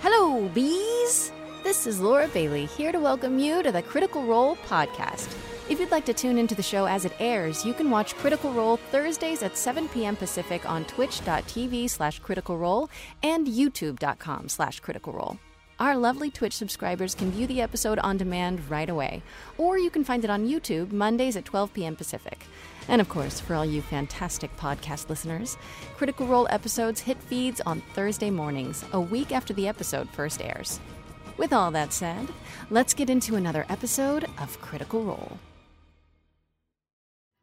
Hello, bees! This is Laura Bailey here to welcome you to the Critical Role podcast. If you'd like to tune into the show as it airs, you can watch Critical Role Thursdays at 7 p.m. Pacific on twitch.tv slash critical role and youtube.com slash critical role. Our lovely Twitch subscribers can view the episode on demand right away, or you can find it on YouTube Mondays at 12 p.m. Pacific. And of course, for all you fantastic podcast listeners, Critical Role episodes hit feeds on Thursday mornings, a week after the episode first airs. With all that said, let's get into another episode of Critical Role.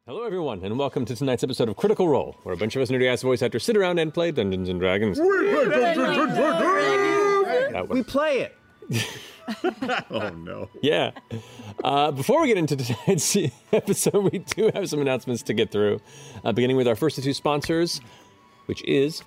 Hello, everyone, and welcome to tonight's episode of Critical Role, where a bunch of us nerdy ass voice actors sit around and play Dungeons and Dragons. That one. We play it. Oh no. Yeah. Uh, before we get into tonight's episode, we do have some announcements to get through, uh, beginning with our first of two sponsors, which is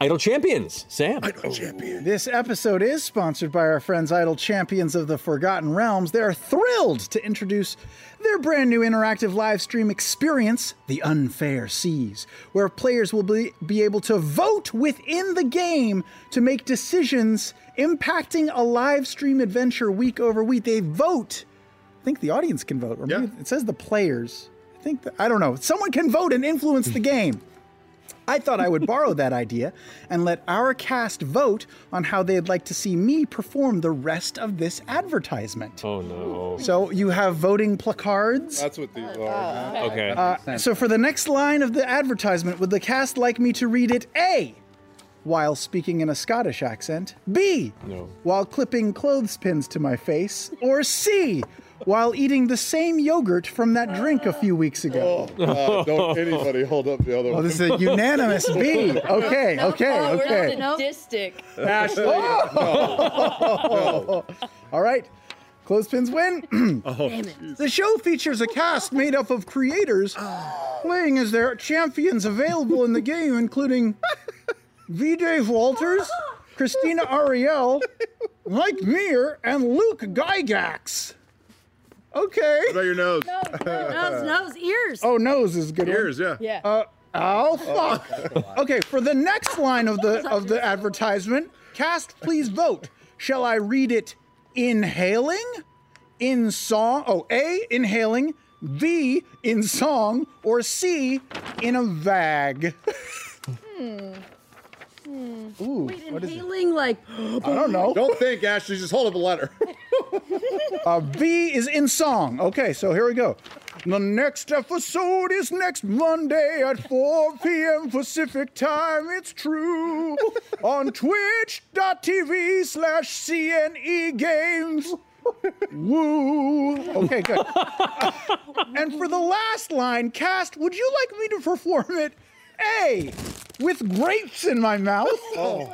Idle Champions. Sam. This episode is sponsored by our friends Idle Champions of the Forgotten Realms. They are thrilled to introduce their brand new interactive live stream experience, The Unfair Seas, where players will be, be able to vote within the game to make decisions impacting a live stream adventure week over week. They vote. I think the audience can vote. Or maybe Yeah. It says the players. I think, the, I don't know. Someone can vote and influence the game. I thought I would borrow that idea and let our cast vote on how they'd like to see me perform the rest of this advertisement. Oh, no. So you have voting placards. That's what these are. Oh, Uh, Okay. Uh, So for the next line of the advertisement, would the cast like me to read it A, while speaking in a Scottish accent, B, No. while clipping clothespins to my face, or C, while eating the same yogurt from that drink a few weeks ago? Oh, God, don't anybody hold up the other Oh, one. this is a unanimous B. Okay, okay, Oh, okay. We're not sadistic. All right. Clothespins win. the show features a cast made up of creators playing as their champions available in the game, including V. Dave Walters, Christina Ariel, Mike Meir, and Luke Gygax. Okay. What about your nose? Nose, nose, ears. Oh, nose is a good. one. Ears, yeah. Yeah. Oh fuck. Okay, for the next line of the of the advertisement, cast please vote. Shall I read it inhaling? In song oh A inhaling, B in song, or C in a bag. Ooh, what is it? Hmm. Inhaling like I don't know. Don't think, Ashley. Just hold up a letter. Uh, B is in song. Okay, so here we go. The next episode is next Monday at 4 p.m. Pacific time. It's true. On twitch.tv slash CNE Games. Woo. Okay, good. and for the last line, cast, would you like me to perform it? A, with grapes in my mouth. Oh.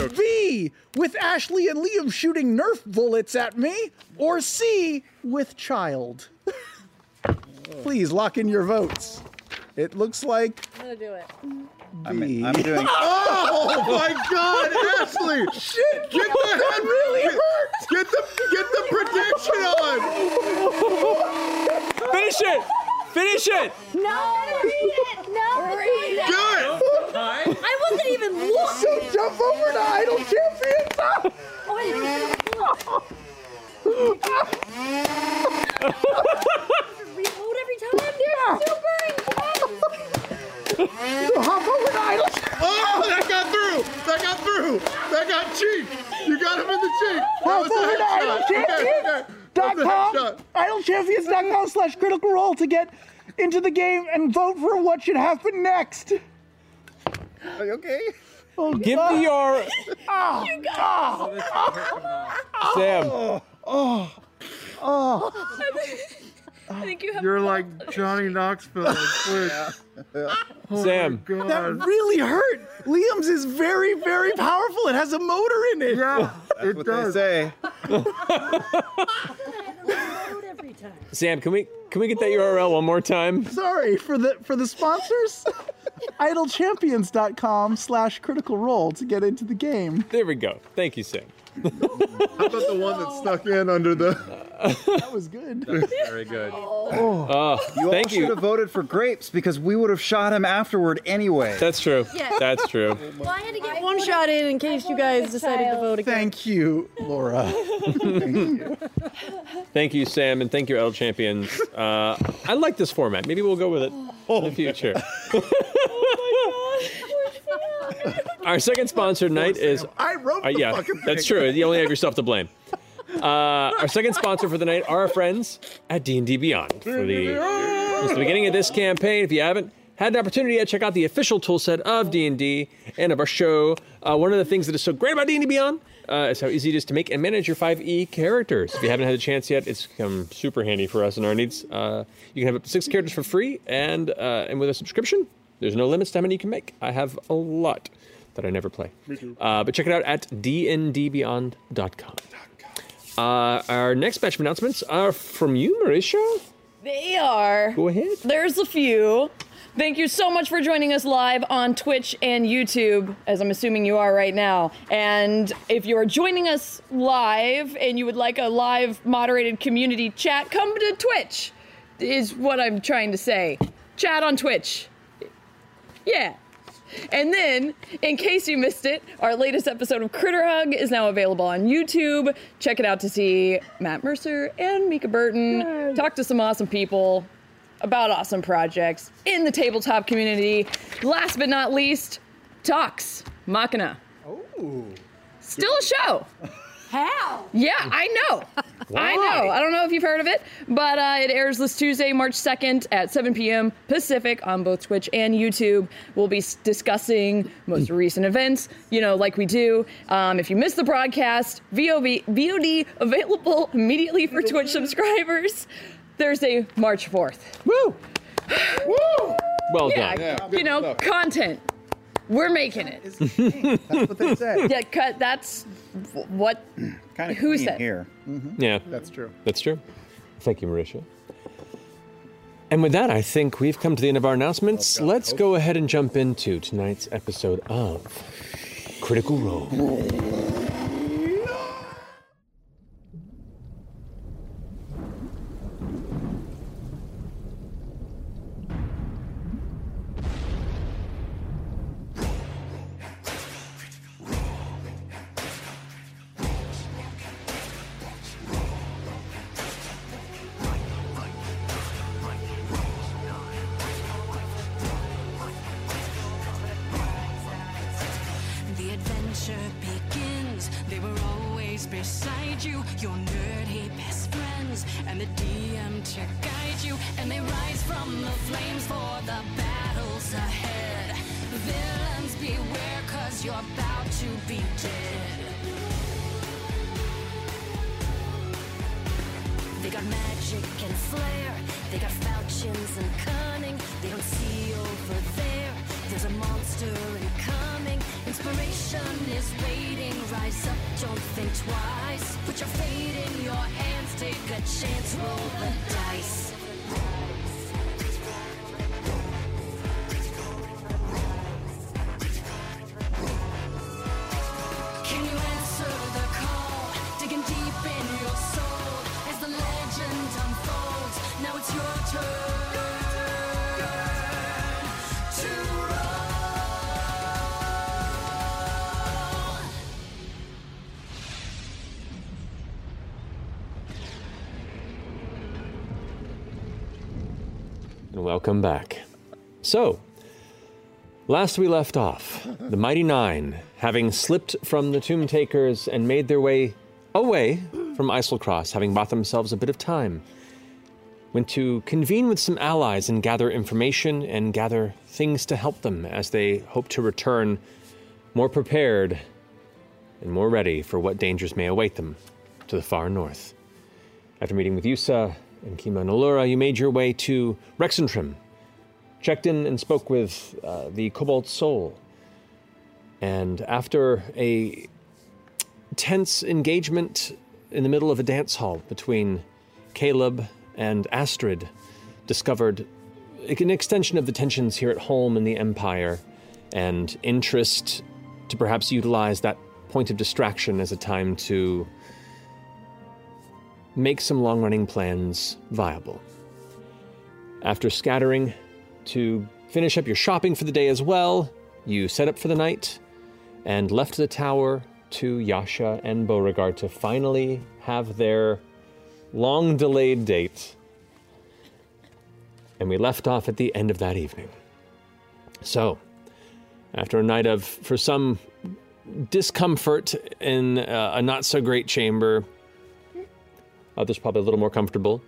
Oh. B, with Ashley and Liam shooting Nerf bullets at me, or C, with child? Please lock in your votes. It looks like I'm gonna do it. B. I'm doing. oh my God, Ashley! Shit! Get the head really hurt. Get the get the prediction on. Finish it! Finish it! No, read it. No, read it. Do it. I wasn't even looking. So jump over to Idol Champions! Oh, I didn't even look. Reload every time. They're super intense. so hop over to Idol Oh, that got through. That got through. That got cheek. You got him in the cheek. That was over a to Idol headshot. Okay, okay. That was a Champions.com, headshot. idolchampions.com slash critical role to get into the game and vote for what should happen next. Are you okay? Oh, Give God. me your. Ah! Ah, Sam. Oh, I think you have. You're like Johnny Knoxville. on Twitch. Sam. That Oh, God. really hurt. Liam's is very, very powerful. It has a motor in it. Yeah, it What does. they say. Reload every time. Sam, can we can we get that URL one more time? Sorry for the for the sponsors. idlechampions.com slash critical role to get into the game. There we go. Thank you, Sam. How about the one that stuck in under the? That was good. Very good. Oh, thank Oh. Should you. have voted for grapes because we would have shot him afterward anyway. That's true. Yeah. That's true. Well, I had to get I one would've- shot in in case you guys would've decided to exiled. vote again. Thank you, Laura. Thank you, Sam, and thank you, Idle Champions. Uh, I like this format. Maybe we'll go with it Oh, in the future. Our second sponsor tonight is I wrote Uh, the yeah, fucking thing. that's true. You only have yourself to blame. Uh, our second sponsor for the night are our friends at D&D Beyond. For the, since the beginning of this campaign, if you haven't had an opportunity yet, check out the official toolset of D&D and of our show. Uh, one of the things that is so great about D&D Beyond uh, is how easy it is to make and manage your 5e characters. If you haven't had a chance yet, it's come super handy for us and our needs. Uh, you can have up to six characters for free, and, uh, and with a subscription, there's no limits to how many you can make. I have a lot that I never play. Me too. Uh, but check it out at dndbeyond.com. Uh, our next batch of announcements are from you, Marisha. They are. Go ahead. There's a few. Thank you so much for joining us live on Twitch and YouTube, as I'm assuming you are right now. And if you are joining us live and you would like a live moderated community chat, come to Twitch, is what I'm trying to say. Chat on Twitch. Yeah. And then, in case you missed it, our latest episode of Critter Hug is now available on YouTube. Check it out to see Matt Mercer and Mika Burton talk to some awesome people about awesome projects in the tabletop community. Last but not least, Talks Machina. Oh. Still a show. How? Yeah, I know. I know. I don't know if you've heard of it, but uh, it airs this Tuesday, March 2nd at 7 p.m. Pacific on both Twitch and YouTube. We'll be s- discussing most recent events, you know, like we do. Um, if you missed the broadcast, VOV, VOD available immediately for Twitch subscribers Thursday, March 4th. Woo! Woo! Well Yeah, done. you know, content. We're making it. That's what they say. Yeah, cut. That's w- what. kind of Who clean said- here? Yeah, That's true. that's true. Thank you, Marisha. And with that, I think we've come to the end of our announcements. Let's go ahead and jump into tonight's episode of Critical Role. The adventure begins. They were always beside you, your nerdy best friends, and the DM to guide you. And they rise from the flames for the battles ahead. Villains beware, cause you're about to be dead. They got magic and flair. They got falchions and cunning. They don't see over there. There's a monster incoming. Inspiration is waiting. Rise up, don't think twice. Put your fate in your hands. Take a chance, roll the dice. Can you answer the call? Digging deep in your soul as the legend unfolds. Now it's your turn to roll. And welcome back. So, last we left off, the Mighty Nine, having slipped from the Tomb Takers and made their way away from Isle Cross, having bought themselves a bit of time, went to convene with some allies and gather information and gather things to help them as they hope to return more prepared and more ready for what dangers may await them to the far north. After meeting with Yusa and Kima and Allura, you made your way to Rexentrim, checked in and spoke with uh, the Cobalt Soul. And after a tense engagement in the middle of a dance hall between Caleb and Astrid, discovered an extension of the tensions here at home in the Empire, and interest to perhaps utilize that point of distraction as a time to make some long running plans viable. After scattering to finish up your shopping for the day as well, you set up for the night and left the tower to Yasha and Beauregard to finally have their long delayed date. And we left off at the end of that evening. So, after a night of, for some, discomfort in uh, a not so great chamber, others probably a little more comfortable.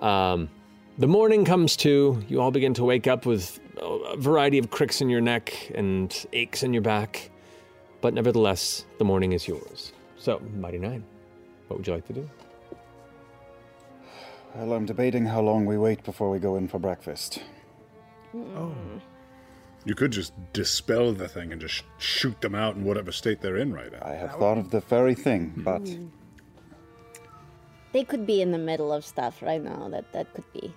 Um, the morning comes to, you all begin to wake up with a variety of cricks in your neck and aches in your back, but nevertheless, the morning is yours. So, Mighty Nine, what would you like to do? Well, I'm debating how long we wait before we go in for breakfast. Oh. You could just dispel the thing and just shoot them out in whatever state they're in right now. I have thought of the very thing, Hmm. but Mm. They could be in the middle of stuff right now. That that could be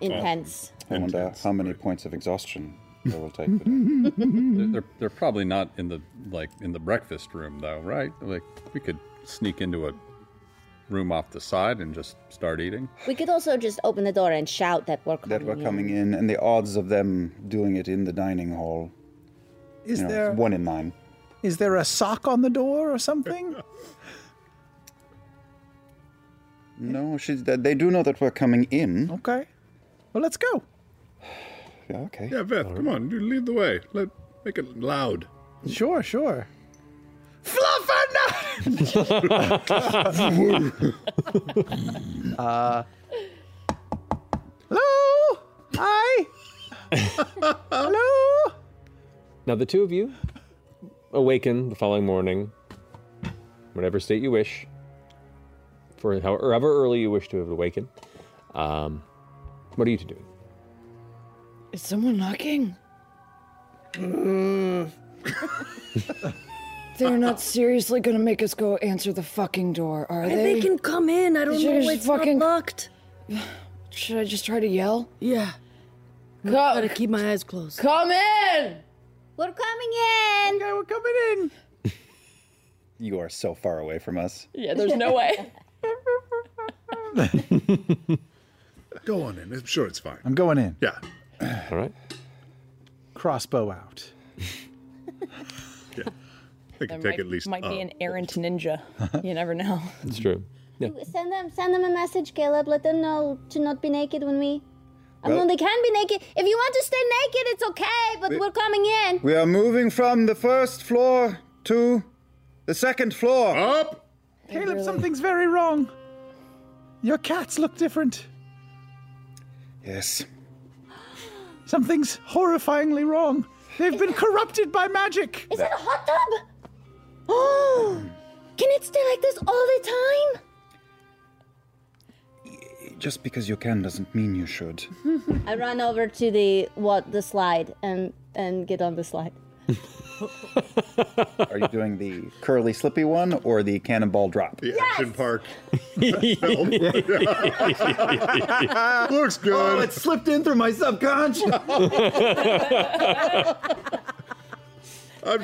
intense. I wonder how many points of exhaustion they will take. They're, they're, they're probably not in the like in the breakfast room though, right? Like we could sneak into a room off the side and just start eating. We could also just open the door and shout that we're coming. that we're coming in, and the odds of them doing it in the dining hall Is you know, there- one in nine? Is there a sock on the door or something? Hmm? No, she, they they do know that we're coming in. Okay. Well, let's go. Yeah, okay. Yeah, Beth, come on, you lead the way. Let make it loud. Sure, sure. uh, Hello? Hi? Hello? Now, the two of you awaken the following morning, whatever state you wish, for however early you wish to have awakened. Um, what are you to do? Is someone knocking? They're not seriously gonna make us go answer the fucking door, are And they they? can come in. I don't Should know. just It's not locked. Should I just try to yell? Yeah. Come. Gotta keep my eyes closed. Come in. We're coming in. Okay, we're coming in. You are so far away from us. Yeah, there's no way. Go on in. I'm sure it's fine. I'm going in. Yeah. All right. Crossbow out. yeah. They might, might be an errant ninja. You never know. It's true. Send them send them a message, Caleb. Let them know to not be naked when we. I Well- mean, they can be naked. If you want to stay naked, it's okay. But We- we're coming in. We are moving from the first floor to the second floor. Up! Caleb, something's very wrong. Your cats look different. Yes. Something's horrifyingly wrong. They've been corrupted by magic. Is it a hot tub? Oh, can it stay like this all the time? Just because you can doesn't mean you should. I run over to the what the slide and and get on the slide. Are you doing the curly slippy one or the cannonball drop? The action park. Looks good. Oh, it slipped in through my subconscious. I'm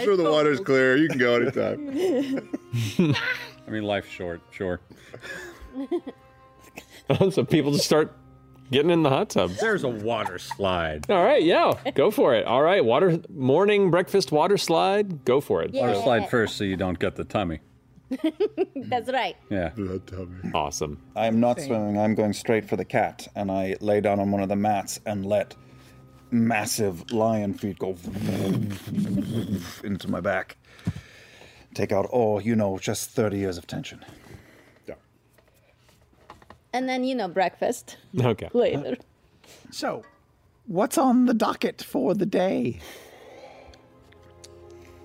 sure the water's clear. You can go anytime. I mean, life's short, sure. so people just start getting in the hot tubs. There's a water slide. All right, yeah, go for it. All right, water morning breakfast water slide. Go for it. Water Yeah. slide first, so you don't get the tummy. That's right. Yeah. Awesome. I'm not Same. swimming. I'm going straight for the cat, and I lay down on one of the mats and let massive lion feet go into my back. Take out all, you know, just 30 years of tension. And then you know breakfast Okay. later. So, what's on the docket for the day?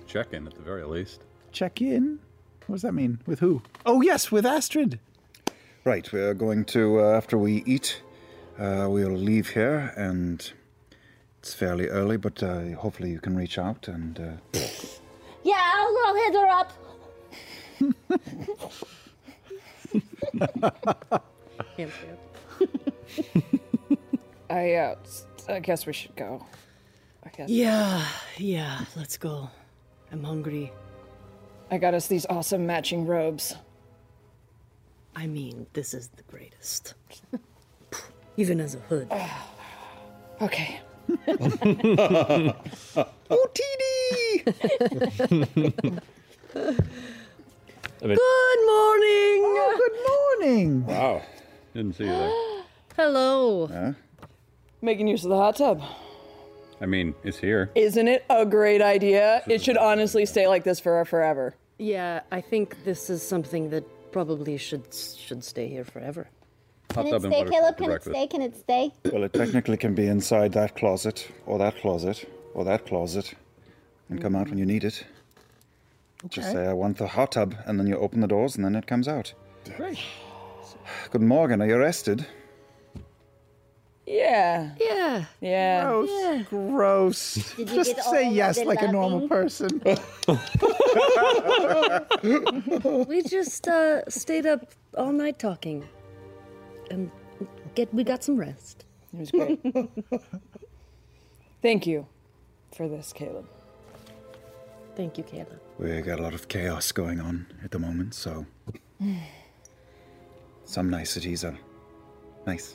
Check in at the very least. Check in. What does that mean? With who? Oh, yes, with Astrid. Right, we're going to, uh, after we eat, uh, we'll leave here, and it's fairly early, but uh, hopefully you can reach out and. Uh, Yeah, I'll, I'll hit her up. I uh, s- I guess we should go. I guess. Yeah, yeah, let's go. I'm hungry. I got us these awesome matching robes. I mean, this is the greatest. Even as a hood. okay. OTD! I mean, Good morning! Oh, good morning! wow. Didn't see that. Hello. Making use of the hot tub. I mean, it's here. Isn't it a great idea? It should honestly stay like this for forever. Yeah, I think this is something that probably should should stay here forever. Can it stay, Caleb? Can it stay? Can it stay? Well, it technically can be inside that closet, or that closet, or that closet, and come out when you need it. Just Okay. say, I want the hot tub, and then you open the doors, and then it comes out. Good morning, are you rested? Yeah. Yeah. Yeah. Gross. Gross. Did you Just get all say of yes it like a loving? normal person. we just uh, stayed up all night talking, and get we got some rest. It was great. Thank you for this, Caleb. Thank you, Caleb. We got a lot of chaos going on at the moment, so some niceties are nice.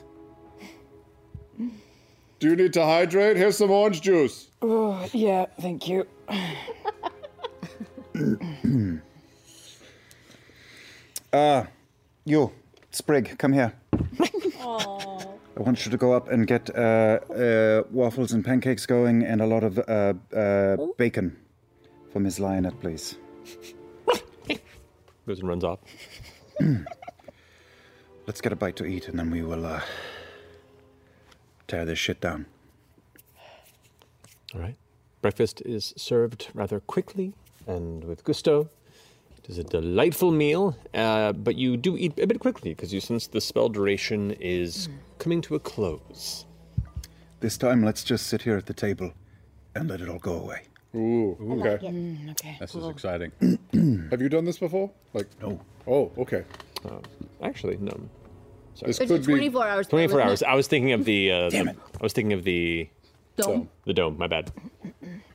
Do you need to hydrate? Here's some orange juice. Oh, yeah, thank you. Uh, you, Sprig, come here. I want you to go up and get uh, uh, waffles and pancakes going and a lot of uh, uh, Oh. bacon for Miss Lionette, please. Goes and runs off. Let's get a bite to eat and then we will uh, tear this shit down. All right. Breakfast is served rather quickly and with gusto. It is a delightful meal, uh, but you do eat a bit quickly because you sense the spell duration Mm. is coming to a close. This time, let's just sit here at the table and let it all go away. Ooh, okay. Mm, okay. This is exciting. Have you done this before? Like no. Oh, okay. Uh, actually, no. Sorry. This could be. 24 hours. 24 wasn't hours. it? I was thinking of the. Uh, Damn the I was thinking of the. Dome. The dome. My bad.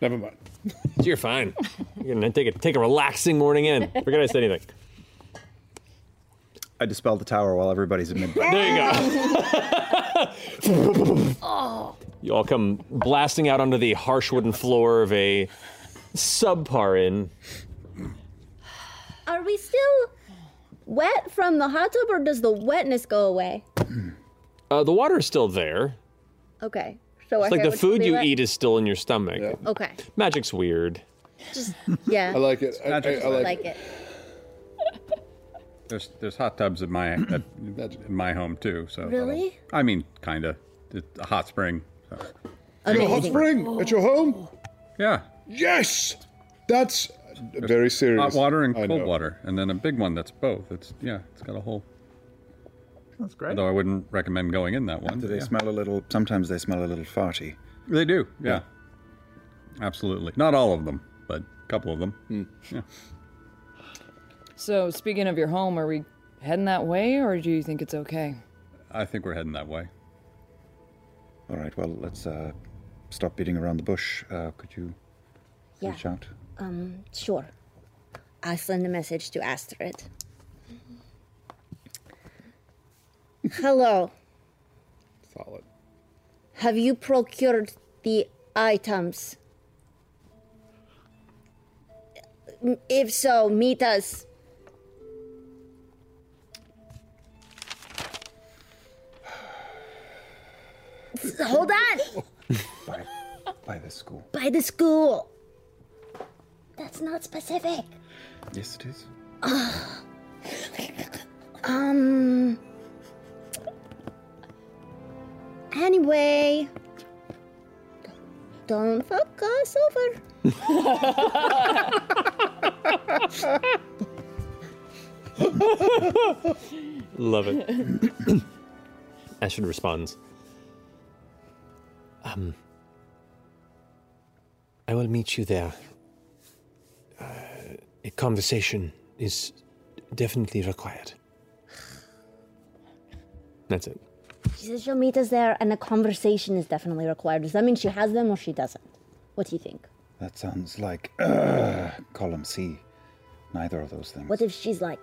Never mind. You're fine. You're gonna take a take a relaxing morning in. Forget I said anything. I dispel the tower while everybody's in mid. there you go. Oh. You all come blasting out onto the harsh wooden floor of a subpar inn. Are we still wet from the hot tub, or does the wetness go away? Uh, the water is still there. Oh, Okay. So It's like our hair the would still food be you wet? eat is still in your stomach. Okay. Magic's weird. Just yeah. I like it. I, I, Just I like, it. There's there's hot tubs in my at, in my home too. So Really? I mean, kinda. It's a hot spring. so. You have a hot spring at your home? Yeah. Yes. That's very Hot serious. water and I cold know. water, and then a big one that's both. It's yeah, it's got a whole. That's great. Though I wouldn't recommend going in that one. Do they yeah. smell a little? Sometimes they smell a little farty. They do. Yeah. Absolutely. Not all of them, but a couple of them. Hmm. Yeah. So, speaking of your home, are we heading that way or do you think it's okay? I think we're heading that way. All right. Well, let's uh, stop beating around the bush. Uh, could you Yeah. reach out? Um. Sure. I send a message to Astrid. Hello. Solid. Have you procured the items? M- If so, meet us. Hold on! By, by the school. By the school! That's not specific. Yes, it is. Um. Anyway, don't fuck us over. Love it. Ashton responds. Um, I will meet you there. Uh, a conversation is definitely required. That's it. She says she'll meet us there, and a conversation is definitely required. Does that mean she has them or she doesn't? What do you think? That sounds like uh, column C. Neither of those things. What if she's like,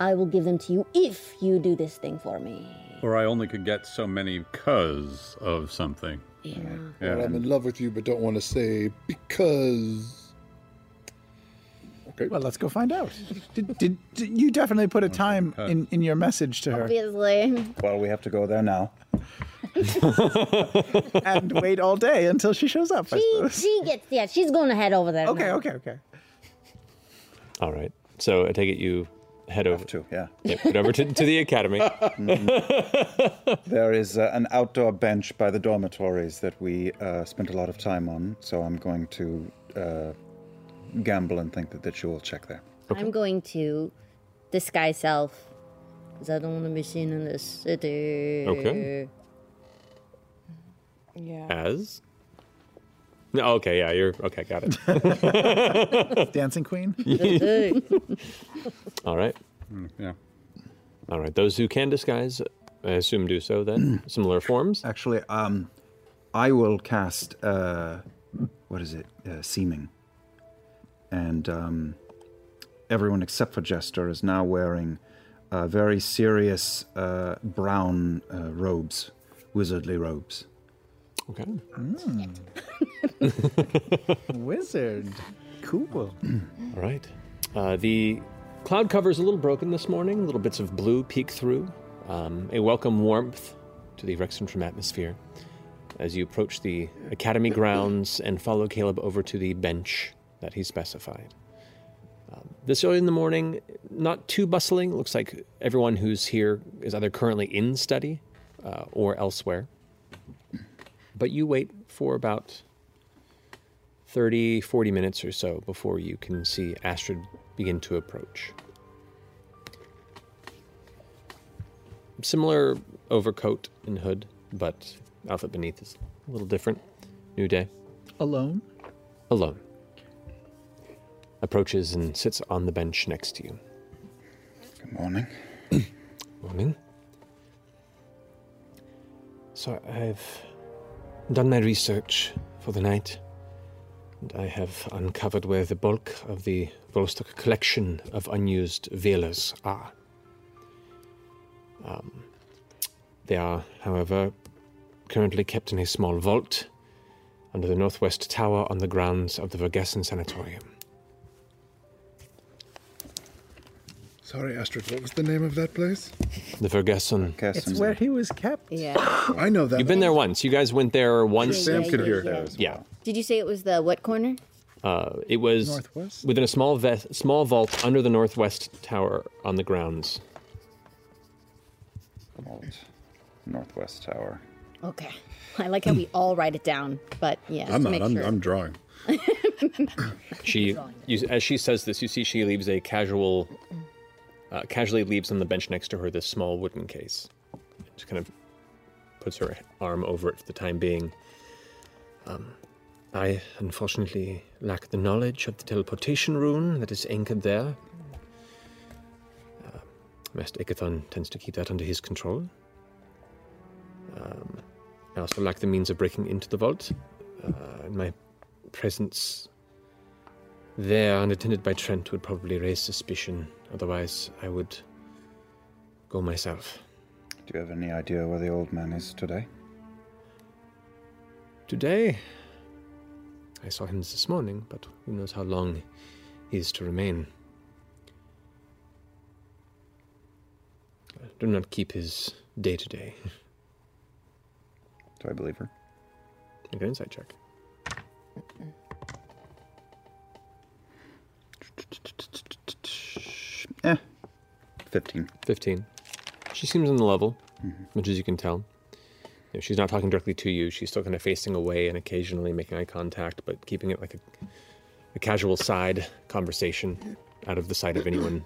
I will give them to you if you do this thing for me? Or I only could get so many because of something. Yeah. Well, I'm in love with you, but don't want to say because. Okay. Well, let's go find out. Did, did, did you definitely put a time in, in your message to her? Obviously. Well, we have to go there now. and wait all day until she shows up. I She, suppose. she gets, yeah, she's going to head over there. Okay, now. okay, okay. All right. So I take it you head over to yeah. head over to, to the academy. There is uh, an outdoor bench by the dormitories that we uh, spent a lot of time on, so I'm going to uh, gamble and think that, that she will check there. I'm going to disguise self because I don't want to be seen in this city. Okay. Yeah. As. No, okay. Yeah. You're okay. Got it. Dancing queen. All right. yeah. All right. Those who can disguise, I assume, do so then. Similar forms. Actually, um, I will cast uh, what is it? Uh, seeming. And um, everyone except for Jester is now wearing uh, very serious uh, brown uh, robes, wizardly robes. Okay. Hmm. Wizard. Cool. All right. Uh, the cloud cover is a little broken this morning. Little bits of blue peek through. Um, a welcome warmth to the Rexentrum atmosphere as you approach the academy grounds and follow Caleb over to the bench that he specified. Um, this early in the morning, not too bustling. Looks like everyone who's here is either currently in study uh, or elsewhere. But you wait for about 30, 40 minutes or so before you can see Astrid begin to approach. Similar overcoat and hood, but outfit beneath is a little different. New day, Alone? alone. Approaches and sits on the bench next to you. Good morning. Morning. So I've done my research for the night, and I have uncovered where the bulk of the Vostok collection of unused velas are. Um, they are, however, currently kept in a small vault under the northwest tower on the grounds of the Vergessen Sanatorium. Sorry, Astrid. What was the name of that place? The Vergessen. It's where he was kept. Yeah. I know that. You've been there once. You guys went there once. Sam could hear Yeah. it. Yeah. Did you say it was the what corner? Uh, it was Northwest? within a small ve- small vault under the northwest tower on the grounds. Vault. Northwest Tower. Okay. I like how we all write it down, but yeah. just I'm not, to make I'm- sure. I'm drawing. She, you, as she says this, you see she leaves a casual, uh, casually leaves on the bench next to her this small wooden case. Just kind of puts her arm over it for the time being. Um, I unfortunately lack the knowledge of the teleportation rune that is anchored there. Uh, Master Ikathon tends to keep that under his control. Um, I also lack the means of breaking into the vault. Uh, and my presence there, unattended by Trent, would probably raise suspicion. Otherwise, I would go myself. Do you have any idea where the old man is today? Today, I saw him this morning, but who knows how long he is to remain. I do not keep his day to day. Do I believe her? Make an insight check. Eh. 15. 15. She seems on the level, much as you can tell. You know, she's not talking directly to you. She's still kind of facing away and occasionally making eye contact, but keeping it like a, a casual side conversation out of the sight of anyone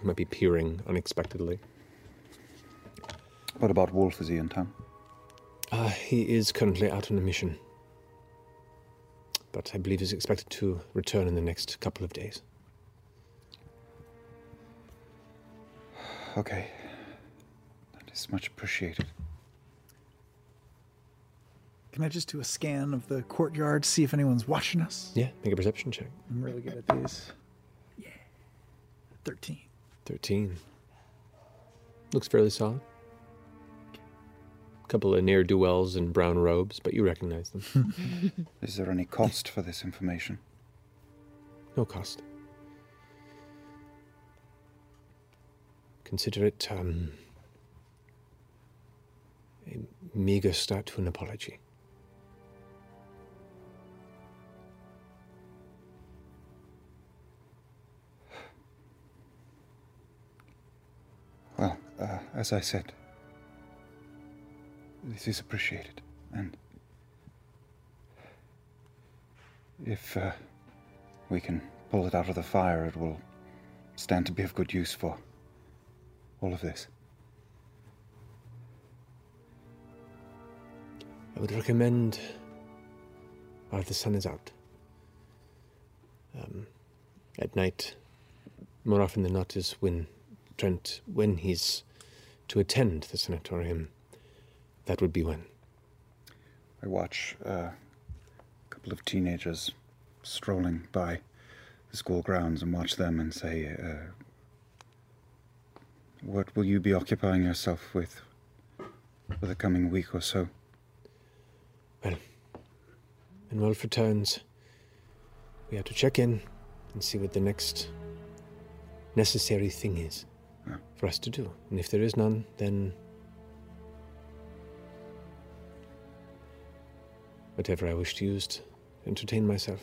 who might be peering unexpectedly. What about Wolf? Is he in town? Uh, he is currently out on a mission, but I believe is expected to return in the next couple of days. Okay. That is much appreciated. Can I just do a scan of the courtyard, see if anyone's watching us? Yeah, make a perception check. I'm really good at these. Yeah. 13. 13. Looks fairly solid. Couple of ne'er do wells in brown robes, but you recognize them. Is there any cost for this information? no cost. Consider it um, a meager start to an apology. Well, uh, as I said, this is appreciated, and if uh, we can pull it out of the fire, it will stand to be of good use for all of this. I would recommend while the sun is out. Um, at night, more often than not, is when Trent, when he's to attend the sanatorium, that would be when. I watch uh, a couple of teenagers strolling by the school grounds and watch them and say, uh, What will you be occupying yourself with for the coming week or so? When Rolf returns, we have to check in and see what the next necessary thing is for us to do. And if there is none, then whatever I wish to use to entertain myself.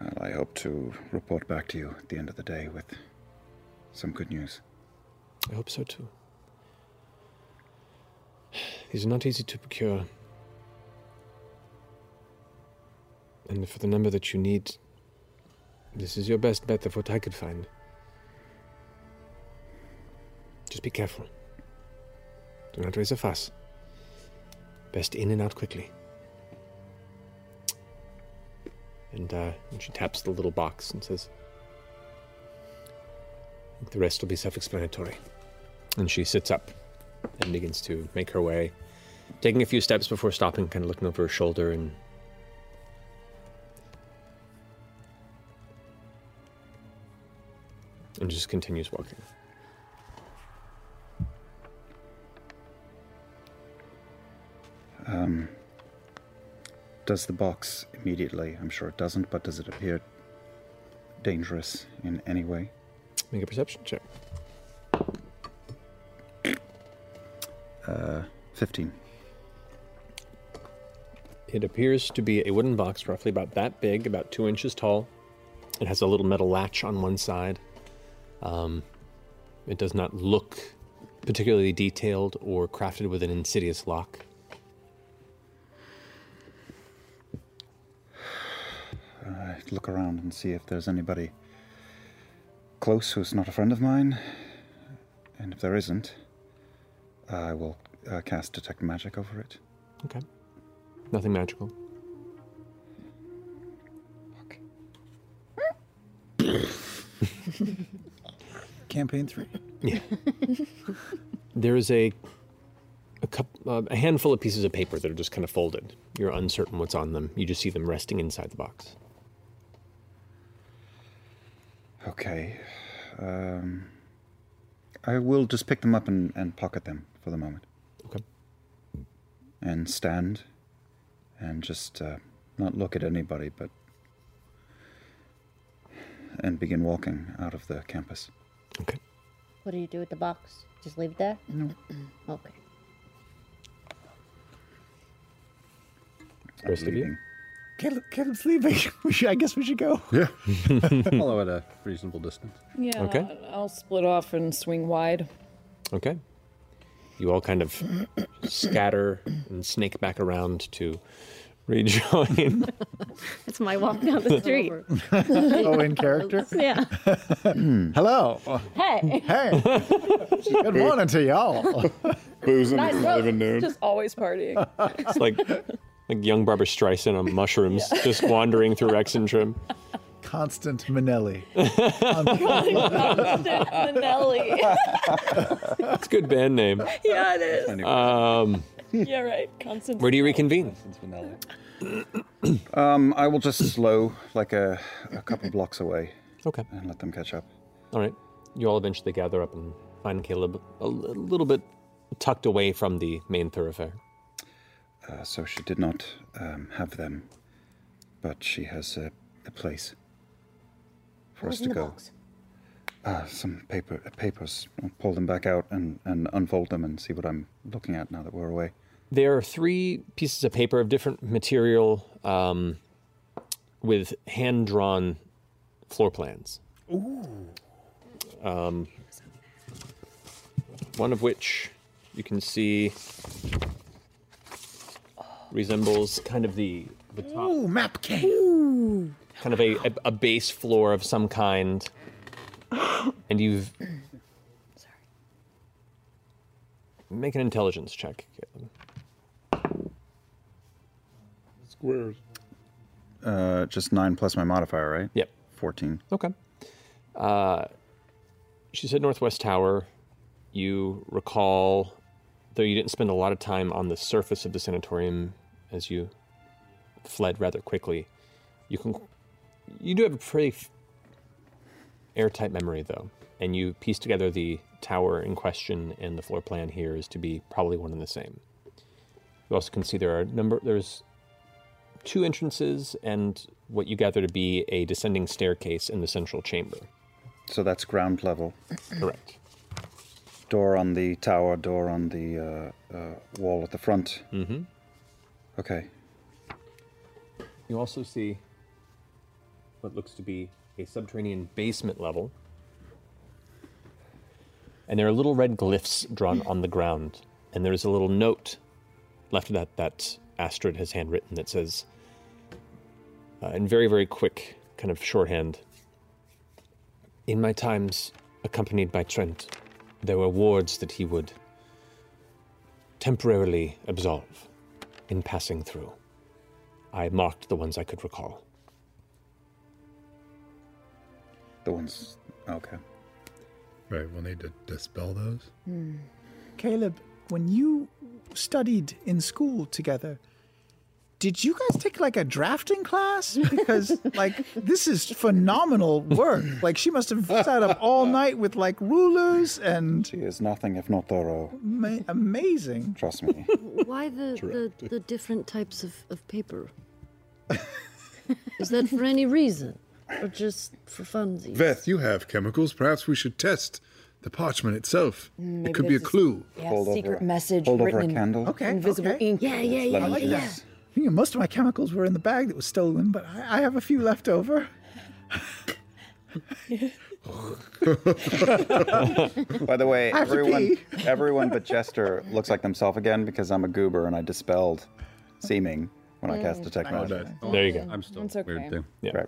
Well, I hope to report back to you at the end of the day with some good news. I hope so too. These are not easy to procure. And for the number that you need, this is your best bet of what I could find. Just be careful. Do not raise a fuss. Best in and out quickly. And, uh, and she taps the little box and says, the rest will be self explanatory. And she sits up and begins to make her way, taking a few steps before stopping, kind of looking over her shoulder. And and just continues walking. Um, does the box immediately, I'm sure it doesn't, but does it appear dangerous in any way? Make a perception check. Uh, 15. It appears to be a wooden box, roughly about that big, about two inches tall. It has a little metal latch on one side. Um, it does not look particularly detailed or crafted with an insidious lock. I look around and see if there's anybody close who's not a friend of mine. And if there isn't, I will uh, cast Detect Magic over it. Okay. Nothing magical. Campaign three. Yeah. There is a a, cup, uh, a handful of pieces of paper that are just kind of folded. You're uncertain what's on them. You just see them resting inside the box. Okay. Um, I will just pick them up and, and pocket them for the moment. Okay. And stand and just uh, not look at anybody, but. and begin walking out of the campus. What do you do with the box? Just leave it there? No. Okay. Rest of you? Caleb, Caleb's leaving. We should, I guess we should go. Yeah. Follow at a reasonable distance. Yeah. Okay. I- I'll split off and swing wide. Okay. You all kind of scatter and snake back around to rejoin. That's my walk down the street. oh, in character? yeah. Hello. Hey. Hey. Good morning to y'all. Boozing Nice. is not even known. Just always partying. it's like like young Barbara Streisand on mushrooms, just wandering through Rex and Trim. Constant Manelli. Manelli. It's a good band name. yeah, it is. Um, Hmm. yeah, right. Constant. where do you reconvene? Um, I will just slow like a, a couple blocks away. Okay. And let them catch up. All right. You all eventually gather up and find Caleb a, l- a little bit tucked away from the main thoroughfare. Uh, so she did not um, have them, but she has a, a place for What us to was in the go. box? Uh, some paper uh, papers. I'll pull them back out and, and unfold them and see what I'm looking at now that we're away. There are three pieces of paper of different material um, with hand drawn floor plans. Ooh. Um, one of which you can see resembles kind of the, the top Ooh, map game. Ooh. kind of a, a, a base floor of some kind. And you've. Sorry. Make an intelligence check. Caleb. Squares. Uh, just nine plus my modifier, right? Yep. Fourteen. Okay. Uh, she said Northwest Tower. You recall, though you didn't spend a lot of time on the surface of the sanatorium as you fled rather quickly. You can, you do have a pretty f- airtight memory though, and you piece together the tower in question and the floor plan here is to be probably one and the same. You also can see there are a number. There's two entrances and what you gather to be a descending staircase in the central chamber. So that's ground level. Correct. Door on the tower. Door on the uh, uh, wall at the front. Mm-hmm. Okay. You also see what looks to be a subterranean basement level. And there are little red glyphs drawn on the ground. And there is a little note left that that Astrid has handwritten that says, uh, in very, very quick kind of shorthand, in my times accompanied by Trent, there were wards that he would temporarily absolve in passing through. I marked the ones I could recall. The ones. Okay. Right, we'll need to dispel those. Hmm. Caleb, when you studied in school together, did you guys take like a drafting class? Because like this is phenomenal work. Like she must have sat up all night with like rulers and She is nothing if not thorough. ma- amazing. Trust me. Why the, the, the different types of, of paper? Is that for any reason? Or just for funsies? Veth, you have chemicals. Perhaps we should test the parchment itself. Mm, Maybe it could be a this is- clue. yeah, Hold over secret a- message hold over a written in candle. Okay. invisible okay. ink. Yeah, yeah, yeah, I like yeah, that. yeah. I think most of my chemicals were in the bag that was stolen, but I, I have a few left over. By the way, I have to everyone everyone but Jester looks like themselves again because I'm a goober and I dispelled seeming when I cast Mm. detect Nice. magic. There you go. I'm still That's weird, okay. too.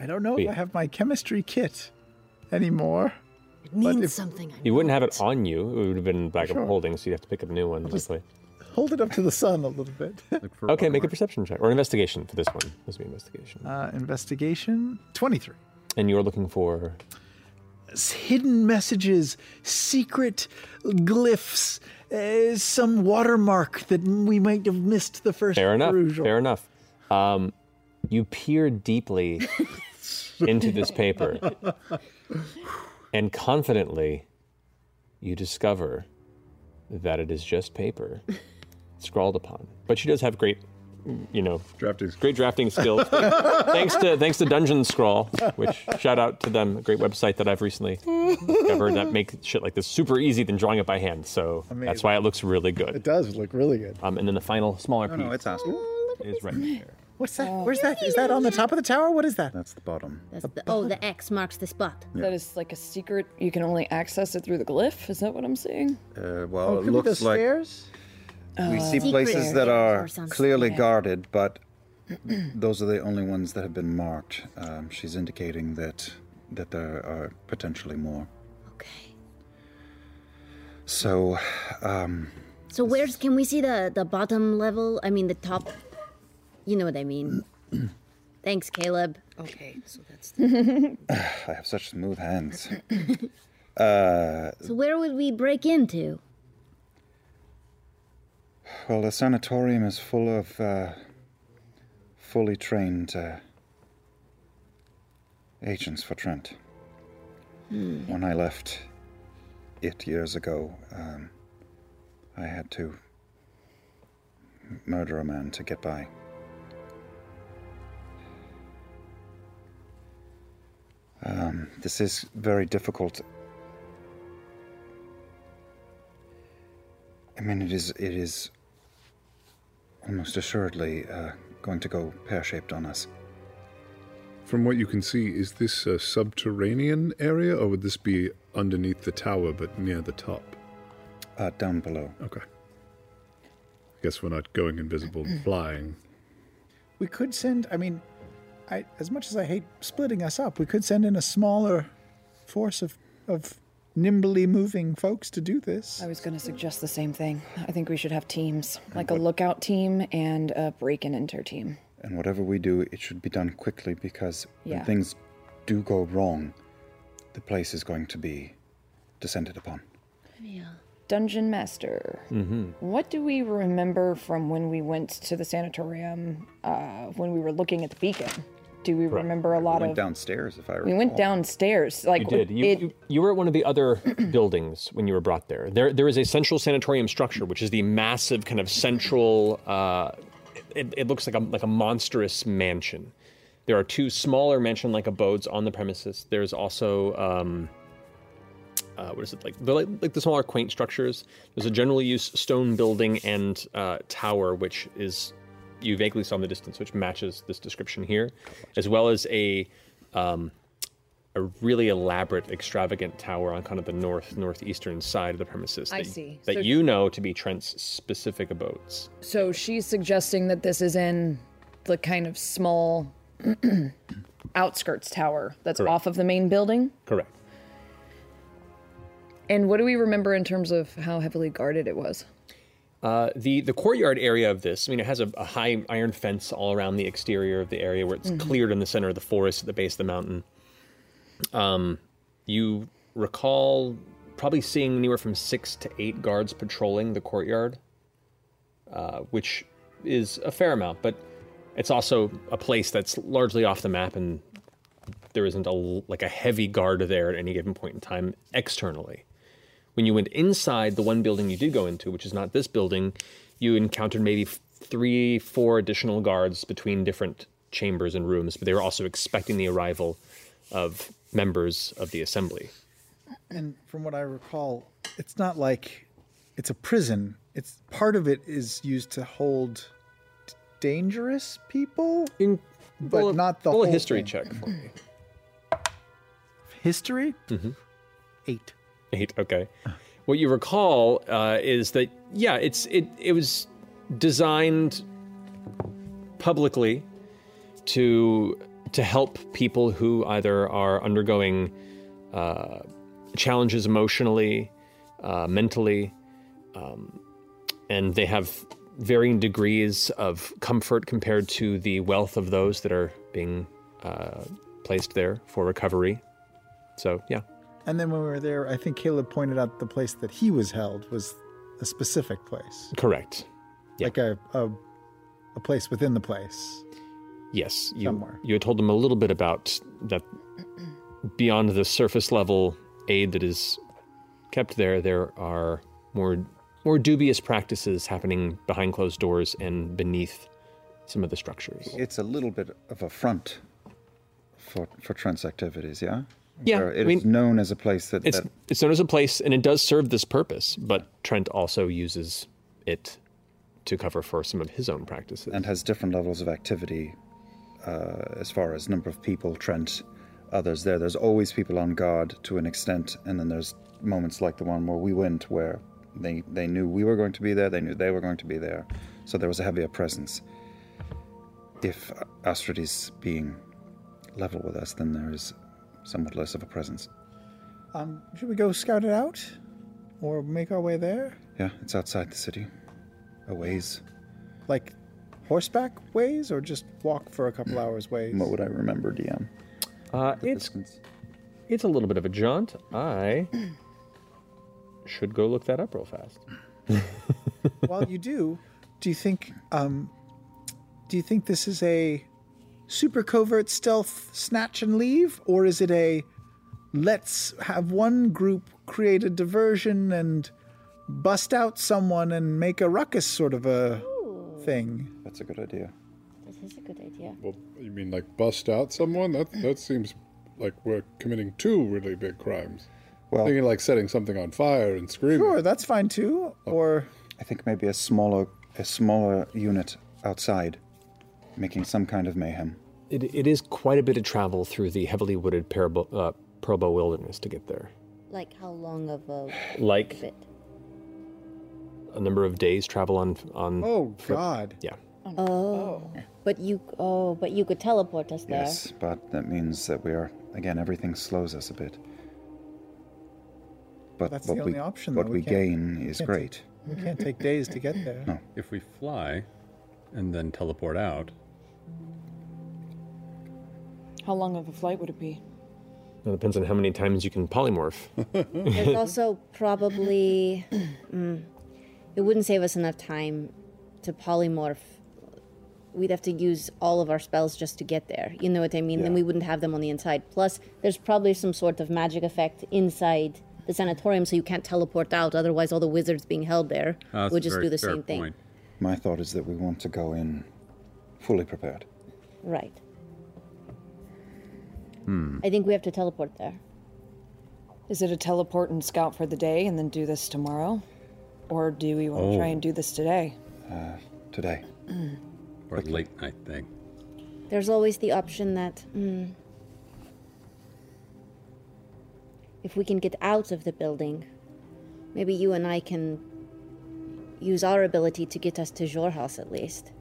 I don't know if Yeah. I have my chemistry kit anymore. It means something. You wouldn't have it on you. It would have been back up Sure. holding, so you'd have to pick up a new one. Just, Hold it up to the sun a little bit. okay, make a perception check or investigation for this one. This would be investigation. Uh, investigation 23. And you're looking for S- Hidden messages, secret glyphs, uh, some watermark that we might have missed the first fair enough. perusal. Fair enough. Um, you peer deeply into this paper, and confidently, you discover that it is just paper scrawled upon. But she does have great, you know, drafting. Great drafting skills. thanks to thanks to Dungeon Scrawl, which shout out to them, a great website that I've recently discovered that make shit like this super easy than drawing it by hand. So that's why it looks really good. It does look really good. Um, and then the final smaller No, piece no, it's Astrid. is right there. What's that? Where's that? Is that on the top of the tower? What is that? That's the bottom. Oh, That's the, oh, the X marks the spot. That is like a secret. You can only access it through the glyph. Is that what I'm seeing? Uh, well, Oh, it could be looks the like stairs? we see Uh, Secret places that are stairs or something. clearly Yeah. guarded, but those are the only ones that have been marked. Um, she's indicating that that there are potentially more. Okay. So, um, So where's can we see the the bottom level? I mean the top. You know what I mean. Thanks, Caleb. Okay, so that's. I have such smooth hands. uh, So where would we break into? well, the sanatorium is full of uh, fully trained uh, agents for Trent. Hmm. When I left it years ago, um, I had to m- murder a man to get by. Um, this is very difficult. I mean, it is it is almost assuredly uh, going to go pear-shaped on us. From what you can see, is this a subterranean area, or would this be underneath the tower but near the top? Uh, down below. Okay. Guess we're not going invisible, flying. We could send. I mean, I as much as I hate splitting us up, we could send in a smaller force of of nimbly moving folks to do this. I was going to suggest the same thing. I think we should have teams, like a lookout team and a break and enter team. And whatever we do, it should be done quickly because Yeah. when things do go wrong, the place is going to be descended upon. Yeah. Dungeon Master. Mm-hmm. What do we remember from when we went to the sanatorium uh, when we were looking at the beacon? Do we remember a lot went of. downstairs, if I we went downstairs. Like, you did. You, it- you, you were at one of the other buildings when you were brought there. There, there is a central sanatorium structure, which is the massive kind of central. Uh, it, it looks like a like a monstrous mansion. There are two smaller mansion-like abodes on the premises. There's also um, uh, what is it like? They're like, like the smaller, quaint structures. There's a general use stone building and uh, tower, which is you vaguely saw in the distance, which matches this description here, as well as a um, a really elaborate, extravagant tower on kind of the north northeastern side of the premises. I that, see. That So- you know to be Trent's specific abodes. so she's suggesting that this is in the kind of small outskirts tower that's Correct. off of the main building. Correct. And what do we remember in terms of how heavily guarded it was? Uh, the the courtyard area of this, I mean, it has a, a high iron fence all around the exterior of the area where it's Mhm. cleared in the center of the forest at the base of the mountain. Um, you recall probably seeing anywhere from six to eight guards patrolling the courtyard, uh, which is a fair amount, but it's also a place that's largely off the map, and there isn't a l- like a heavy guard there at any given point in time externally. When you went inside the one building you did go into, which is not this building, you encountered maybe f- three, four additional guards between different chambers and rooms, but they were also expecting the arrival of members of the assembly. And from what I recall, it's not like it's a prison. It's part of it is used to hold d- dangerous people, but roll a- not the roll a whole history thing. check for me. Mm-hmm. History eight. Eight. Okay. What you recall uh, is that yeah, it's it it was designed publicly to to help people who either are undergoing uh, challenges emotionally, uh, mentally, um, and they have varying degrees of comfort compared to the wealth of those that are being uh, placed there for recovery. So yeah. And then when we were there, I think Caleb pointed out the place that he was held was a specific place. Correct. Like a, a a place within the place. Yes, you Somewhere. you had told them a little bit about that beyond the surface level aid that is kept there there are more more dubious practices happening behind closed doors and beneath some of the structures. It's a little bit of a front for for trans activities, yeah. Yeah, Where it I is mean, known as a place that, It's that it's known as a place and it does serve this purpose, but Trent also uses it to cover for some of his own practices. and has different levels of activity uh, as far as number of people, Trent, others there. There's always people on guard to an extent, and then there's moments like the one where we went where they, they knew we were going to be there, they knew they were going to be there, so there was a heavier presence. If Astrid is being level with us, then there is somewhat less of a presence. Um, should we go scout it out, or make our way there? Yeah, it's outside the city, a ways. Like horseback ways or just walk for a Mm. couple hours ways? What would I remember, DM? Uh, it's it's a little bit of a jaunt. I should go look that up real fast. While you do, do you think um, do you think this is a super covert stealth snatch and leave, or is it a let's have one group create a diversion and bust out someone and make a ruckus sort of a thing? That's a good idea. This is a good idea. Well, you mean like bust out someone? That that seems like we're committing two really big crimes. Well- thinking like setting something on fire and screaming. Oh. Sure, that's fine too. Or I think maybe a smaller a smaller unit outside, making some kind of mayhem. It, it is quite a bit of travel through the heavily wooded Parabo, uh, Probo wilderness to get there. Like how long of a Like bit? a number of days travel on on. Oh God! Yeah. Oh. But you oh, but you could teleport us there. Yes, but that means that we are again everything slows us a bit. But That's what the only we, option, though. What we, can't- gain is can't take- great. we can't take days to get there. If we fly and then teleport out, How long of a flight would it be? It depends on how many times you can polymorph. There's also probably mm, it wouldn't save us enough time to polymorph. We'd have to use all of our spells just to get there. You know what I mean? Then Yeah. we wouldn't have them on the inside. Plus, there's probably some sort of magic effect inside the sanatorium, so you can't teleport out. Otherwise, all the wizards being held there Ah, that's would a just very do the fair same thing. point. My thought is that we want to go in fully prepared. Right. Hmm. I think we have to teleport there. Is it a teleport and scout for the day and then do this tomorrow? Or do we want to Oh. try and do this today? Uh, today. or late night thing. There's always the option that mm, if we can get out of the building, maybe you and I can use our ability to get us to your house at least.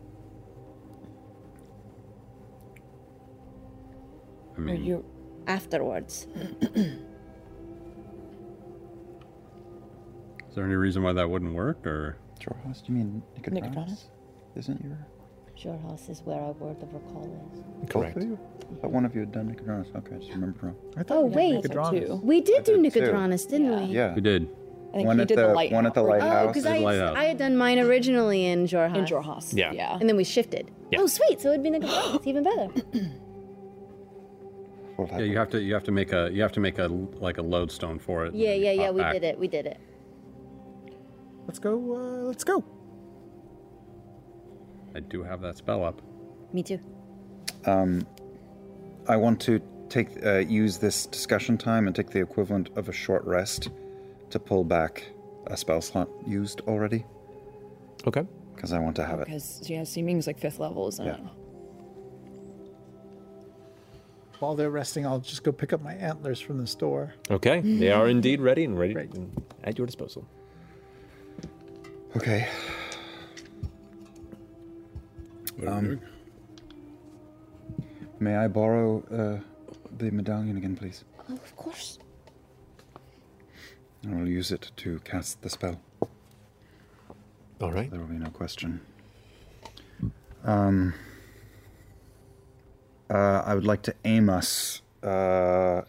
I mean, you- afterwards. is there any reason why that wouldn't work? Or Your house? Do you mean Nicodranas? Nicodranas? Isn't your Your house is where our word of recall is. correct? But one of you had done Nicodranas. Okay, I just remember wrong. I oh wait, we did do too. Nicodranas, didn't we? Yeah, we did. I think one you at did the the, lighthouse. one at the lighthouse. Oh, because I, I had done mine originally in Jorhas. In Jorhas. Yeah. yeah. And then we shifted. Yeah. Oh, sweet. So it'd be Nicodranas. even better. yeah, you have to you have to make a you have to make a like a lodestone for it. Yeah, yeah, yeah. Hop We back. did it. We did it. Let's go. Uh, let's go. I do have that spell up. Me too. Um, I want to take uh, use this discussion time and take the equivalent of a short rest to pull back a spell slot used already. Okay. Because I want to have it. Because, yeah, seeming's like fifth level, isn't it? While they're resting, I'll just go pick up my antlers from the store. Okay, they are indeed ready and ready and at your disposal. Okay. Um, may I borrow uh, the medallion again, please? Oh, of course. I will use it to cast the spell. All right. There will be no question. Um, uh, I would like to aim us. Uh,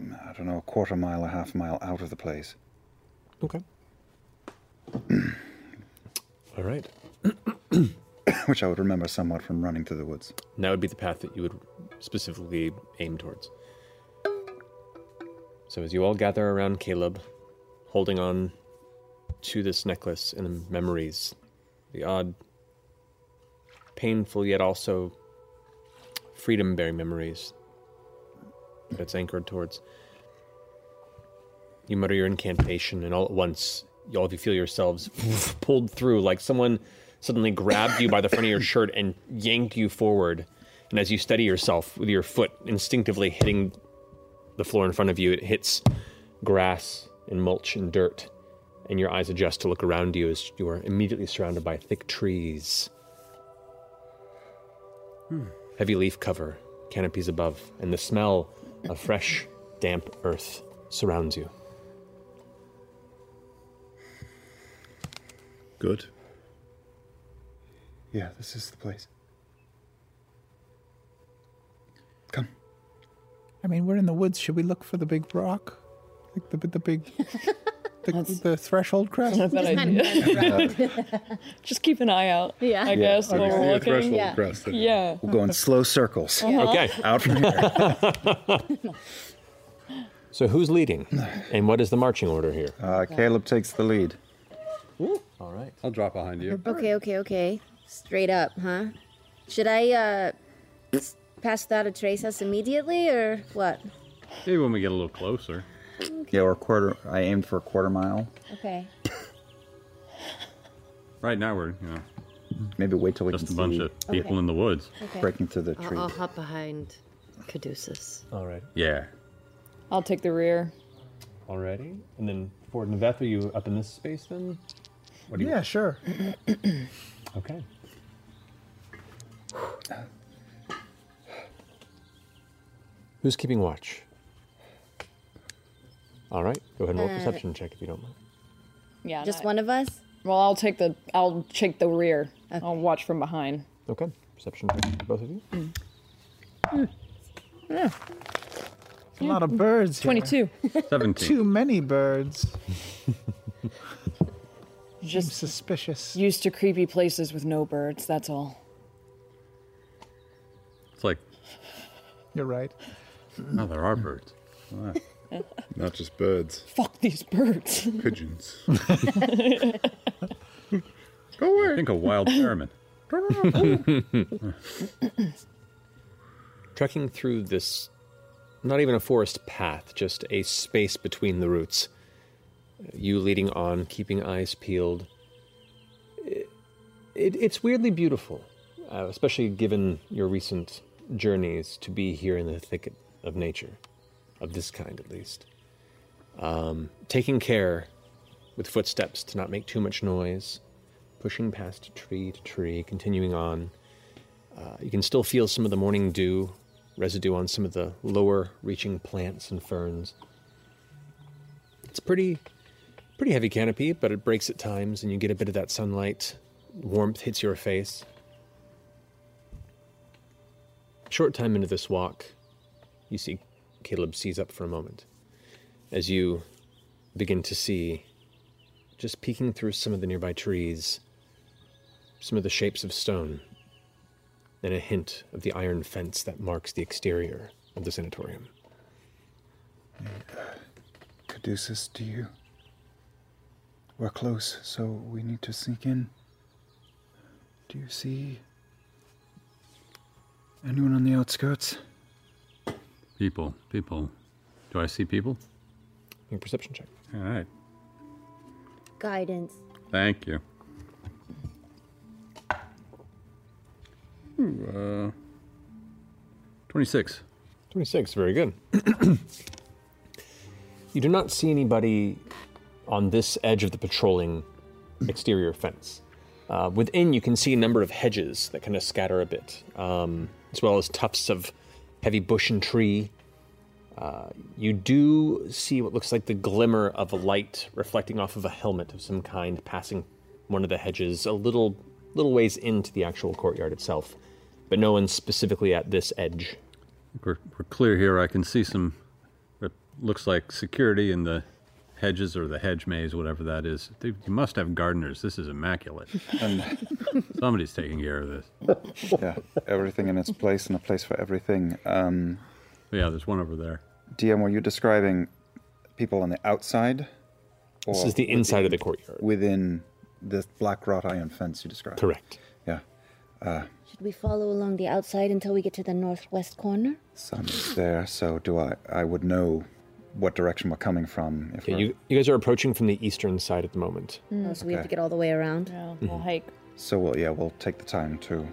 I don't know, a quarter mile, a half mile out of the place. Okay. All right. Which I would remember somewhat from running through the woods. And that would be the path that you would specifically aim towards. So, as you all gather around Caleb, holding on to this necklace and the memories, the odd, painful yet also freedom bearing memories that it's anchored towards, you mutter your incantation, and all at once, all of you feel yourselves pulled through, like someone suddenly grabbed you by the front of your shirt and yanked you forward. And as you steady yourself with your foot instinctively hitting the floor in front of you, it hits grass and mulch and dirt, and your eyes adjust to look around you as you are immediately surrounded by thick trees, Hmm. heavy leaf cover, canopies above, and the smell of fresh, damp earth surrounds you. Good. Yeah, this is the place. I mean, we're in the woods. Should we look for the big rock? Like the the big the, the threshold crest? That's a bad idea. Just keep an eye out. Yeah. I guess while we're looking. Yeah. We'll go in slow circles. Uh-huh. Okay. Out from here. So who's leading? And what is the marching order here? Uh, Caleb takes the lead. All right. I'll drop behind you. Okay, okay, okay. Straight up, huh? Should I uh s- pass that to Traces immediately or what? Maybe when we get a little closer. Yeah, or quarter. I aimed for a quarter mile. Okay. Right now we're, you know, Maybe wait till we just a can bunch see- of people in the woods. Okay. breaking through the I'll, tree. I'll hop behind Caduceus. All right. Yeah. I'll take the rear. Already? And then for Neveth, are you up in this space then? What do you Yeah, sure. Okay. Who's keeping watch? All right. Go ahead and roll a Uh, perception check if you don't mind. Yeah. Just one of us? Well, I'll take the I'll take the rear. I'll watch from behind. Okay. Perception check for both of you. Hmm. Yeah. A lot of birds. here. 22. Seventeen. Too many birds. Just suspicious. Used to creepy places with no birds, that's all. It's like, You're right. oh, there are birds. Not just birds. Fuck these birds. Pigeons. Go away. Think of wild ferryman. Trekking through this, not even a forest path, just a space between the roots. You leading on, keeping eyes peeled. It, it, it's weirdly beautiful, uh, especially given your recent journeys to be here in the thicket of nature, of this kind at least. Um, taking care with footsteps to not make too much noise, pushing past tree to tree, continuing on. Uh, you can still feel some of the morning dew, residue on some of the lower reaching plants and ferns. It's pretty, pretty heavy canopy, but it breaks at times, and you get a bit of that sunlight. Warmth hits your face. Short time into this walk, you see Caleb seize up for a moment as you begin to see, just peeking through some of the nearby trees, some of the shapes of stone and a hint of the iron fence that marks the exterior of the sanatorium. Caduceus, do you? We're close, so we need to sneak in. Do you see anyone on the outskirts? People, people. Do I see people? Your perception check. All right. Guidance. Thank you. Ooh, uh, 26. 26, very good. you do not see anybody on this edge of the patrolling exterior fence. Uh, within, you can see a number of hedges that kind of scatter a bit, um, as well as tufts of heavy bush and tree. Uh, you do see what looks like the glimmer of a light reflecting off of a helmet of some kind passing one of the hedges a little little ways into the actual courtyard itself, but no one specifically at this edge. We're, we're clear here. I can see some, it looks like security in the hedges or the hedge maze, whatever that is. They, you must have gardeners. This is immaculate. Somebody's taking care of this. yeah, everything in its place and a place for everything. Um, yeah, there's one over there. DM, were you describing people on the outside? This is the inside of the courtyard. Within the black wrought iron fence you described? Correct. Yeah. Uh, Should we follow along the outside until we get to the northwest corner? sun is there, so do I. I would know what direction we're coming from. If Yeah, we're- you, you guys are approaching from the eastern side at the moment. Oh, so we have Okay. to get all the way around. Yeah, we'll Mhm. hike. So we'll yeah we'll take the time to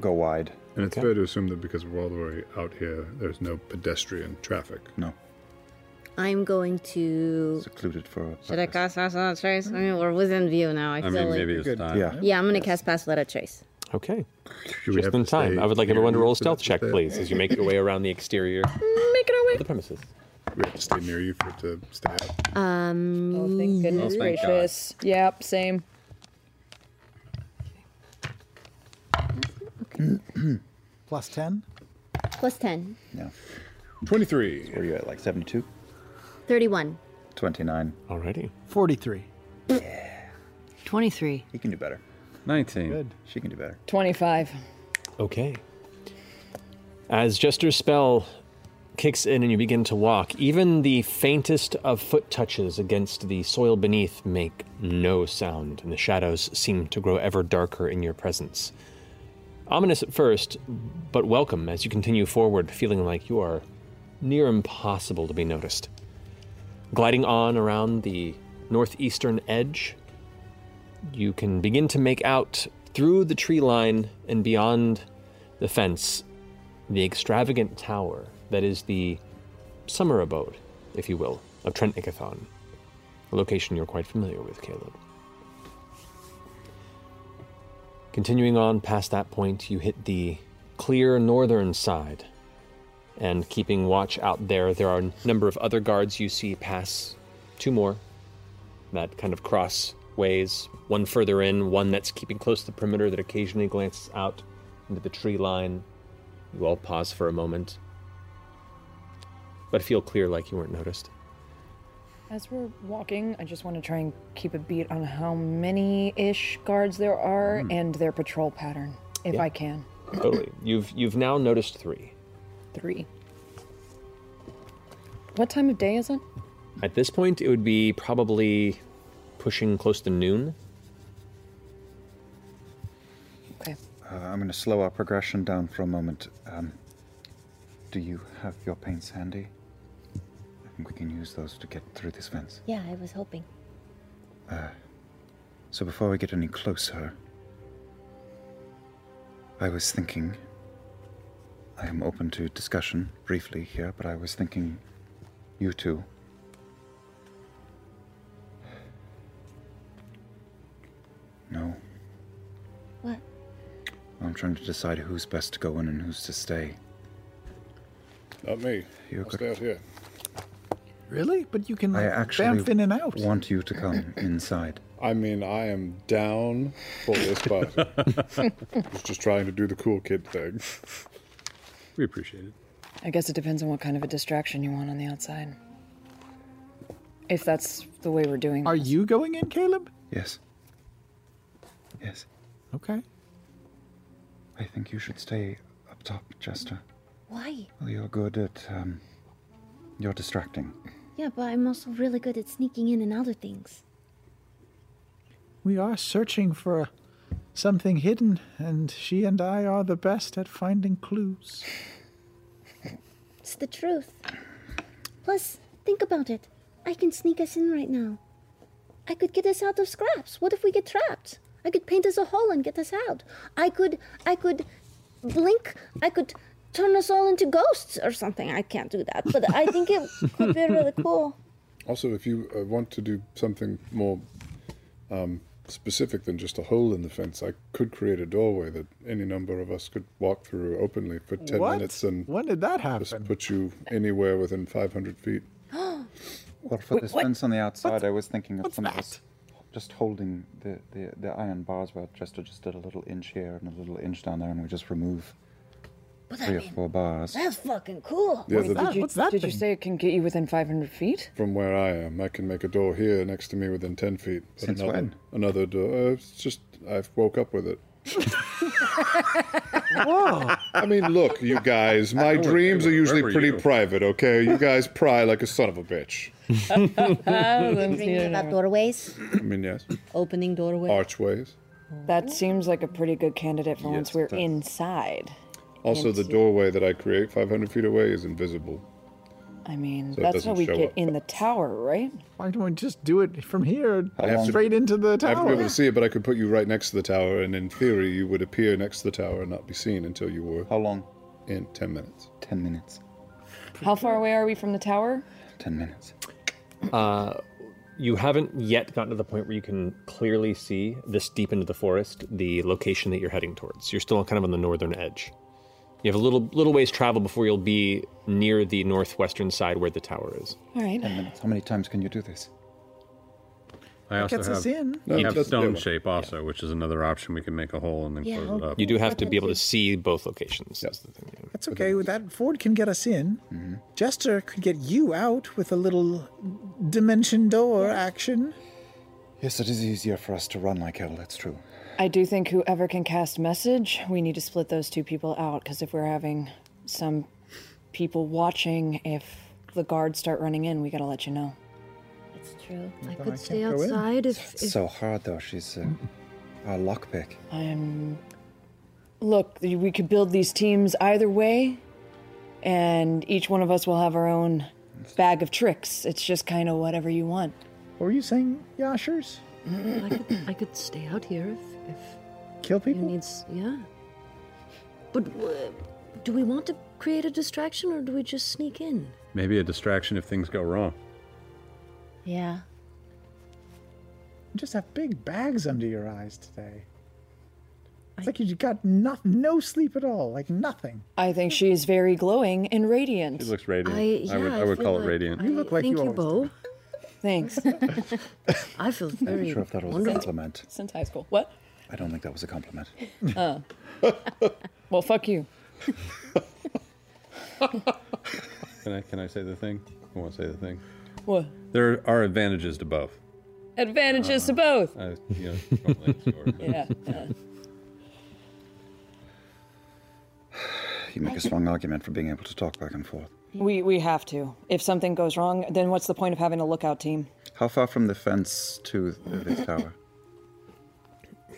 go wide. And it's fair to assume that because we're all the way out here, there's no pedestrian traffic. No. I'm going to Secluded for. Should I cast Pass Without a Trace? I mean, we're within view now. I, I feel mean, like. maybe it's Good. time. Yeah. Yeah, I'm gonna cast Pass Without a Trace. Okay. we Just have in to time. stay I would like here everyone to roll a for that stealth check, to stay? please, as you make your way around the exterior Making our of the premises. We have to stay near you for it to stay out. Um. Oh, thank goodness Oh, thank God. gracious. Yep, same. Plus 10? Plus 10. No. 23. Where are you at, like 72? 31. 29. Already. 43. 23. He can do better. 19. She can do better. 25. Okay. As Jester's spell kicks in and you begin to walk, even the faintest of foot touches against the soil beneath make no sound, and the shadows seem to grow ever darker in your presence. Ominous at first, but welcome as you continue forward, feeling like you are near impossible to be noticed. Gliding on around the northeastern edge, you can begin to make out through the tree line and beyond the fence the extravagant tower that is the summer abode, if you will, of Trent Ickathon, a location you're quite familiar with, Caleb. Continuing on past that point, you hit the clear northern side, and keeping watch out there, there are a number of other guards you see pass, two more that kind of cross ways, one further in, one that's keeping close to the perimeter that occasionally glances out into the tree line. You all pause for a moment, but feel clear like you weren't noticed. As we're walking, I just want to try and keep a beat on how many ish guards there are Mm. and their patrol pattern, if Yeah. I can. Totally. You've you've now noticed three. Three. What time of day is it? At this point, it would be probably pushing close to noon. Uh, I'm going to slow our progression down for a moment. Um, do you have your paints handy? I think we can use those to get through this fence. Yeah, I was hoping. Uh, so before we get any closer, I was thinking. I am open to discussion briefly here, but I was thinking you two. No. What? I'm trying to decide who's best to go in and who's to stay. Not me. You I'll stay out here. Really? But you can I like, actually bamf in and out. want you to come inside. I mean, I am down for this party. was just trying to do the cool kid thing. We appreciate it. I guess it depends on what kind of a distraction you want on the outside. If that's the way we're doing Are you going in, Caleb? Yes. Yes. Okay. I think you should stay up top, Chester. Why? Well, you're good at. Um, you're distracting. Yeah, but I'm also really good at sneaking in and out of things. We are searching for something hidden, and she and I are the best at finding clues. It's the truth. Plus, think about it. I can sneak us in right now. I could get us out of scraps. What if we get trapped? I could paint us a hole and get us out. I could I could blink. I could turn us all into ghosts or something. I can't do that, but I think it could be really cool. Also, if you uh, want to do something more um, specific than just a hole in the fence, I could create a doorway that any number of us could walk through openly for 10 What? minutes and. When did that happen? Just put you anywhere within 500 feet. Well, for this fence on the outside, I was thinking of some of us just holding the, the, the iron bars where Chester just did a little inch here and a little inch down there, and we just remove What three or four bars. That's fucking cool. Yeah, What is the- that? Did you, What's that Did you thing? say it can get you within 500 feet? From where I am, I can make a door here next to me within 10 feet. but Since another, when? Another door. Uh, it's just, I've woke up with it. Whoa. I mean, look, you guys, my I would- dreams I are would usually remember pretty you. private, okay? You guys pry like a son of a bitch. Oh, Dreaming about doorways, I mean, yes. opening doorways. Archways. That seems like a pretty good candidate for once Yes, we're it does. inside. Also, the Into- doorway that I create 500 feet away is invisible. I mean, So it that's doesn't how we show get up. in the tower, right? Why don't we just do it from here I have to- straight into the I have to be able tower? to see it, but I could put you right next to the tower, and in theory, you would appear next to the tower and not be seen until you were. How long? In 10 minutes. 10 minutes. How far away are we from the tower? 10 minutes. Uh, you haven't yet gotten to the point where you can clearly see this deep into the forest the location that you're heading towards. You're still kind of on the northern edge. You have a little little ways travel before you'll be near the northwestern side where the tower is. All right. 10 minutes. How many times can you do this? I That also gets have, us in. I No, have that's the stone one. shape also, which is another option. We can make a hole and then Yeah, close it I'll- up. You do have to be able to see both locations. That's the thing. That's okay. With that, Ford can get us in. Jester could get you out with a little dimension door action. Yes, it is easier for us to run like hell, that's true. I do think whoever can cast message, we need to split those two people out because if we're having some people watching, if the guards start running in, we gotta let you know. It's true. I But I could stay can't go in. outside if, if So hard, though. She's uh, a lockpick. I'm. Look, we could build these teams either way, and each one of us will have our own bag of tricks. It's just kind of whatever you want. What were you saying, Yashers? I could, I could stay out here if, if kill people needs yeah. But uh, do we want to create a distraction or do we just sneak in? Maybe a distraction if things go wrong. Yeah. You just have big bags under your eyes today. It's like you got no, no sleep at all, like nothing. I think she is very glowing and radiant. She looks radiant. I, would, I would call it radiant. look like you, Bo. Thanks. I feel I'm not very sure if that was a wonderful. compliment. Since high school. What? I don't think that was a compliment. Oh. well, fuck you. Can I, can I say the thing? I won't say the thing. What? There are advantages to both. Uh, Advantages to both. Uh, I, you know, don't like the word, but- Yeah. yeah. You make a strong argument for being able to talk back and forth. We we have to. If something goes wrong, then what's the point of having a lookout team? How far from the fence to the tower?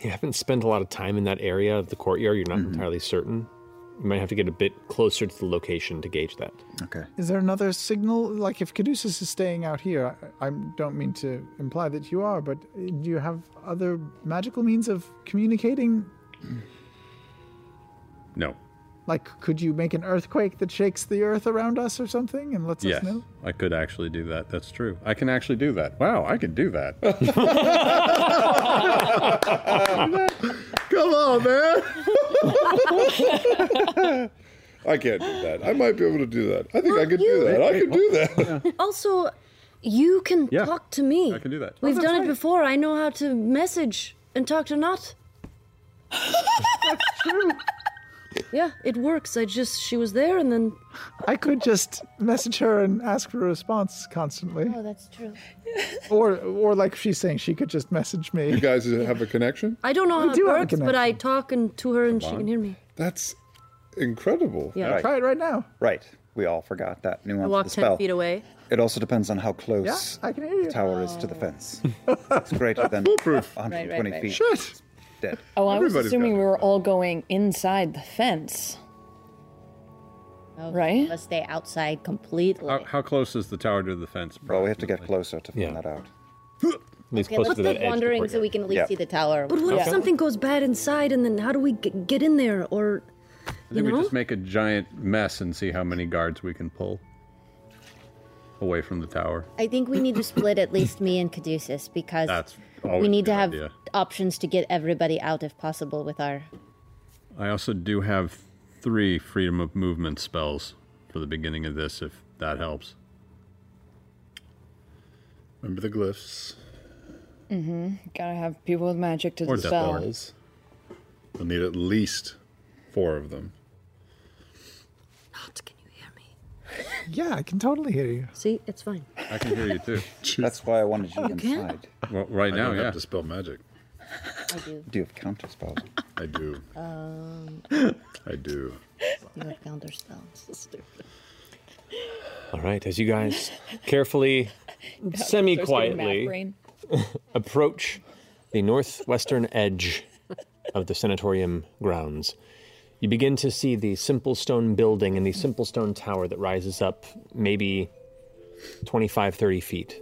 You haven't spent a lot of time in that area of the courtyard. You're not Mm-hmm. entirely certain. You might have to get a bit closer to the location to gauge that. Okay. Is there another signal? Like if Caduceus is staying out here, I, I don't mean to imply that you are, but uh, do you have other magical means of communicating? No. Like, could you make an earthquake that shakes the earth around us or something and lets Yes, us know? I could actually do that. That's true. I can actually do that. Wow, I could do that. Come on, man. I can't do that. I might be able to do that. I think I could you- do that. I could do that. Also, you can oh, Yeah. talk to me. I can do that. We've Oh, that's done it right. before. I know how to message and talk to Not. That's true. Yeah, it works. I just she was there and then I could just message her and ask for a response constantly. Oh, that's true. Or, or like she's saying, she could just message me. You guys have a connection? I don't know We how do it have a works, but I talk and to her and she Come can on. hear me. That's incredible. Yeah. Try it right now. Right. We all forgot that nuance I of walk the ten spell. feet away. It also depends on how close I can hear you. the tower is to the fence. it's greater than 120 Right, right, right. feet. Shit. Dead. Oh, I was assuming we were all going inside the fence. right? Let's stay outside completely. how, how close is the tower to the fence? Well, we have to get closer to find that out. At least Okay, let's stay wandering so we can at least see the tower. But what if something goes bad inside and then how do we g- get in there or I think we just make a giant mess and see how many guards we can pull away from the tower. I think we need to split at least me and Caduceus because That's always we a need to good have idea. options to get everybody out if possible with our. I also do have three freedom of movement spells for the beginning of this, if that helps. Remember the glyphs. Mm-hmm. Gotta have people with magic to Or death dispel. balls. We'll need at least four of them. Yeah, I can totally hear you. See, it's fine. I can hear you too. That's why I wanted you You can? inside. Well, right I now, don't yeah. have to spell magic. I do. Do you have counter spells? I do. Um, I do. you have counter spells. All right, as you guys carefully, God, semi there's gonna be math quietly brain. approach the northwestern edge of the sanatorium grounds, you begin to see the simple stone building and the simple stone tower that rises up maybe 25, 30 feet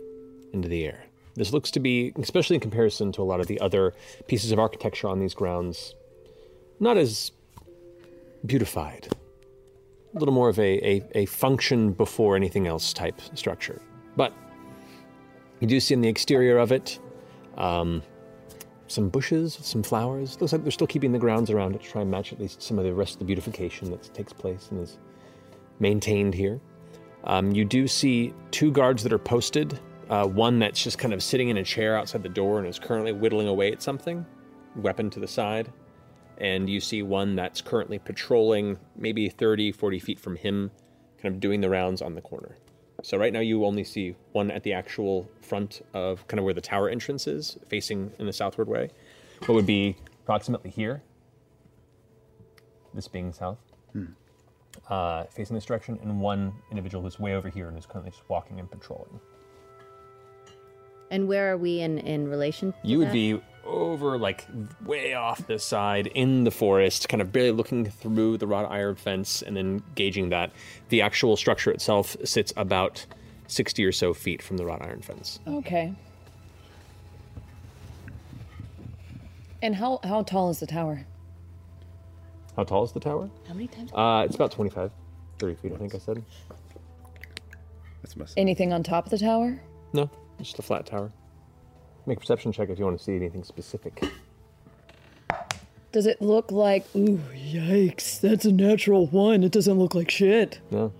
into the air. This looks to be, especially in comparison to a lot of the other pieces of architecture on these grounds, not as beautified. A little more of a, a, a function before anything else type structure. But you do see in the exterior of it um, some bushes, some flowers. Looks like they're still keeping the grounds around it to try and match at least some of the rest of the beautification that takes place and is maintained here. Um, you do see two guards that are posted Uh, one that's just kind of sitting in a chair outside the door and is currently whittling away at something, weapon to the side. And you see one that's currently patrolling maybe 30, 40 feet from him, kind of doing the rounds on the corner. So right now you only see one at the actual front of kind of where the tower entrance is, facing in the southward way. What would be approximately here, this being south, uh, facing this direction, and one individual who's way over here and is currently just walking and patrolling. And where are we in in relation? to You would that? be over, like, way off this side in the forest, kind of barely looking through the wrought iron fence and then gauging that. The actual structure itself sits about 60 or so feet from the wrought iron fence. Okay. And how how tall is the tower? How tall is the tower? How many times? Uh, it's about 25, 30 feet, I think I said. That's messy. Anything on top of the tower? No, just a flat tower. Make a perception check if you want to see anything specific. Does it look like? Ooh, yikes! That's a natural one. It doesn't look like shit. No.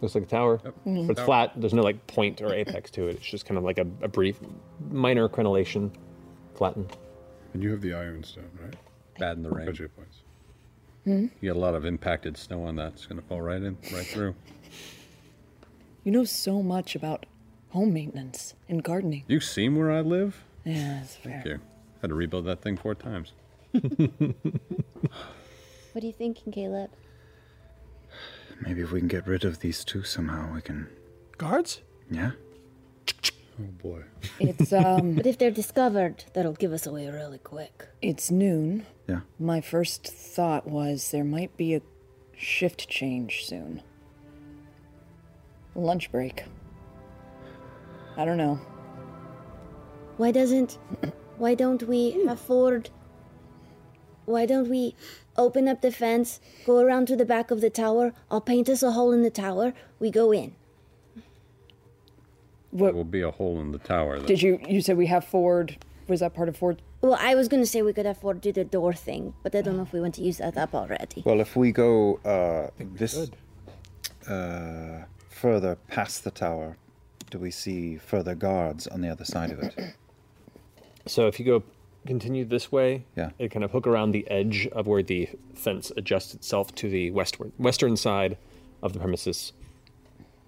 Looks like a tower. Mm. But it's Tower. flat. There's no like point or apex to it. It's just kind of like a, a brief minor crenellation. Flattened. And you have the ironstone, right? Bad in the rain. You Hmm? get a lot of impacted snow on that. It's going to fall right in, right through. You know so much about home maintenance and gardening. You seen where I live? Yeah, that's fair. Thank you. Had to rebuild that thing four times. What are you thinking, Caleb? Maybe if we can get rid of these two somehow, we can. Guards? Yeah? Oh boy. It's um. but if they're discovered, that'll give us away really quick. It's noon. Yeah. My first thought was there might be a shift change soon. Lunch break. I don't know. Why doesn't. Why don't we afford. Why don't we open up the fence, go around to the back of the tower? I'll paint us a hole in the tower. We go in. There will be a hole in the tower. Though. Did you you said we have Ford? Was that part of Ford? Well, I was gonna say we could afford to do the door thing, but I don't know if we want to use that up already. Well, if we go uh, this uh, further past the tower, do we see further guards on the other side of it? So if you go continue this way, Yeah. it kind of hook around the edge of where the fence adjusts itself to the westward western side of the premises.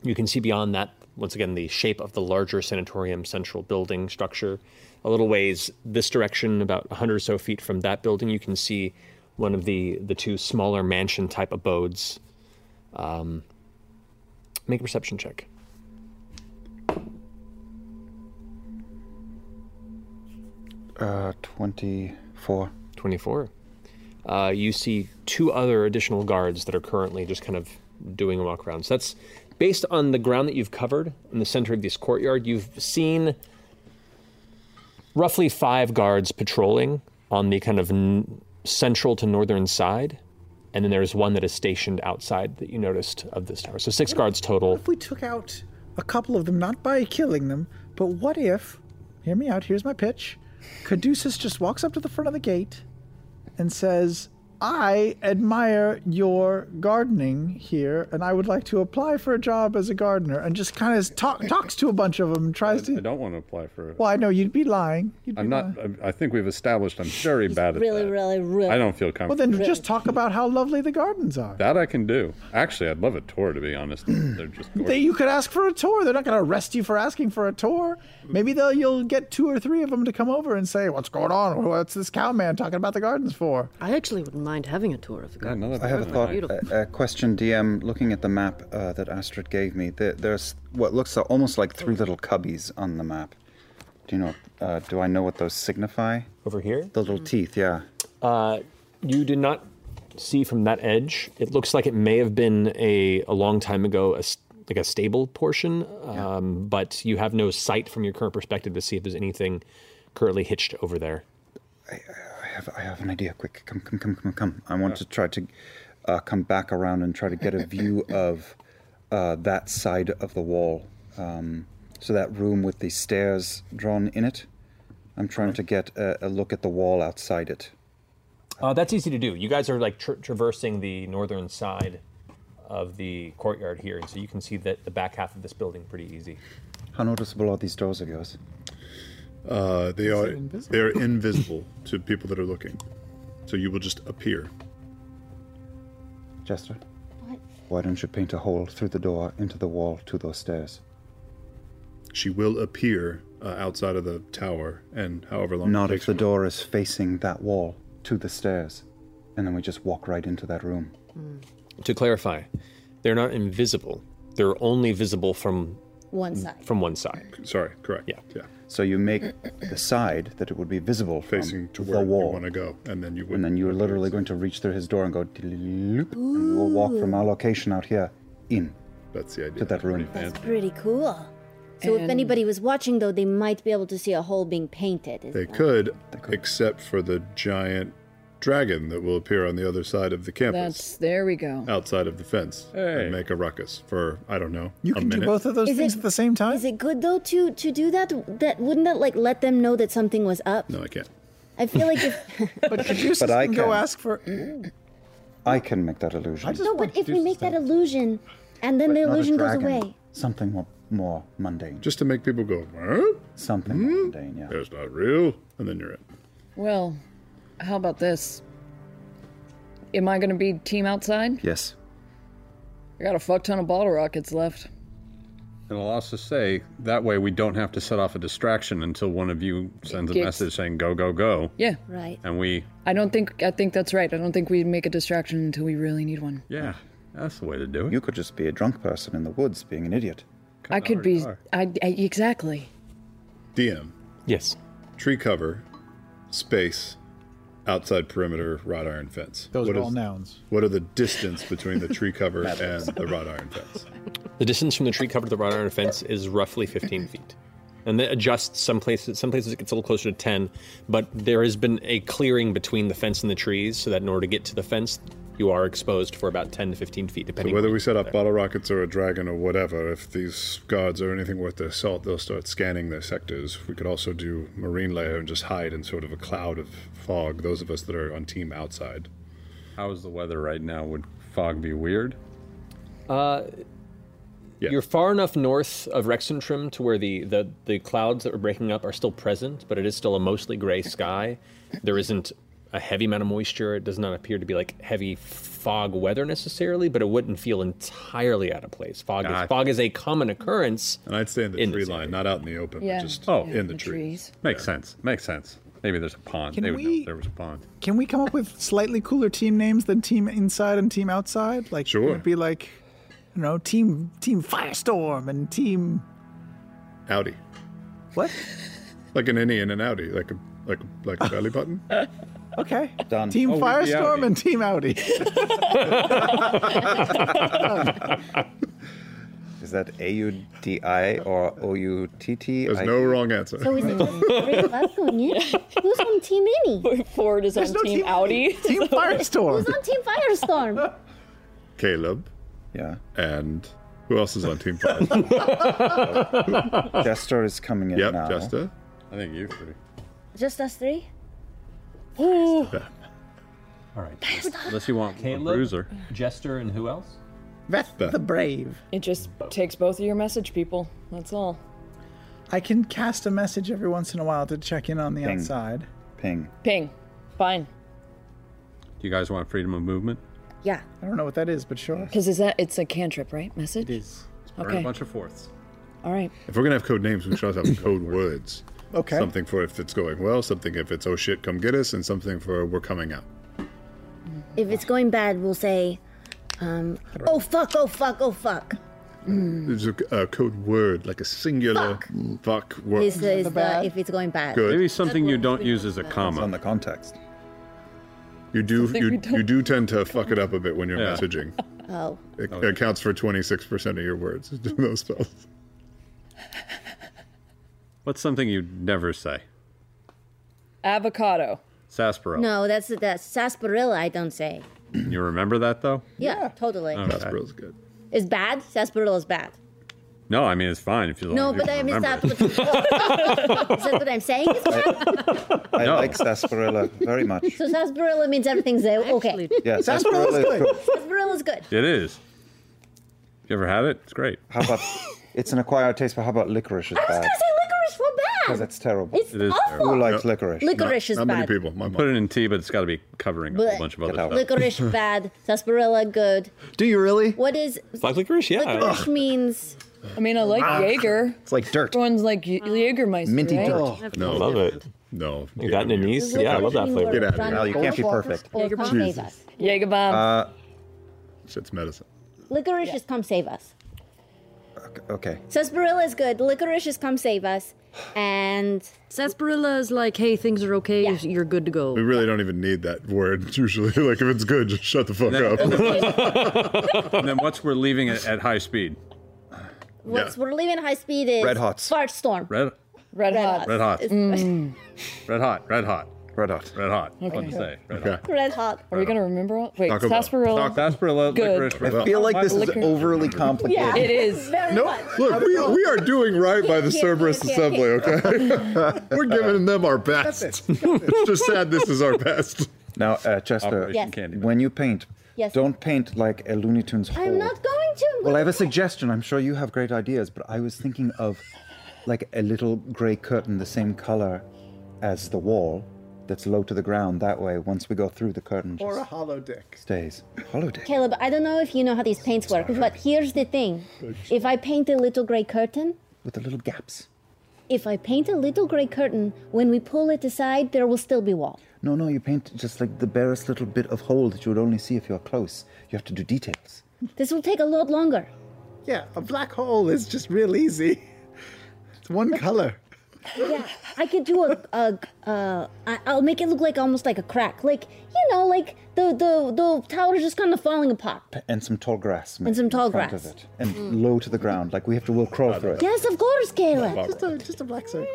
You can see beyond that once again the shape of the larger sanatorium central building structure. A little ways this direction, about hundred or so feet from that building, you can see one of the the two smaller mansion type abodes. Um, make a perception check. Uh, 24. 24. Uh, you see two other additional guards that are currently just kind of doing a walk around. So that's based on the ground that you've covered in the center of this courtyard. You've seen roughly five guards patrolling on the kind of n- central to northern side. And then there's one that is stationed outside that you noticed of this tower. So six guards total. If we took out a couple of them, not by killing them, but what if, hear me out, here's my pitch. Caduceus just walks up to the front of the gate and says, I admire your gardening here, and I would like to apply for a job as a gardener, and just kind of talk, talks to a bunch of them and tries I to. don't want to apply for it. Well, I know you'd be lying. You'd be I'm not. I I think we've established I'm very bad at that. really, really. I don't feel comfortable. Well, then just talk about how lovely the gardens are. That I can do. Actually, I'd love a tour, to be honest. They're just They, you could ask for a tour. They're not going to arrest you for asking for a tour. Maybe they'll you'll get two or three of them to come over and say, "What's going on? What's this cowman talking about the gardens for?" I actually wouldn't mind having a tour of the garden. I have a thought, Beautiful. a, a question, DM. Looking at the map uh, that Astrid gave me, there, there's what looks almost like three little cubbies on the map. Do you know? Uh, do I know what those signify? Over here, the little teeth. Yeah. Uh, you did not see from that edge. It looks like it may have been a, a long time ago, a, s- like a stable portion, um, but you have no sight from your current perspective to see if there's anything currently hitched over there. I have, I have an idea. Quick, come, come, come, come, come. I want to try to uh, come back around and try to get a view of uh, that side of the wall. Um, so that room with the stairs drawn in it. I'm trying to get a, a look at the wall outside it. Uh, that's easy to do. You guys are like tra- traversing the northern side of the courtyard here, and so you can see that the back half of this building pretty easy. How noticeable are these doors of yours? Uh, they are they are invisible to people that are looking, so you will just appear. Jester? Why don't you paint a hole through the door into the wall to those stairs? She will appear uh, outside of the tower, and however long. Not if the door is facing that wall to the stairs. And then we just walk right into that room. To clarify, they're not invisible. They're only visible from One Mm. side. from one side. Sorry, correct. Yeah. Yeah. So you make the side that it would be visible Facing from to the where you wall. wanna go, and then you would. And then you are literally going to reach through his door and go. "Dloop," And we will walk from our location out here in. That's the idea. To that room. Pretty cool. So if And- anybody was watching, though, they might be able to see a hole being painted. is They that- could, except for the giant dragon that will appear on the other side of the campus, That's there we go. outside of the fence, and make a ruckus for I don't know. You a can do minute. both of those Is things it- at the same time. Is it good though to to do that? That wouldn't that like let them know that something was up? No, I can't. I feel like if But producers But I can go can. ask for. I can make that illusion. no, but if we make that illusion, and then the Not a illusion goes dragon. away. Something more, more mundane. Just to make people go, huh? Hmm? Something more mundane, yeah. There's not real, and then you're in. Well, how about this? Am I gonna be team outside? Yes. I got a fuck ton of bottle rockets left. And I'll also say that way we don't have to set off a distraction until one of you sends a Gigs. message saying go go go. Yeah. Right. And we I don't think I think that's right. I don't think we make a distraction until we really need one. yeah, that's the way to do it. You could just be a drunk person in the woods being an idiot. I could already be. are. I, I exactly. DM. Yes. Tree cover, space, outside perimeter, wrought iron fence. Those What are is- all nouns. What are the distance between the tree cover and the wrought iron fence? The distance from the tree cover to the wrought iron fence is roughly 15 feet. And that adjusts some places. Some places it gets a little closer to 10, but there has been a clearing between the fence and the trees, so that in order to get to the fence, you are exposed for about 10 to 15 feet, So depending. whether on- we set up bottle rockets or a dragon or whatever, if these guards are anything worth their salt, they'll start scanning their sectors. We could also do marine layer and just hide in sort of a cloud of fog. Those of us that are on team outside. How is the weather right now? Would fog be weird? Uh, You're far enough north of Rexentrim to where the, the, the clouds that were breaking up are still present, but it is still a mostly gray sky. There isn't a heavy amount of moisture. It does not appear to be like heavy fog weather necessarily, but it wouldn't feel entirely out of place. Fog, is, Gotcha. fog is a common occurrence. And I'd stay in the tree line, not out in the open, but Yeah. just oh, in the trees. Makes sense. Makes sense. Maybe there's a pond. Can they would we- know there was a pond. Can we come up with slightly cooler team names than team inside and team outside? Like Sure. it'd be like, you know, team team firestorm and team Audi. What? like an innie and an outie, like a like a- like a belly button. okay. Done. Team Oh, firestorm and team Audi. Is that A U D I or O U T T? There's no wrong answer. So is it just three of us going in? Who's on Team Annie? Ford is There's on no team, team- Audi. team Firestorm. Who's on Team Firestorm? Caleb. Yeah. And who else is on team five? Jester is coming in yep, now. Jester. I think you three. Just us three? Ooh. All right. Unless you want Caleb, a bruiser. Jester, and who else? Veth the Brave. It just takes both of your message people. That's all. I can cast a message every once in a while to check in on the Ping. outside. Ping. Ping. Fine. Do you guys want freedom of movement? Yeah. I don't know what that is, but sure. Because is that it's a cantrip, right? Message. It is. burn a Okay. bunch of fourths. All right. If we're gonna have code names, we should also have code words. Okay. Something for if it's going well, something if it's oh shit, come get us, and something for we're coming out. If it's going bad, we'll say, um, oh fuck, oh fuck, oh fuck. Hmm. There's a, a code word, like a singular fuck, word. Is the, is the, if it's going bad. Good. Maybe something you don't use as a comma. on the context. You do Something we you, don't- you do tend to fuck it up a bit when you're messaging. Oh. It accounts for 26% of your words. Do those spells. What's something you never say? Avocado. Sarsaparilla. No, that's that's sarsaparilla. I don't say. You remember that though? Yeah, totally. Sarsaparilla is good. It's bad. Sarsaparilla is bad. No, I mean it's fine if you. no, but I mean that's what, is that what I'm saying. is bad? I like sarsaparilla very much. So sarsaparilla means everything's okay. Yeah, sarsaparilla is good. Sarsaparilla is good. It is. You ever had it? It's great. How about It's an acquired taste, but how about licorice is I was bad? gonna say licorice for bad. Because it's terrible. It's It is awful. terrible. Who likes No. licorice? Licorice is bad. Put it in tea, but it's got to be covering a Blech. whole bunch of other stuff. Licorice bad. Sarsaparilla good. Do you really? What is Like licorice? licorice means? I mean, I like Ah. Jaeger. It's like dirt. Everyone's like Ye- Jägermeister. right? No, Oh. love it. No, you got anise. Yeah, I love that flavor. Get out of here. Al, you can't be perfect. Come save us. Um, Jägerbomb. Uh, Shit's medicine. Licorice is come save us. Okay. Sarsaparilla is good. Licorice is come save us. And sarsaparilla is like, hey, things are okay. You're good to go. We really don't even need that word usually. Like if it's good, just shut the fuck up. and then what's we're leaving it at high speed? what's we're leaving high speed is Red Hots. Fart storm. Red, Red, hot. red hot. Mm. Red hot. Red hot. Red hot. Red hot. Okay. Fun to say. Red hot. Red hot. Are we gonna remember? all- Wait, Taco Bell. sarsaparilla. Taco- sarsaparilla, Good. licorice, red I hot. feel like this is Liquor- overly complicated. Yeah, it is. No, look, we, we are doing right by the Can't, Cerberus can't, Assembly, okay? We're giving them our best. it's just sad this is our best. Now, uh, Chester, Operation Yes. when you paint, Yes. don't paint like a Looney Tunes hole. I'm not going to. Well, I have a suggestion. I'm sure you have great ideas, but I was thinking of like a little gray curtain the same color as the wall that's low to the ground. That way, once we go through the curtain, Or just a hollow dick. stays. Hollow dick. Caleb, I don't know if you know how these paints work, but here's the thing. If I paint a little gray curtain, with the little gaps. if I paint a little gray curtain, when we pull it aside, there will still be wall. No, no, you paint just like the barest little bit of hole that you would only see if you were close. You have to do details. This will take a lot longer. Yeah, a black hole is just real easy. It's one color. Yeah, I could do a, a uh, I- I'll make it look like almost like a crack, like you know, like the the the tower's just kind of falling apart. And some tall grass. And maybe some in tall front grass. Mm. Of it. And low to the ground. Like we have to, we'll crawl through it. Yes, of course, Caleb. Just a just a black circle.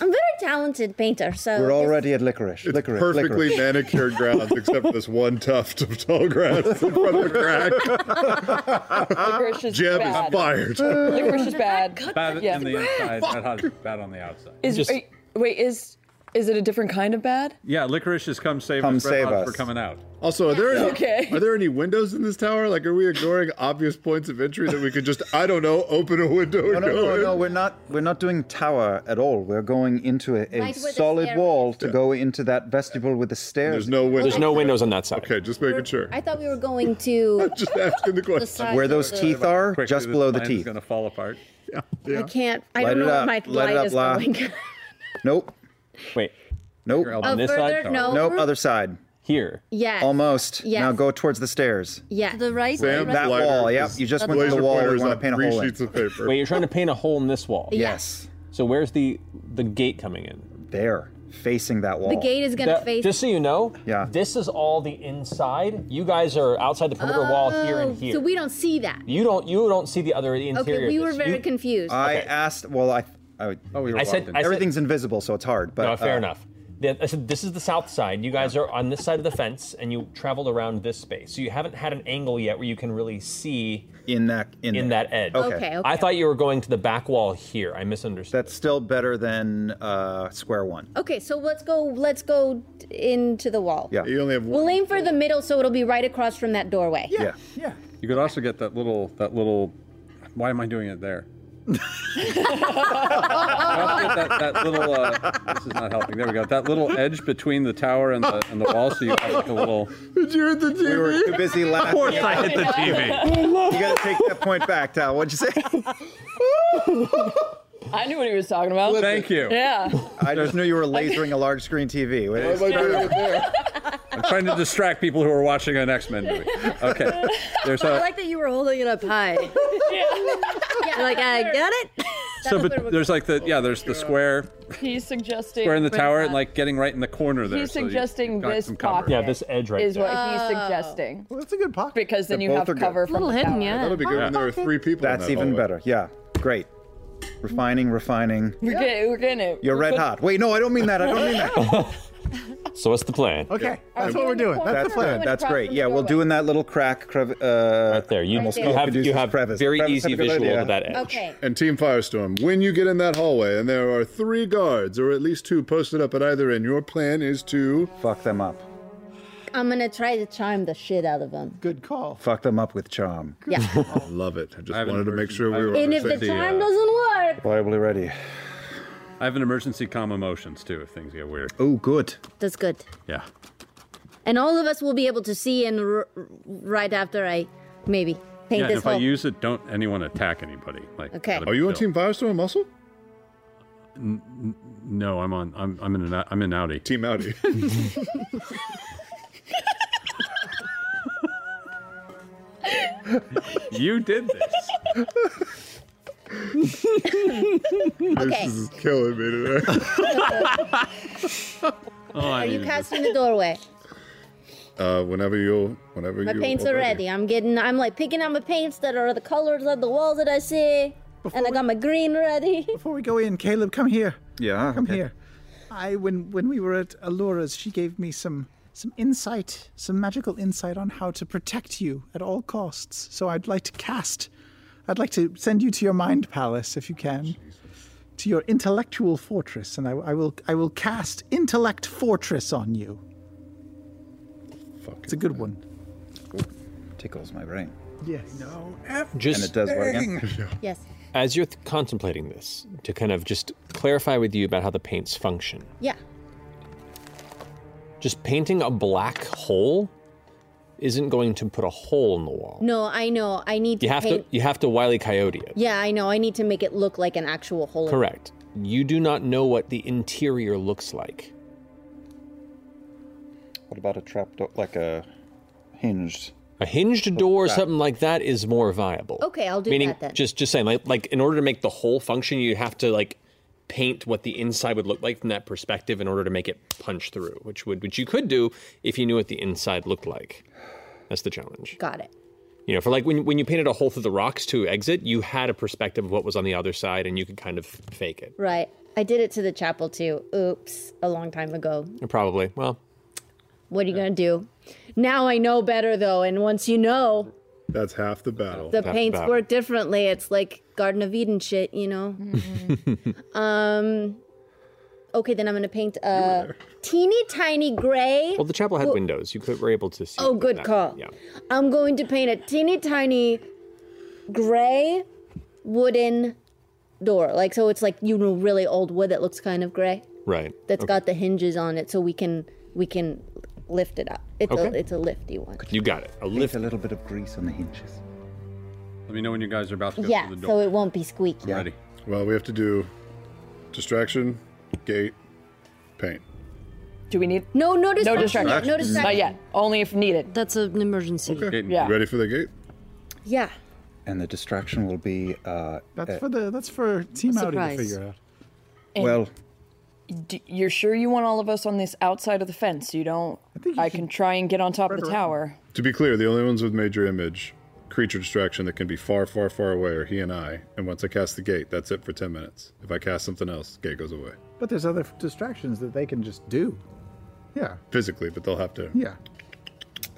I'm a very talented painter, so We're already at licorice. licorice. Perfectly licorice. manicured grounds, except for this one tuft of tall grass in front of the crack. Licorice is Jeb is bad. fired. Licorice is bad. Bad Yeah. on the inside. Red hot. is Bad on the outside. Is are you- wait is is it a different kind of bad? Yeah, licorice is come save Come us. Red save hot's us. for coming out. Also, are there any, Okay. are there any windows in this tower? Like, are we ignoring obvious points of entry that we could just, I don't know, open a window No, and no, go no, in? no, we're not. We're not doing tower at all. We're going into a, a Right where the solid stair wall to go into that vestibule with the stairs. There's no windows. There's no windows on that side. Okay, just making sure. I thought we were going to. just asking the side Where of those the- teeth are, Quickly, just this below the line is teeth. gonna fall apart. Yeah. I can't. I Light don't it know up. where my Light it light up, is La. going. Nope. Wait. Nope. elbow. Oh, On this further? side? No. Nope. Other side. Here. Yes. Almost. Yes. Now go towards the stairs. yeah, the right. Sam, that wall. Yep. You just went to the wall. We want to paint a hole in. paper. Wait, you're trying to paint a hole in this wall. Yes. So where's the the gate coming in? There, facing that wall. The gate is gonna That- face- Just so you know, yeah. This is all the inside. You guys are outside the perimeter wall here Oh, and here. So we don't see that. You don't. You don't see the other the interior. Okay, of we were this. very You- confused. I asked. Well, I. I oh, we were I said- walking. I said- everything's invisible, so it's hard. But no, fair uh, enough. The- I said this is the south side. You guys are on this side of the fence, and you traveled around this space. So you haven't had an angle yet where you can really see in that in, that edge. Okay. Okay, okay. I thought you were going to the back wall here. I misunderstood. That's still better than uh, square one. Okay, so let's go. Let's go d- into the wall. Yeah. You only have We'll aim for the middle, so it'll be right across from that doorway. Yeah. Yeah. You could also get that little that little. Why am I doing it there? that, that little. Uh, this is not helping. There we go. That little edge between the tower and the and the wall, so you have like a little. Did you hit the TV? We were too busy laughing. Of course I hit the TV. you gotta take that point back, Tal. What'd you say? I knew what he was talking about. Thank you. Yeah. I just knew you were lasering a large screen TV. Wait, Why am I doing it I'm trying to distract people who are watching an X Men movie. Okay. There's I a like that you were holding it up high. You're like, I got it. so but there's like the yeah there's the square He's suggesting. square in the tower and like getting right in the corner there. He's so you- suggesting you've got this some cover. pocket. Yeah, this edge is what he's suggesting. Well, that's a good pocket. Because then They're you have both are good. cover from Little the hidden, tower. yeah. That'll be good when there are three people. in That's that even hallway. better. Yeah, great. Refining, refining. We're getting, we're getting it. You're red hot. Wait, no, I don't mean that. I don't mean that. So what's the plan? Okay, that's what we're doing. That's the plan. That's great. Yeah, we'll do in that little crack crevice. Uh, right there. You, you have- you have very easy visual to that edge. Okay. And Team Firestorm, when you get in that hallway and there are three guards or at least two posted up at either end, your plan is to fuck them up. I'm gonna try to charm the shit out of him. Good call. Fuck them up with charm. Yeah. I love it. I just wanted to make sure we were. and if the charm uh, doesn't work, Reliably ready. I have an emergency calm emotions too if things get weird. Oh, good. that's good. Yeah. And all of us will be able to see and r- r- right after I maybe paint yeah, and this if I whole. use it, don't anyone attack anybody. Like, Okay. gotta Are be you on chill. Team Firestorm also? N- n- no, I'm on. I'm I'm in an out- I'm in Audi. Team Audi. you did this. okay. This is killing me today. Oh, Are you casting the doorway? Uh, whenever you, whenever My you. paints are ready. I'm getting. I'm like picking out my paints that are the colors of the walls that I see, and I got my green ready. Before we go in, Caleb, come here. Yeah. Come okay. here. I when when we were at Alora's, she gave me some some insight, some magical insight on how to protect you at all costs. So I'd like to cast. I'd like to send you to your mind palace if you can. To your intellectual fortress, and I, I will I will cast intellect fortress on you. it's a good one. Tickles my brain. Yes. No. Just- and it does work. Dang. Yes. As you're th- contemplating this, to kind of just clarify with you about how the paints function, Yeah. just painting a black hole isn't going to put a hole in the wall. No, I know. I need to You have to paint. you have to wily coyote it. Yeah, I know. I need to make it look like an actual hole. Correct. You do not know what the interior looks like. What about a trap door, like a hinged? A hinged door or something like that is more viable. Okay, I'll do Meaning, that then. just just saying, like, like in order to make the whole function, you have to like paint what the inside would look like from that perspective in order to make it punch through, which would which you could do if you knew what the inside looked like. That's the challenge. Got it. You know, for like when when you painted a hole through the rocks to exit, you had a perspective of what was on the other side, and you could kind of fake it. Right. I did it to the chapel too. Oops, a long time ago. Probably. Well, What are you gonna do? Now I know better though, and once you know, That's half the Oh, battle. the paints work differently. It's like Garden of Eden shit, you know. um. Okay, then I'm gonna paint a teeny tiny gray. well, the chapel had Well, windows. You could were able to see. Oh, good that- call. Yeah. I'm going to paint a teeny tiny gray wooden door. Like, so it's like, you know, really old wood that looks kind of gray Right. That's Okay. got the hinges on it so we can, we can lift it up. It's, a, Okay. it's a lifty one. You got it. A lift. A little bit of grease on the hinges. Let me know when you guys are about to go Yeah, through the so door. it won't be squeaky. Ready. Well, we have to do distraction, gate, paint. Do we need no no No distraction. distraction. No distraction. Not yet. Only if needed. That's an emergency. Yeah. You ready for the gate? Yeah. And the distraction will be. Uh, That's uh, for the that's for team outing to figure out. And Well, d- you're sure you want all of us on this outside of the fence? You don't. I, can try and get on top of the tower. To be clear, the only ones with major image, creature distraction that can be far, far, far away are he and I. And once I cast the gate, that's it for 10 minutes. If I cast something else, gate goes away. But there's other distractions that they can just do. Yeah. Physically, but they'll have to. Yeah.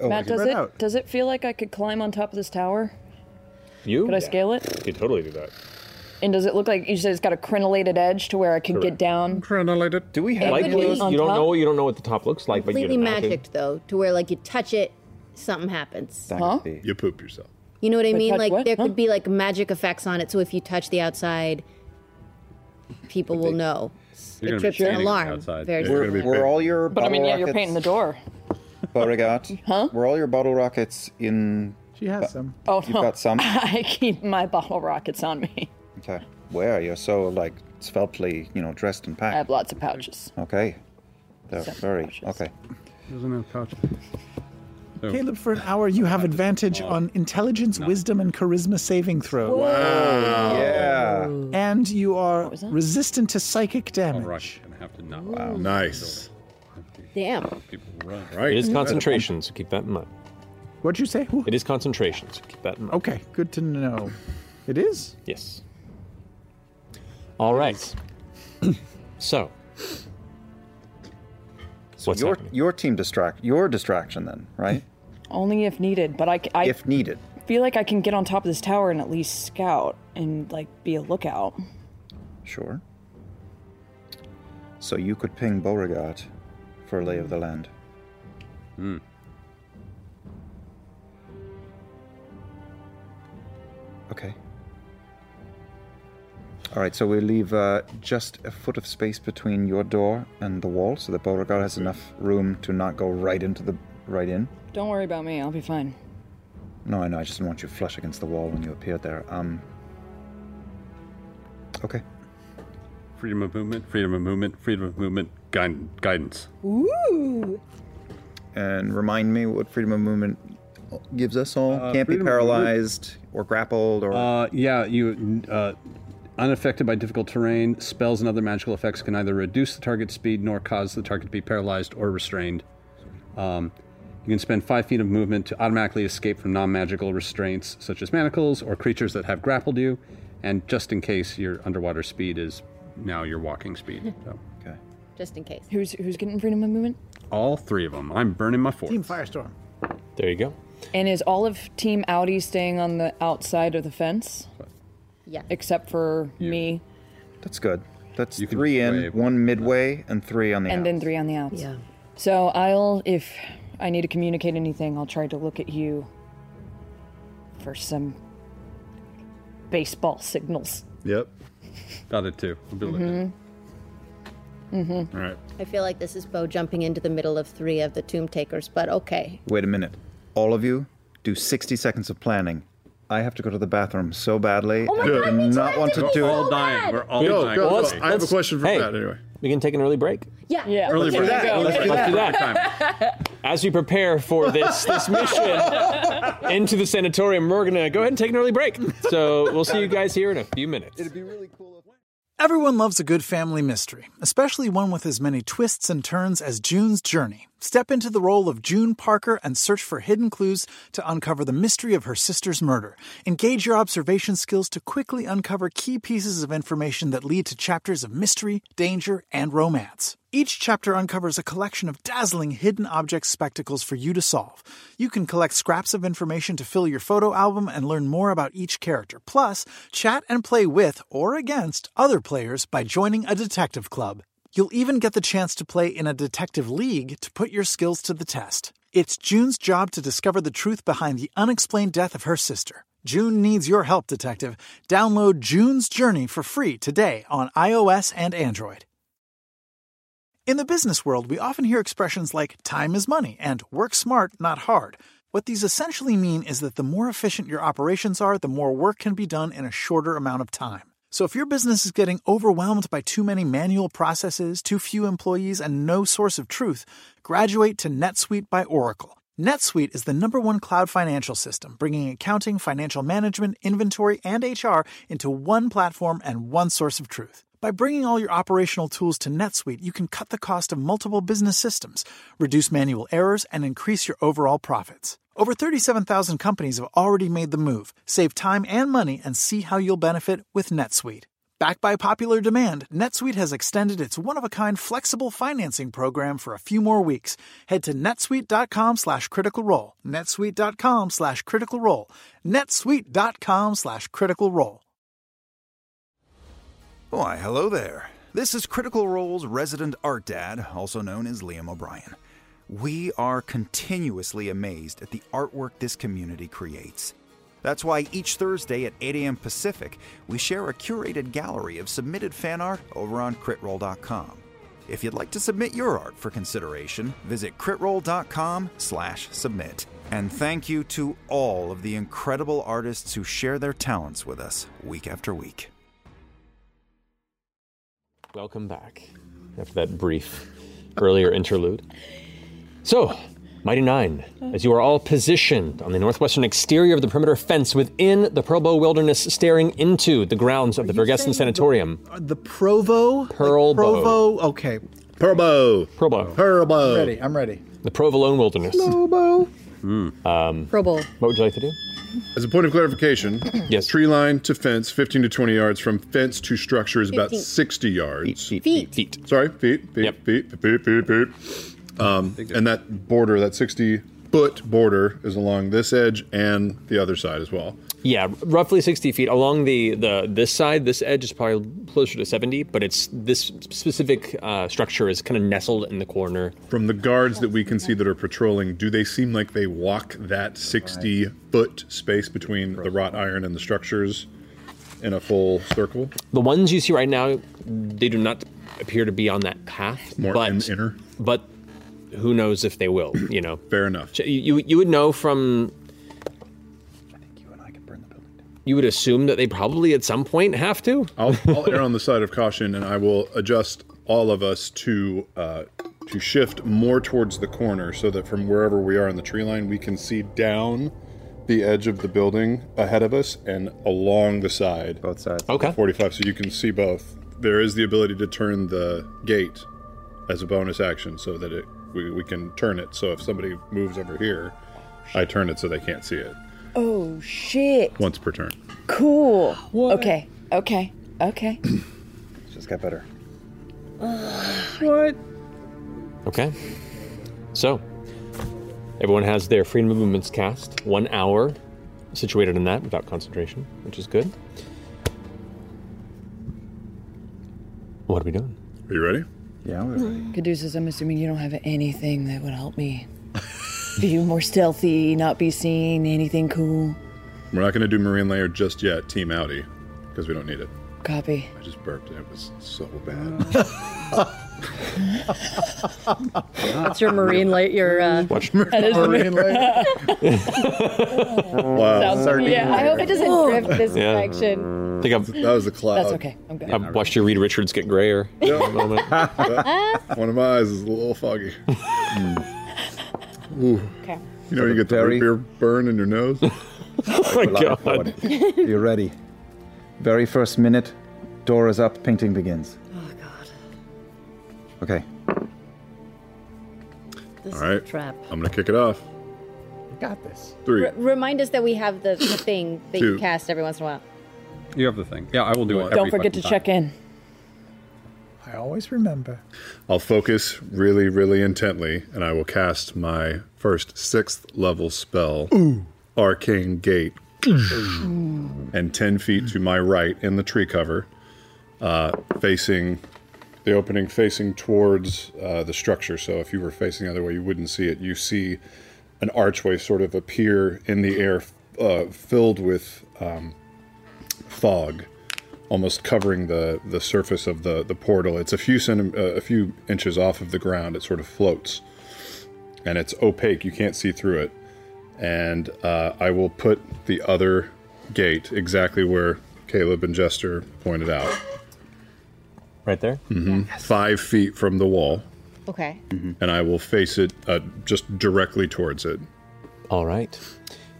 Oh, Matt, does it does it feel like I could climb on top of this tower? You? Could I scale it? You could totally do that. And does it look like you said it's got a crenellated edge to where I could get down? Crenellated. Do we have- like It could be those? on You don't top. know. You don't know what the top looks like, but you Completely can imagine. magicked though, to where like you touch it, something happens. You poop yourself. You know what I But mean? touch Like what? there Huh? could be like magic effects on it, so if you touch the outside, people will know. You're gonna it be trips an standing alarm. outside. Very Yeah, true. you're gonna be Were painting. all your But I mean, bottle yeah, you're rockets- painting the door. Beauregard, huh? Were all your bottle rockets in? She has some. Oh Uh, You've no! got some. I keep my bottle rockets on me. Okay. Where you're so like sveltly, you know, dressed and I packed. have lots of pouches. Okay. They're Separate very okay. Doesn't have pouch. Caleb, for an hour, you have advantage on intelligence, wisdom, and charisma saving throws. Wow. Yeah. And you are resistant to psychic damage. Gonna have to knock. Wow. Nice. Damn. People run. Right. It is Mhm. concentration, so keep that in mind. What'd you say? It is concentration, so keep that in mind. Okay, good to know. It is? Yes. All right. so. So your your team distract your distraction then, right? Only if needed. But I, c- I if needed. feel like I can get on top of this tower and at least scout and like be a lookout. Sure. So you could ping Beauregard for a lay of the land. Okay. All right, so we leave uh, just a foot of space between your door and the wall, so that Beauregard has enough room to not go right into the right in. Don't worry about me. I'll be fine. No, I know. I just didn't want you flush against the wall when you appeared there. Um. Okay. Freedom of movement, freedom of movement, freedom of movement, guide, guidance. Ooh. And remind me what freedom of movement gives us all. Uh, Can't be freedom of movement- paralyzed or grappled or. Uh, yeah, you uh, unaffected by difficult terrain. Spells and other magical effects can either reduce the target's speed nor cause the target to be paralyzed or restrained. Um, you can spend five feet of movement to automatically escape from non-magical restraints such as manacles or creatures that have grappled you, and just in case your underwater speed is now your walking speed. So. Okay. Just in case. Who's who's getting freedom of movement? All three of them. I'm burning my fourth. Team Firestorm. There you go. And is all of Team Audi staying on the outside of the fence? Yeah. Except for me, That's good. That's three in, one midway, and three on the and end. then three on the outs. Yeah. So I'll, if I need to communicate anything, I'll try to look at you for some baseball signals. Yep. Got it too. I'll be looking. Mm-hmm. Mm-hmm. All right. I feel like this is Bo jumping into the middle of three of the tomb takers, but okay. Wait a minute. All of you, do 60 seconds of planning. I have to go to the bathroom so badly. Oh my I God, me do too, not I want to did do so it. All dying. bad. We're all Go, dying. go, Well, go. let's- I have a let's- question for hey, that anyway. We can take an early break. Yeah. Yeah. Early let's break. go. Let's, let's do that. As you prepare for this this mission into the sanatorium, we're gonna go ahead and take an early break. So we'll see you guys here in a few minutes. It'd be really Everyone loves a good family mystery, especially one with as many twists and turns as June's Journey. Step into the role of June Parker and search for hidden clues to uncover the mystery of her sister's murder. Engage your observation skills to quickly uncover key pieces of information that lead to chapters of mystery, danger, and romance. Each chapter uncovers a collection of dazzling hidden object spectacles for you to solve. You can collect scraps of information to fill your photo album and learn more about each character. Plus, chat and play with or against other players by joining a detective club. You'll even get the chance to play in a detective league to put your skills to the test. It's June's job to discover the truth behind the unexplained death of her sister. June needs your help, detective. Download June's Journey for free today on iOS and Android. In the business world, we often hear expressions like time is money and work smart, not hard. What these essentially mean is that the more efficient your operations are, the more work can be done in a shorter amount of time. So if your business is getting overwhelmed by too many manual processes, too few employees, and no source of truth, graduate to NetSuite by Oracle. NetSuite is the number one cloud financial system, bringing accounting, financial management, inventory, and HR into one platform and one source of truth. By bringing all your operational tools to NetSuite, you can cut the cost of multiple business systems, reduce manual errors, and increase your overall profits. Over 37,000 companies have already made the move. Save time and money and see how you'll benefit with NetSuite. Backed by popular demand, NetSuite has extended its one-of-a-kind flexible financing program for a few more weeks. Head to netsuite.com slash critical role. netsuite.com slash critical role. netsuite.com slash critical role. Why, hello there. This is Critical Role's resident art dad, also known as Liam O'Brien. We are continuously amazed at the artwork this community creates. That's why each Thursday at 8 a.m. Pacific, we share a curated gallery of submitted fan art over on critroll.com. If you'd like to submit your art for consideration, visit critroll.com slash submit. And thank you to all of the incredible artists who share their talents with us week after week. Welcome back after that brief earlier interlude. So, Mighty Nine, as you are all positioned on the northwestern exterior of the perimeter fence within the Probo Wilderness, staring into the grounds of the Vergessen Sanatorium, Uh, The Provo? Pearl Bow. Provo? Okay. Probo. Probo. I'm Probo. ready. I'm ready. The Provolone Wilderness. Provo. Hmm. Um, Probo. What would you like to do? As a point of clarification, yes. tree line to fence, 15 to 20 yards. From fence to structure is about 15. 60 yards. Feet. Feet. Sorry, feet. Feet. Feet. Feet. Feet. feet. Um, and that border, that 60 foot border is along this edge and the other side as well. Yeah, roughly 60 feet along the, the this side. This edge is probably closer to 70, but it's this specific uh, structure is kind of nestled in the corner. From the guards that we can see that are patrolling, do they seem like they walk that 60 foot space between the wrought iron and the structures in a full circle? The ones you see right now, they do not appear to be on that path. More but, in- inner? But who knows if they will? You know. Fair enough. You you would know from. You would assume that they probably at some point have to. I'll, I'll err on the side of caution, and I will adjust all of us to uh, to shift more towards the corner, so that from wherever we are in the tree line, we can see down the edge of the building ahead of us and along the side, both sides. Okay, forty-five, so you can see both. There is the ability to turn the gate as a bonus action, so that it we, we can turn it. So if somebody moves over here, I turn it so they can't see it Oh shit! once per turn. Cool. Okay. Okay. Okay. Just got better. what? Okay. So, everyone has their freedom of movements cast. One hour situated in that without concentration, which is good. What are we doing? Are you ready? Yeah, Caduceus, I'm assuming you don't have anything that would help me be more stealthy, not be seen, anything cool. We're not going to do Marine Layer just yet, Team Audi, because we don't need it. Copy. I just burped and it was so bad. What's your marine light? Your uh, Watch that is the Marine light. Wow. yeah, I hope it doesn't drift this Yeah. direction. I think I've, that was the cloud. That's okay. I'm good. I've watched you read Richards get grayer. Yeah. a moment. One of my eyes is a little foggy. Ooh. Okay. You know, when you get the root beer burn in your nose. oh my God. You're ready. Very first minute, door is up, painting begins. Oh, God. Okay. This All right. trap. I'm going to kick it off. Got this. Three. remind us that we have the, the thing that you Two. cast every once in a while. You have the thing. Yeah, I will do it. Don't forget to check in. I always remember. I'll focus really, really intently, and I will cast my first sixth level spell, Ooh. Arcane Gate, and 10 feet to my right in the tree cover, uh, facing the opening, facing towards uh, the structure. So if you were facing the other way, you wouldn't see it. You see an archway sort of appear in the air, uh, filled with um, fog almost covering the, the surface of the, the portal. It's a few centim- uh, a few inches off of the ground. It sort of floats, and it's opaque. You can't see through it. And uh, I will put the other gate exactly where Caleb and Jester pointed out. Right there. hmm Five feet from the wall, Okay. Mm-hmm. and I will face it uh, just directly towards it. All right.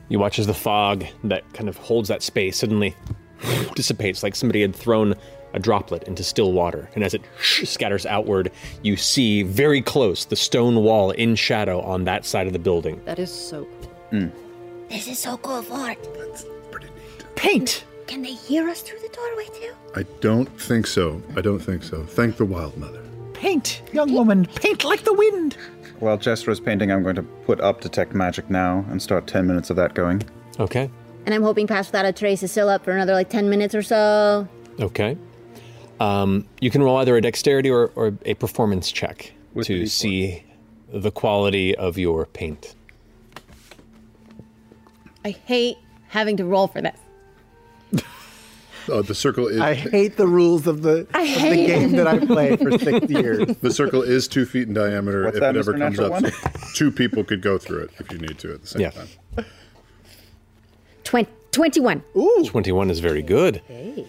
You watch as the fog that kind of holds that space suddenly dissipates, like somebody had thrown a droplet into still water. And as it scatters outward, you see very close the stone wall in shadow on that side of the building. That is so cool. Hmm. This is so cool, Fort. Paint. Can they hear us through the doorway too? I don't think so. I don't think so. Thank the Wild Mother. Paint, young woman, paint like the wind. While Jester is painting, I'm going to put up Detect Magic now and start 10 minutes of that going. Okay. And I'm hoping Pass Without a Trace is still up for another like 10 minutes or so. Okay. Um, you can roll either a dexterity or, or a performance check to see the quality of your paint. I hate having to roll for this. Uh, the circle is. I hate the rules of the, I of the hate game it. that I play for six years. The circle is two feet in diameter. What's if that, it ever Mr. comes Natural up, One? so two people could go through it if you need to at the same Yeah. time. Twen- 21. Ooh. 21 is very good. Hey.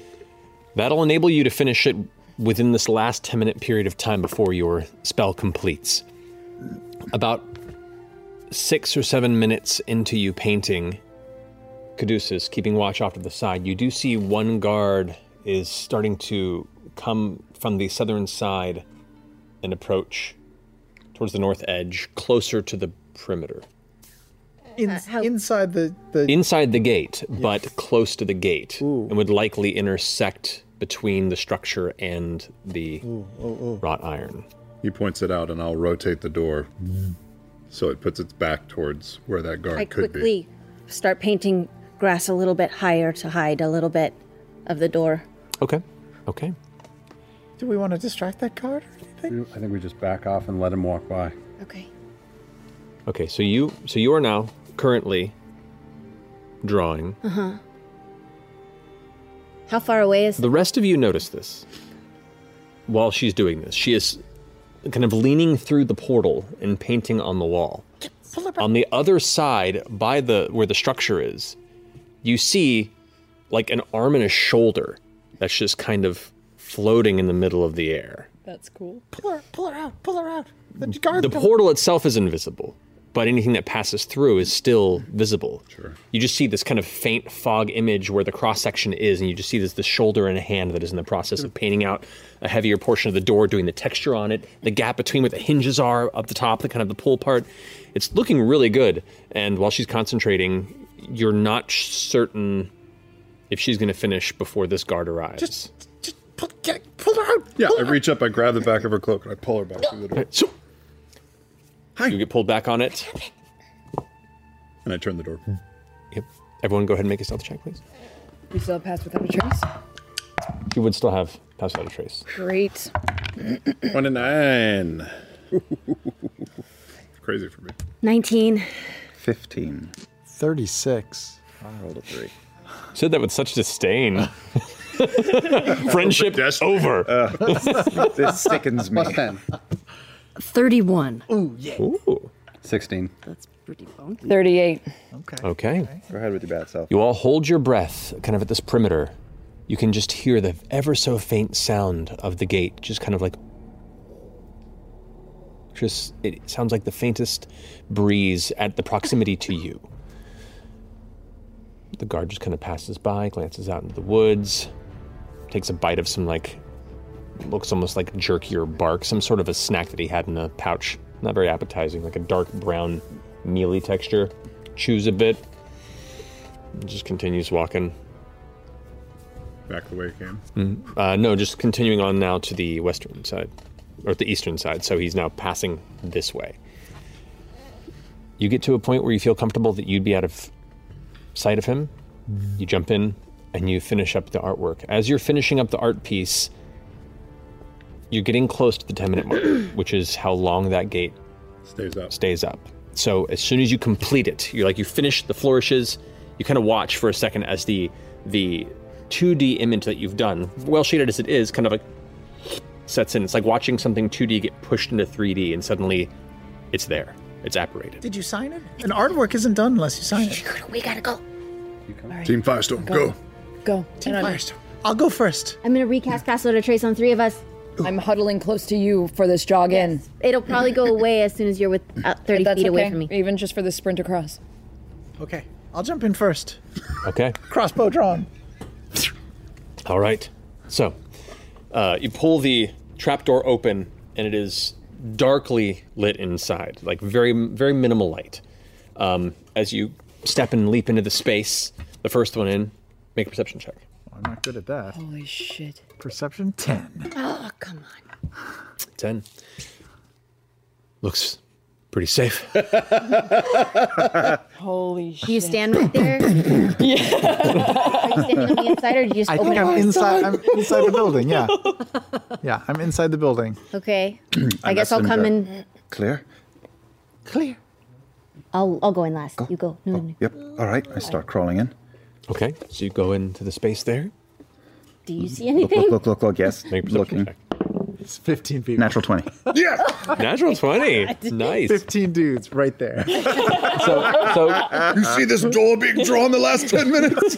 That'll enable you to finish it within this last 10 minute period of time before your spell completes. About six or seven minutes into you painting, Caduceus, keeping watch off to the side, you do see one guard is starting to come from the southern side and approach towards the north edge, closer to the perimeter. In, inside the, the Inside the gate, but close to the gate, and would likely intersect between the structure and the oh, wrought iron. He points it out, and I'll rotate the door So it puts its back towards where that guard I could quickly start painting grass a little bit higher to hide a little bit of the door. Okay. Okay. Do we want to distract that guard? I think we just back off and let him walk by. Okay. Okay, so you so you are now currently drawing. Uh huh. Uh-huh. How far away is The rest of you notice this while she's doing this. She is kind of leaning through the portal and painting on the wall. On the other side, by the where the structure is, you see like an arm and a shoulder that's just kind of floating in the middle of the air. That's cool. Pull her, pull her out, pull her out. The guard. The portal itself is invisible, but anything that passes through is still visible. Sure. You just see this kind of faint fog image where the cross section is, and you just see this the shoulder and a hand that is in the process of painting out a heavier portion of the door, doing the texture on it, the gap between where the hinges are up the top, the kind of the pull part. It's looking really good, and while she's concentrating, you're not certain if she's going to finish before this guard arrives. pull her out. be. Yeah, I reach up, I grab the back of her cloak, and I pull her back through the door. You get pulled back on it. Hmm. And I turn the door. Yep. Everyone, go ahead and make a stealth check, please. We still have Pass Without a Trace? You would still have pass without a trace. Great. 29. Crazy for me. 19. 15. 36. I rolled a 3. Said that with such disdain. Friendship over. Uh, this sickens me. 31. Ooh, yeah. Ooh. 16. That's pretty bonky. 38. Okay. Okay. Go ahead with your bad self. You all hold your breath, kind of at this perimeter. You can just hear the ever so faint sound of the gate, just kind of like. Just, it sounds like the faintest breeze at the proximity to you. The guard just kind of passes by, glances out into the woods, takes a bite of some, like, looks almost like jerky or bark, some sort of a snack that he had in a pouch. Not very appetizing, like a dark brown, mealy texture. Chews a bit, just continues walking. Back the way it came. Uh, no, just continuing on now to the western side, or the eastern side. So he's now passing this way. You get to a point where you feel comfortable that you'd be out of sight of him. You jump in and you finish up the artwork. As you're finishing up the art piece, you're getting close to the 10 minute mark, which is how long that gate stays up. Stays up. So as soon as you complete it, you're like you finish the flourishes. You kind of watch for a second as the the 2D image that you've done, well shaded as it is, kind of like sets in. It's like watching something 2D get pushed into 3D, and suddenly it's there. It's apparated. Did you sign it? An artwork isn't done unless you sign it. We gotta go. Team Firestorm, Go. go. Go. Team Firestorm. I'll go first. I'm gonna recast Pass Without a Trace on three of us. I'm huddling close to you for this jog in. It'll probably go away as soon as you're with uh, 30 That's feet away okay, from me. Even just for the sprint across. Okay. I'll jump in first. Okay. Crossbow drawn. All right. So, uh, you pull the trapdoor open, and it is darkly lit inside, like very, very minimal light. Um, as you step and leap into the space, the first one in, make a perception check. I'm not good at that. Holy shit. Perception 10. Oh, come on. 10. Looks pretty safe. Holy shit. Do you stand right there? yeah. Are you standing on the inside or do you just I open think it? I'm inside. I'm inside the building. Yeah, yeah. I'm inside the building. Okay. I guess I'll come in. Clear? Clear. I'll, I'll go in last. You go. No, no, no. Yep. All right. I start crawling in. Okay. So you go into the space there. Do you see Look, anything? look, look, look, look. Yes. Make a perception Looking. It's 15 people. Natural 20. Yeah. Natural 20. Nice. 15 dudes right there. So, so You see this door being drawn the last 10 minutes?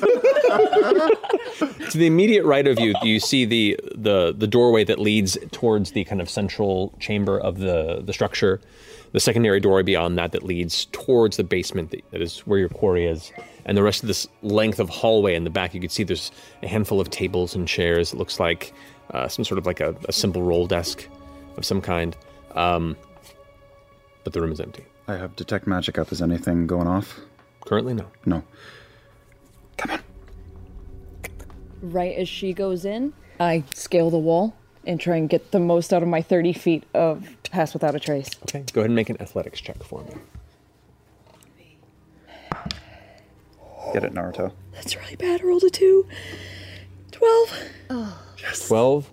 to the immediate right of you, you see the, the the doorway that leads towards the kind of central chamber of the the structure. The secondary doorway beyond that that leads towards the basement that, that is where your quarry is, and the rest of this length of hallway in the back. You can see there's a handful of tables and chairs. It looks like uh, some sort of like a, a simple roll desk of some kind, um, but the room is empty. I have detect magic up. Is anything going off? Currently, no. No. Right as she goes in, I scale the wall and try and get the most out of my 30 feet of pass without a trace. Okay, go ahead and make an athletics check for me. Get it, Naruto. That's really bad. I rolled a two. 12. Oh. 12.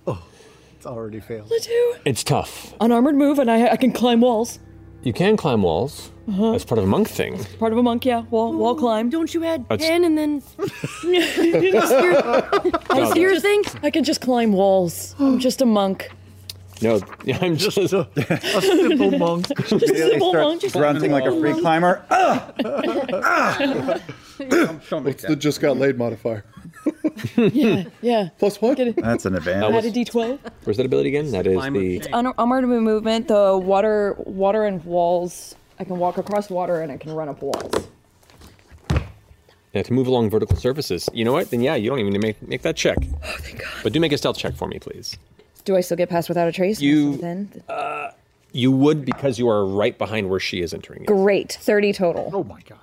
It's already failed. A two. It's tough. Unarmored move, and I, I can climb walls. You can climb walls. Uh-huh. That's part of a monk thing. Part of a monk, yeah. Wall, wall climb. Don't you add That's- and then. It's your- No, it's your thing? I can just climb walls. I'm just a monk. No, I'm just, a, simple monk. Immediately simple starts monk, just grunting like a free climber. What's the just got laid modifier? yeah, yeah. Plus what? That's an I advantage. had a d12. Where's that ability again? That is the. It's un- unarmored movement, the water, water and walls. I can walk across water and I can run up walls. Yeah, to move along vertical surfaces. You know what? Then yeah, you don't even need to make, make that check. Oh, thank God. But do make a stealth check for me, please. Do I still get past without a trace? You. Then? You would because you are right behind where she is entering it. Great. 30 total. Oh my god.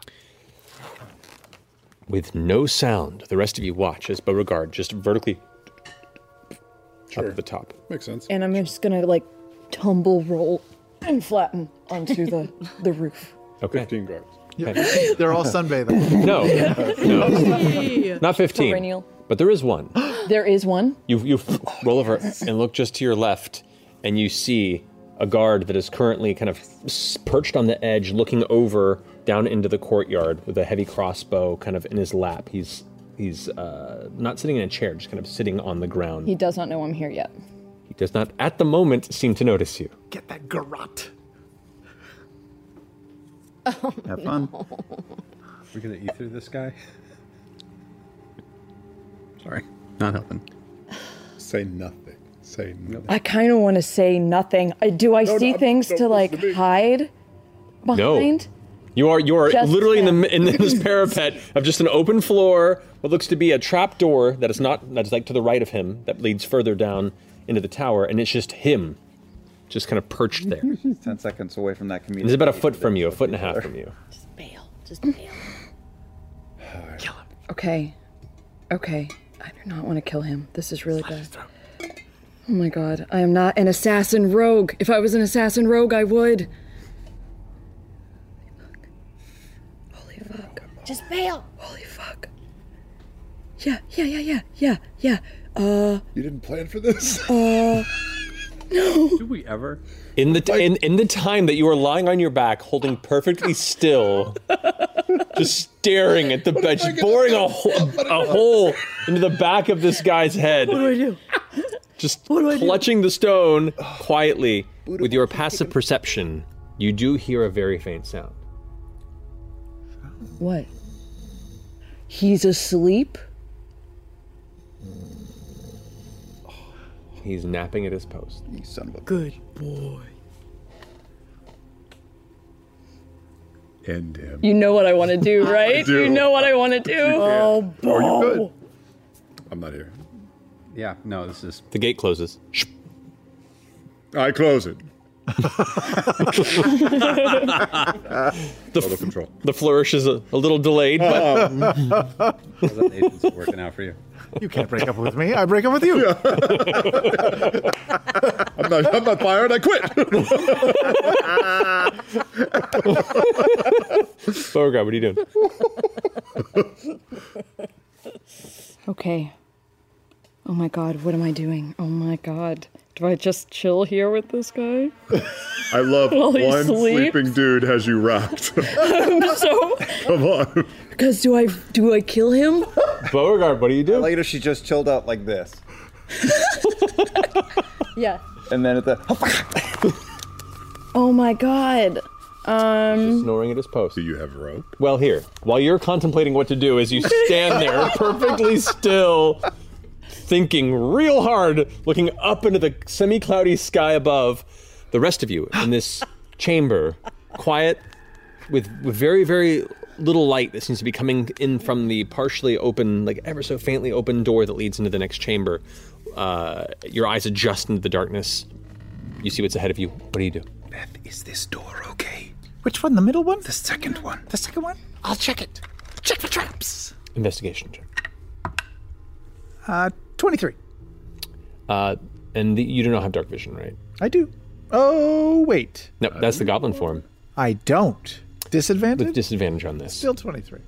With no sound, the rest of you watch as Beauregard just vertically up at the top. Makes sense. And I'm just gonna like tumble roll and flatten onto the, the roof. Okay. 15 guards. Okay. They're all sunbathing. No, no. Hey. Not 15. Perennial. But there is one. There is one. You, you roll over and look just to your left, and you see a guard that is currently kind of s- perched on the edge, looking over down into the courtyard with a heavy crossbow kind of in his lap. He's he's uh, not sitting in a chair, just kind of sitting on the ground. He does not know I'm here yet. He does not, at the moment, seem to notice you. Get that garrot. Have fun. We're gonna ether this guy. Sorry. Not helping. Say nothing. Say nothing. I kind of want to say nothing. I, do I No, see no, things don't to like listen to me. hide behind? You are you are Just literally in the mi- in this parapet of just an open floor, what looks to be a trap door that is not that is like to the right of him that leads further down into the tower, and it's just him, just kind of perched there. Ten seconds away from that community. He's about a foot from you, a foot and a half from you. Just fail. Okay. Okay. I do not want to kill him. This is really bad. Oh my god. I am not an assassin rogue. If I was an assassin rogue, I would. Just bail. Holy fuck. Yeah, yeah, yeah, yeah, yeah, yeah. Uh. You didn't plan for this? Uh. No. Do we ever? In the t- in, in the time that you are lying on your back, holding perfectly still, just staring at the bench, boring a, ho- a hole into the back of this guy's head. What do I do? just do I do? clutching the stone quietly with your passive perception you do hear a very faint sound What? He's asleep? he's napping at his post you son of a Good boy. End uh, him. You know what I want to do, right? do. You know what I want to do. Oh, Are you good? Bo. I'm not here. Yeah, no, this is. the gate closes I close it. the, Total control. the flourish is a, a little delayed but How's that agency working out for you? You can't break up with me. I break up with you. I'm not, I'm not fired. I quit. beauregard Oh, what are you doing Okay. Oh my god, what am I doing? Oh my god. Do I just chill here with this guy? I love While he one sleeps. sleeping dude has you rocked. so, Come on. because do I do I kill him? Beauregard, what do you do? Later, she just chilled out like this, Yeah. and then at the Oh my god. Um snoring at his post do you have rope well here while you're contemplating what to do as you stand there perfectly still thinking real hard looking up into the semi-cloudy sky above the rest of you in this chamber quiet with, with very very little light that seems to be coming in from the partially open like ever so faintly open door that leads into the next chamber uh, your eyes adjust into the darkness you see what's ahead of you what do you do Is this door okay? Which one? The middle one? The second one. The second one? I'll check it. Check for traps. investigation check Uh, 23. Uh, And the, you do not have dark vision, right? I do. Oh, wait. No, that's the goblin form. I don't. Disadvantage? With disadvantage on this. Still 23.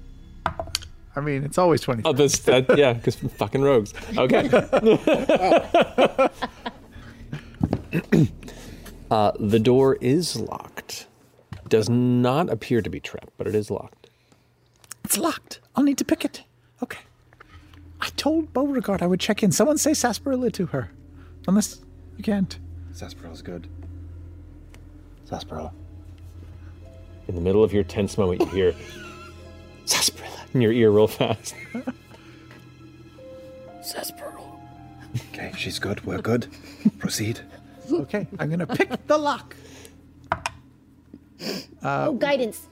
I mean, it's always 23. Oh, that's, that, yeah, because fucking rogues. Okay. uh, the door is locked. Does not appear to be trapped, but it is locked. It's locked. I'll need to pick it. Okay. I told Beauregard I would check in. Someone say sarsaparilla to her. Unless you can't. Sarsaparilla's good. Sarsaparilla. In the middle of your tense moment, you hear sarsaparilla in your ear real fast. Sarsaparilla. Okay, she's good. We're good. Proceed. Okay, I'm gonna pick the lock. Uh, oh, guidance.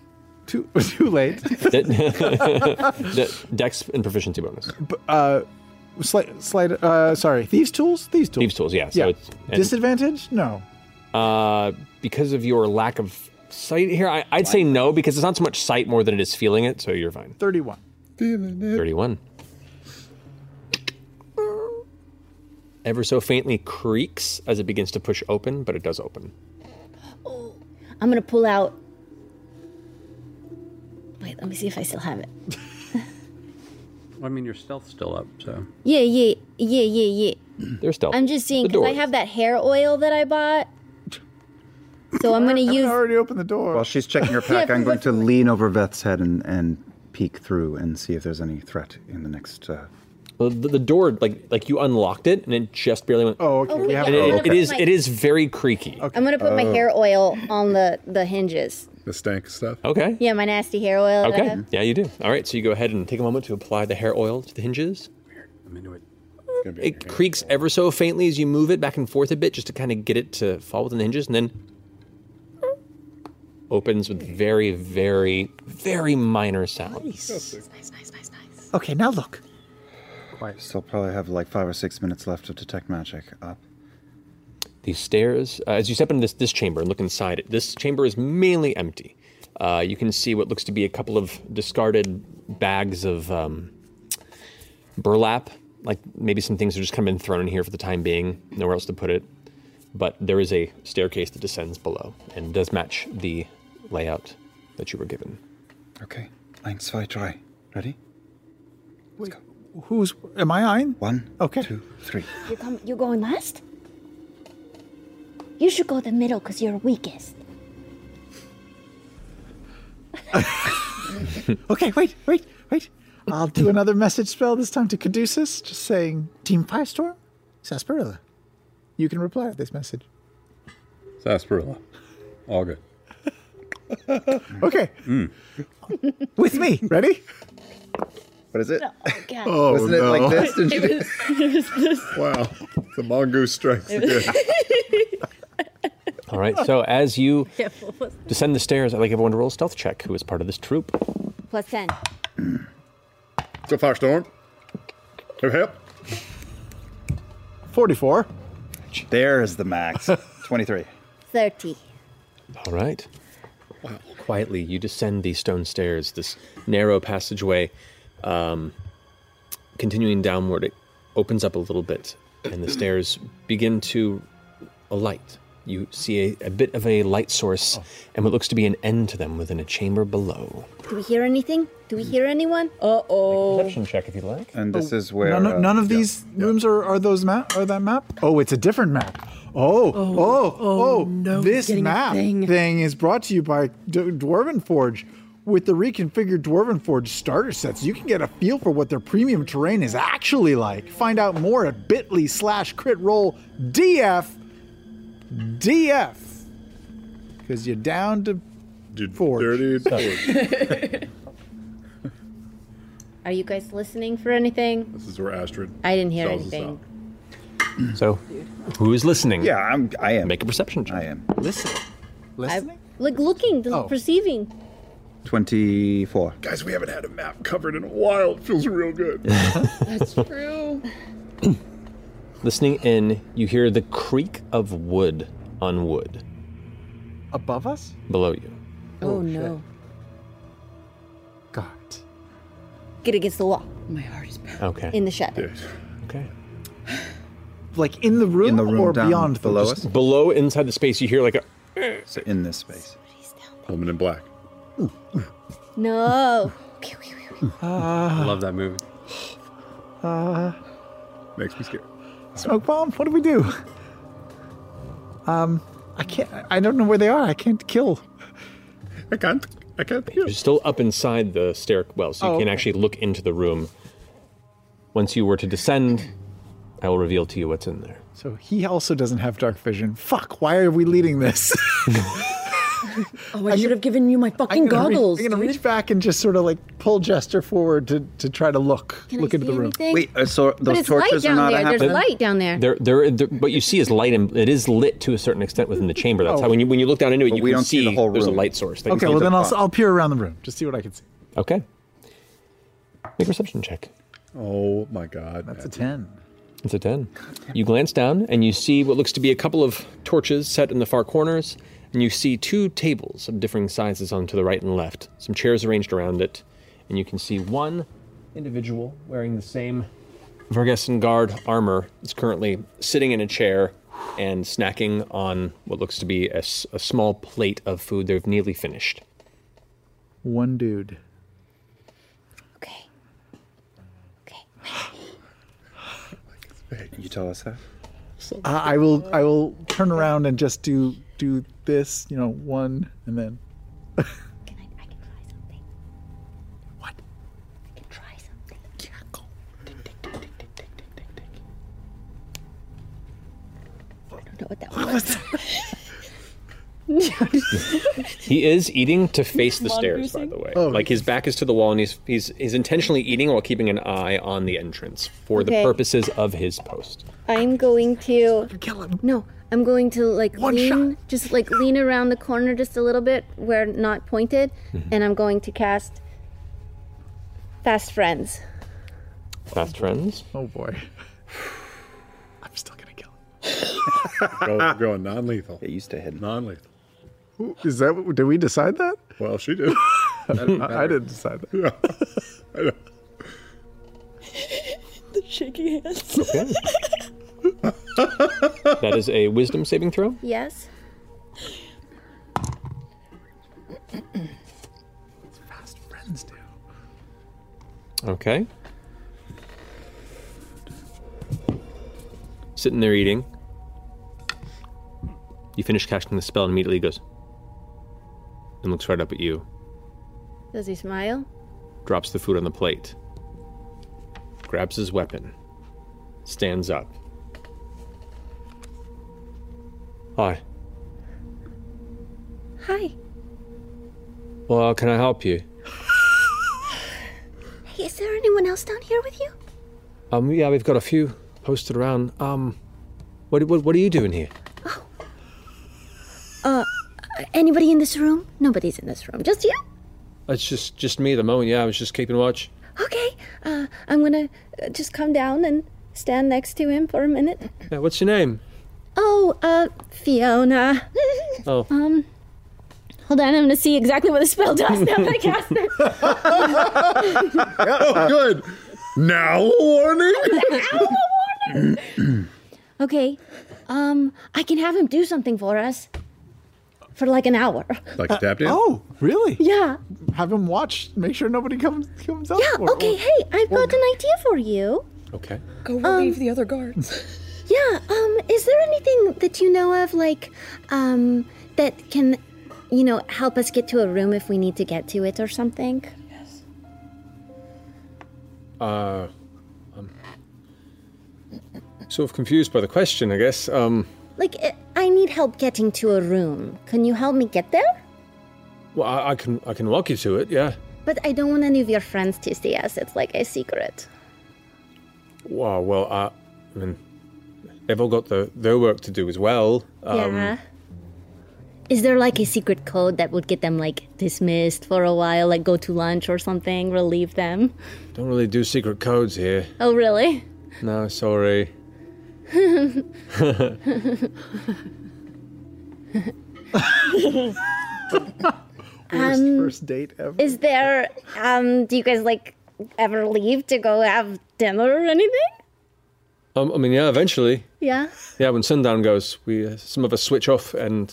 Too too late. De- de- Dex and proficiency bonus. B- uh, slight, slight. Uh, sorry, thieves' tools. Thieves' tools. Thieves tools, yeah. So yeah. it's- and- Disadvantage? No. Uh, because of your lack of sight here, I, I'd say no because it's not so much sight more than it is feeling it. So you're fine. Thirty-one. Thirty-one. Ever so faintly creaks as it begins to push open, but it does open. I'm gonna pull out. Wait, let me see if I still have it. I mean, your stealth's still up, so. Yeah, yeah, yeah, yeah, yeah. They're stealth. I'm just seeing because I have that hair oil that I bought. So I'm gonna use. already opened the door. While she's checking her pack, Yeah, I'm going to lean over Veth's head and, and peek through and see if there's any threat in the next. Uh... The, the door, like like you unlocked it, and it just barely went. Oh, okay. Okay, yeah, And it- I'm gonna it- it put is my- it is very creaky. I'm gonna put my uh, hair oil on the the hinges. Oh, The stank stuff. Okay. Yeah, my nasty hair oil. That I Okay. have. Yeah, you do. All right. So you go ahead and take a moment to apply the hair oil to the hinges. Weird. I'm into it. It creaks ever so faintly as you move it back and forth a bit, just to kind of get it to fall within the hinges, and then opens with very, very, very minor sound. Nice. Okay, now look. Still probably have like five or six minutes left to detect magic Uh, up. These stairs, uh, as you step into this, this chamber and look inside it, this chamber is mainly empty. Uh, you can see what looks to be a couple of discarded bags of um, burlap, like maybe some things that just kind of been thrown in here for the time being, nowhere else to put it. But there is a staircase that descends below and does match the layout that you were given. Okay. Ein, zwei, drei. Ready? Who's. Am I Ein? One. Okay. Two, three. You come. You going last? You should go the middle because you're weakest. Okay, wait, wait, wait. I'll do another message spell this time to Caduceus, just saying Team Firestorm, Sarsaparilla. You can reply with this message. Sarsaparilla. All good. Okay, Mm. with me. Ready? What is it? God. Oh, Wasn't it no. like this? Didn't It was, it was this. Wow. The mongoose strikes again. All right, so as you Yeah, what was that? descend the stairs, I'd like everyone to roll a stealth check who is part of this troop. Plus ten. So Firestorm. Hip hip. 44. There is the max. 23. Thirty. All right. Quietly, you descend these stone stairs, this narrow passageway. Um, continuing downward, it opens up a little bit, and the stairs begin to alight. You see a, a bit of a light source, Oh. and what looks to be an end to them within a chamber below. Do we hear anything? Do we hear anyone? Uh oh. Perception check if you like. And this is where. Oh, None, uh, of none of these rooms are, are those map are that map? Oh, it's a different map. Oh, oh, oh, no, he's this getting a map thing. thing. is brought to you by D- Dwarven Forge. With the reconfigured Dwarven Forge starter sets, you can get a feel for what their premium terrain is actually like. Find out more at bit.ly slash crit roll DF DF. Because you're down to Forge. Are you guys listening for anything? This is where Astrid. I didn't hear tells us anything. So, who is listening? Yeah, I'm, I am. Make a perception check. I am. Listen. I, like looking, the- Oh. perceiving. 24. Guys, we haven't had a map covered in a while. It feels real good. That's true. Listening in, you hear the creak of wood on wood above us? below you. Oh, no. God. Get against the wall Okay. in the shadow. Okay. like in the room, In the room or down beyond them? below Just- us? Below, inside the space, you hear like a. So in this space. Woman in black. No. Uh, Ah. I love that movie. Uh, Makes me scared. smoke bomb. What do we do? Um, I can't. I don't know where they are. I can't kill. I can't. I can't You're still up inside the stairwell, so you Oh, can okay. actually look into the room. Once you were to descend, I will reveal to you what's in there. So he also doesn't have dark vision. Fuck. Why are we leading this? Oh, I should have given you my fucking I'm gonna reach- goggles. I'm gonna reach back and just sort of like pull Jester forward to, to try to look Can I look into see the room. anything? Wait, uh, so but it's light down there. There's light down there. There, there, there- what you see is light, and it is lit to a certain extent within the chamber. That's Oh. how when you when you look down into it, But you we can don't see the whole there's a room. light source. that you Okay, can well see. then I'll I'll peer around the room just see what I can see. Okay. Make a perception check. Oh my god. That's a 10. It's a 10. You glance down and you see what looks to be a couple of torches set in the far corners, and you see two tables of differing sizes on to the right and left, some chairs arranged around it, and you can see one individual wearing the same Vergessen guard armor is currently sitting in a chair and snacking on what looks to be a, s- a small plate of food they've nearly finished. One dude. You tell us that. I, I will I will turn around and just do do this, you know, one and then I don't know what that was. He is eating to face the Mon stairs, by goosing? the way. Oh. like his back is to the wall, and he's, he's he's intentionally eating while keeping an eye on the entrance for the Okay. purposes of his post. I'm going to kill him. No, I'm going to like lean, just like lean around the corner just a little bit where not pointed, Mm-hmm. and I'm going to cast Fast Friends. Fast friends. Oh boy. Go, going non-lethal. It used to hit non-lethal. is that what did we decide that? Well, she did. I, I didn't decide that. the shaky hands. Okay. that is a wisdom saving throw. Yes. Friends do. Okay. Sitting there eating. You finish casting the spell and immediately he goes and looks right up at you, Does he smile? drops the food on the plate, grabs his weapon, stands up. Hi. Hi. Well, how can I help you? Hey, is there anyone else down here with you? Um, yeah, we've got a few posted around. Um, what, what, what are you doing here? Uh, anybody in this room? Nobody's in this room. Just you? It's just just me at the moment. Yeah, I was just keeping watch. Okay. Uh, I'm gonna uh, just come down and stand next to him for a minute. Yeah, what's your name? Oh, uh, Fiona. Oh, Um, hold on. I'm gonna see exactly what the spell does now that I cast it. Oh, good. Now a warning. Okay. Um, I can have him do something for us for like an hour. Like a tap dance? Oh, really? Yeah. Have him watch. Make sure nobody comes comes up. Yeah. Okay. Hey, I've got an idea for you. Okay. Go relieve the other guards. Um, Yeah. Um, is there anything that you know of, like, um, that can, you know, help us get to a room if we need to get to it or something? uh, I'm sort of confused by the question, I guess. Um, Like, I- I need help getting to a room. Can you help me get there? well, I, I can I can walk you to it. Yeah. But I don't want any of your friends to see us. It's like a secret. Wow. Well, I, I mean, they've all got the, their work to do as well. Um, yeah. Is there like a secret code that would get them like dismissed for a while, like go to lunch or something, relieve them? Don't really do secret codes here. Oh, really? No, sorry. Worst Um, first date ever. Is there, um, do you guys like ever leave to go have dinner or anything? Um, I mean, yeah, eventually. Yeah. Yeah, when sundown goes, we uh, some of us switch off and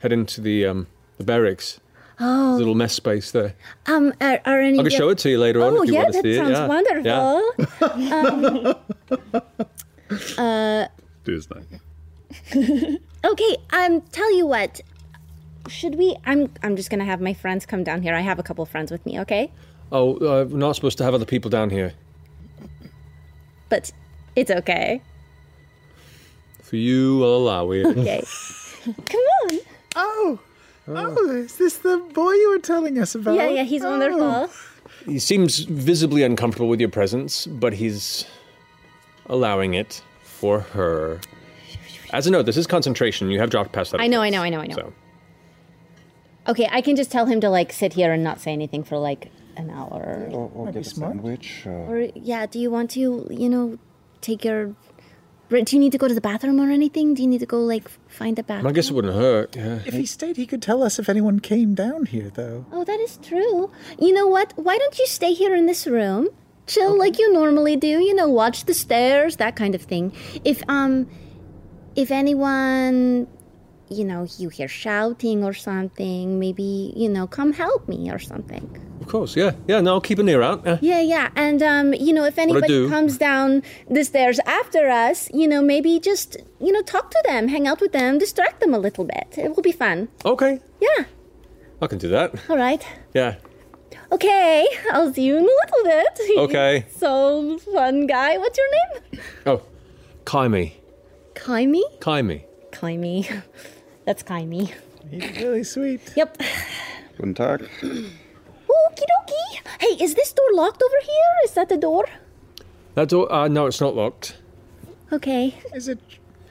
head into the um, the barracks. Oh. Little mess space there. Um. Are, are any? I can of the- show it to you later on Oh, if you yeah, want to that see it. sounds yeah. Yeah. wonderful. Um, uh, Dude's not. okay, um, tell you what. Should we? I'm I'm just gonna have my friends come down here. I have a couple friends with me. Okay, Oh, uh, we're not supposed to have other people down here. but it's okay. For you, I'll allow it. Okay. Come on. Oh. Oh, is this the boy you were telling us about? Yeah, yeah, he's oh. wonderful. He seems visibly uncomfortable with your presence, but he's allowing it for her. As a note, this is concentration. You have dropped past that. I know, I know, I know, I know. So, Okay, I can just tell him to like sit here and not say anything for like an hour. Or, or get a sandwich. Or... Or yeah, do you want to, you know, take your? Do you need to go to the bathroom or anything? Do you need to go like find a bathroom? I guess it wouldn't hurt. Yeah. If he stayed, he could tell us if anyone came down here, though. Oh, that is true. You know what? Why don't you stay here in this room? Chill like you normally do. You know, watch the stairs, that kind of thing. If um, if anyone, you know, you hear shouting or something, maybe you know, come help me or something. Of course, yeah. Yeah, no, I'll keep an ear out. Yeah. Yeah, yeah, and um, you know, if I anybody do. comes down the stairs after us, you know, maybe just you know talk to them, hang out with them, distract them a little bit. It will be fun. Okay. Yeah. I can do that. All right. Yeah. Okay, I'll see you in a little bit. Okay. so fun guy. What's your name? Oh, Kaimi. Kaimi. Kaimi. Kaimi. That's Kaimi. He's really sweet. Yep. Guten Tag. Okie dokie. Hey, is this door locked over here? Is that the door? That door, uh, no, it's not locked. Okay. Is it?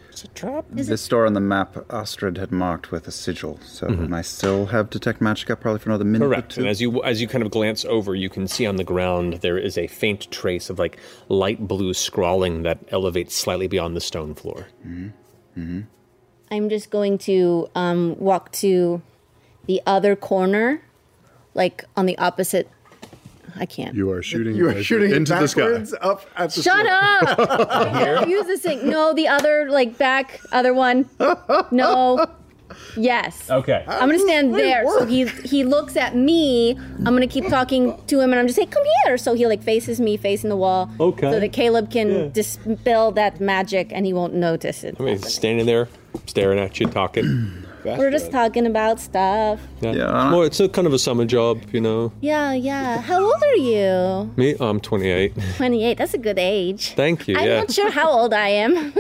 It's a trap. this store on the map, Astrid had marked with a sigil, so and I still have detect magic up probably for another minute. or Mm-hmm. Correct. two. And as you as you kind of glance over, you can see on the ground there is a faint trace of like light blue scrawling that elevates slightly beyond the stone floor. I'm just going to um, walk to the other corner, like on the opposite. I can't. You are shooting. You are measure shooting into the sky. backwards up at Shut up! I can't use this thing. No, the other, like back, other one. No. Yes. Okay. I'm gonna stand there. So he he looks at me. I'm gonna keep talking to him, and I'm just like, "Come here." So he like faces me, facing the wall. Okay. So that Caleb can Yeah. dispel that magic, and he won't notice it. I mean, he's standing there, staring at you, talking. We're just talking about stuff. Yeah. It's, more, it's a kind of a summer job, you know. Yeah, yeah. How old are you? Me, I'm 28. 28. That's a good age. Thank you. I'm yeah. not sure how old I am.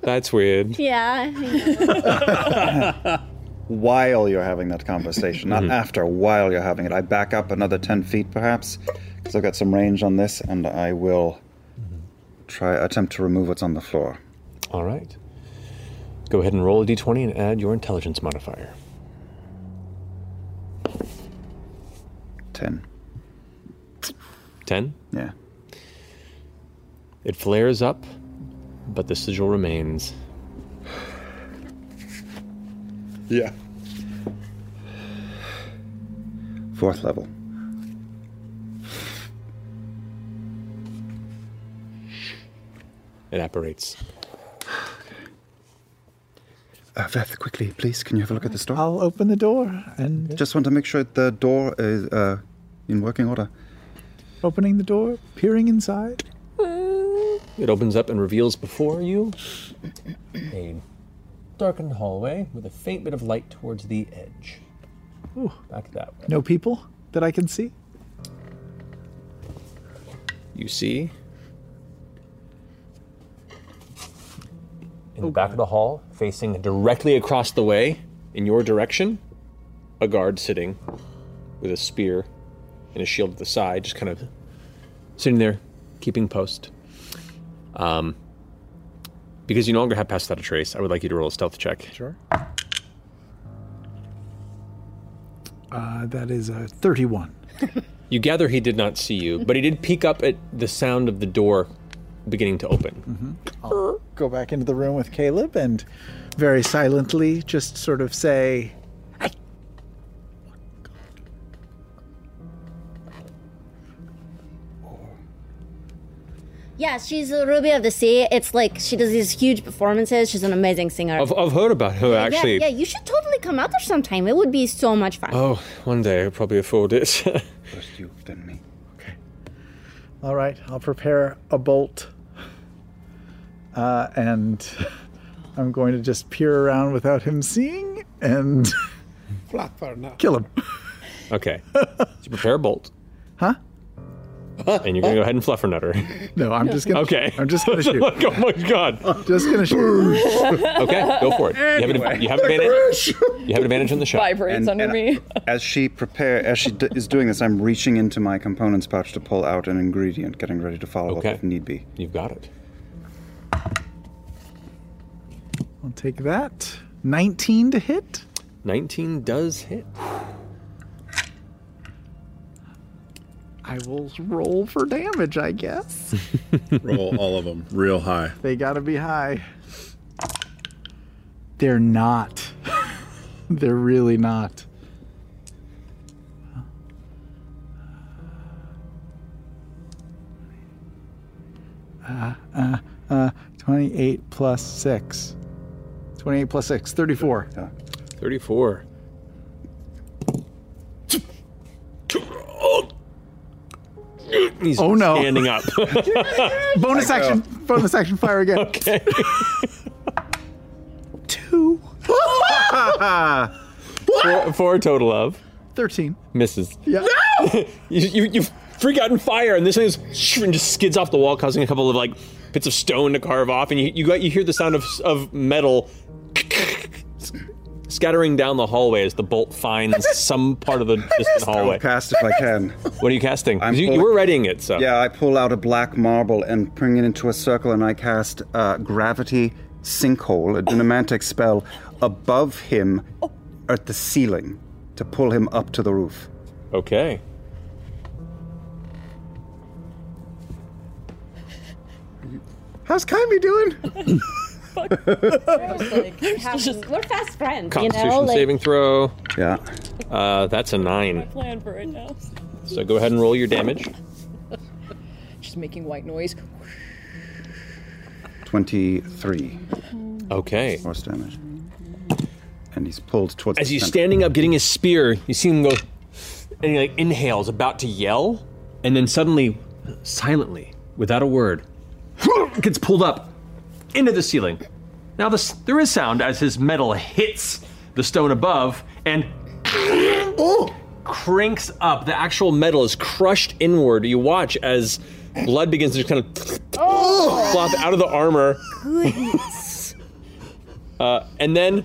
That's weird. yeah. while you're having that conversation, not Mm-hmm. after, while you're having it. I back up another 10 feet perhaps, because I've got some range on this, and I will try attempt to remove what's on the floor. All right. Go ahead and roll a d20 and add your intelligence modifier. 10. 10? Yeah. It flares up, but the sigil remains. Yeah. Fourth level. It apparates. Uh, Veth, quickly, please, can you have a look at this door? I'll open the door and Just want to make sure the door is uh, in working order. opening the door, peering inside. It opens up and reveals before you a darkened hallway with a faint bit of light towards the edge. Ooh. Back that way. No people that I can see. You see? In the back of the hall, facing directly across the way, in your direction, a guard sitting with a spear and a shield at the side, just kind of sitting there, keeping post. Um, because you no longer have passed without a trace, I would like you to roll a stealth check. Sure. Uh, that is a 31. You gather he did not see you, but he did peek up at the sound of the door beginning to open. Mm-hmm. I'll go back into the room with Caleb and very silently just sort of say, Yeah, she's a Ruby of the Sea. It's like she does these huge performances. She's an amazing singer. I've, I've heard about her Yeah, oh, actually. Yeah, you should totally come out there sometime. It would be so much fun. Oh, one day I'll probably afford it. First you, then me. All right, I'll prepare a bolt. Uh, and I'm going to just peer around without him seeing and Flap for now. kill him. Okay. So you prepare a bolt. Huh? And you're gonna go ahead and fluff her nutter. No, I'm just gonna. Okay. I'm just gonna shoot. Like, oh my god. Just gonna shoot. okay, go for it. you have an, Anyway. you have advantage. You have advantage on the shot. Vibrates under me. As she prepare, as she d- is doing this, I'm reaching into my components pouch to pull out an ingredient, getting ready to follow Okay. up if need be. You've got it. I'll take that. 19 to hit. 19 does hit. I will roll for damage, I guess. Roll all of them real high. They gotta be high. They're not. They're really not. Uh, uh, uh, 28 plus 6. 28 plus 6, 34. 34. He's Oh, no. standing up. bonus action, bonus action, fire again. Okay. Two. four, four total of 13. misses. Yeah. you, you, you freak out in fire, and this thing is, shoo, and just skids off the wall, causing a couple of like bits of stone to carve off, and you you, got, you hear the sound of, of metal scattering down the hallway as the bolt finds some part of the distant hallway. cast if I can. What are you casting? 'Cause You, you were readying it, so Yeah, I pull out a black marble and bring it into a circle, and I cast uh, Gravity Sinkhole, a dynamantic spell, above him Oh. at the ceiling to pull him up to the roof. Okay. How's Kaimi doing? we're fast friends, Constitution saving throw. Yeah. Uh, that's a nine. Plan for it now. So go ahead and roll your damage. She's making white noise. 23. Okay. Force damage. And he's pulled towards As the he's center. standing up, getting his spear, you see him go, and he like inhales, about to yell, and then suddenly, silently, without a word, gets pulled up into the ceiling. Now this, there is sound as his metal hits the stone above and cranks up. The actual metal is crushed inward. You watch as blood begins to just kind of Oh! flop out of the armor, Goodness. uh, and then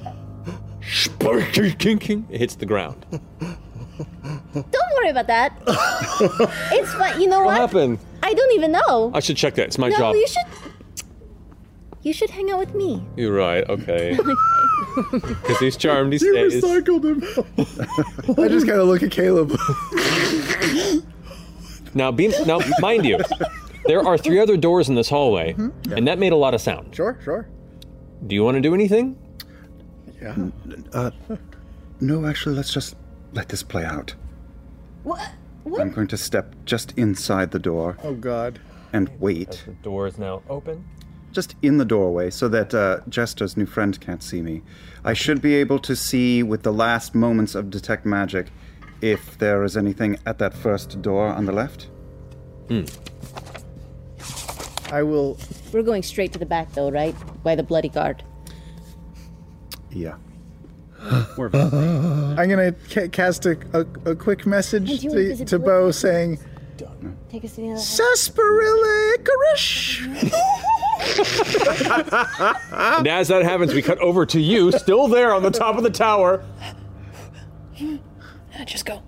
it hits the ground. Don't worry about that. it's fun. You know What what? happened? I don't even know. I should check that. It's my no, job. you should. You should hang out with me. You're right. Okay. Because he's charmed. He You stays. him. I just gotta look at Caleb. Now, be, now, mind you, there are three other doors in this hallway, Mm-hmm. and that made a lot of sound. Sure, sure. Do you want to do anything? Yeah. Uh, no, actually, let's just let this play out. What? I'm going to step just inside the door Oh God. and wait. The door is now open. Just in the doorway so that uh, Jester's new friend can't see me. I should be able to see with the last moments of Detect Magic if there is anything at that first door on the left. Hmm. I will. We're going straight to the back, though, right? By the bloody guard. Yeah. I'm gonna ca- cast a, a, a quick message you to, invisible? to Bo saying, Take us to the other. "Sarsaparilla Licorice." and as that happens, we cut over to you, still there on the top of the tower. Just go.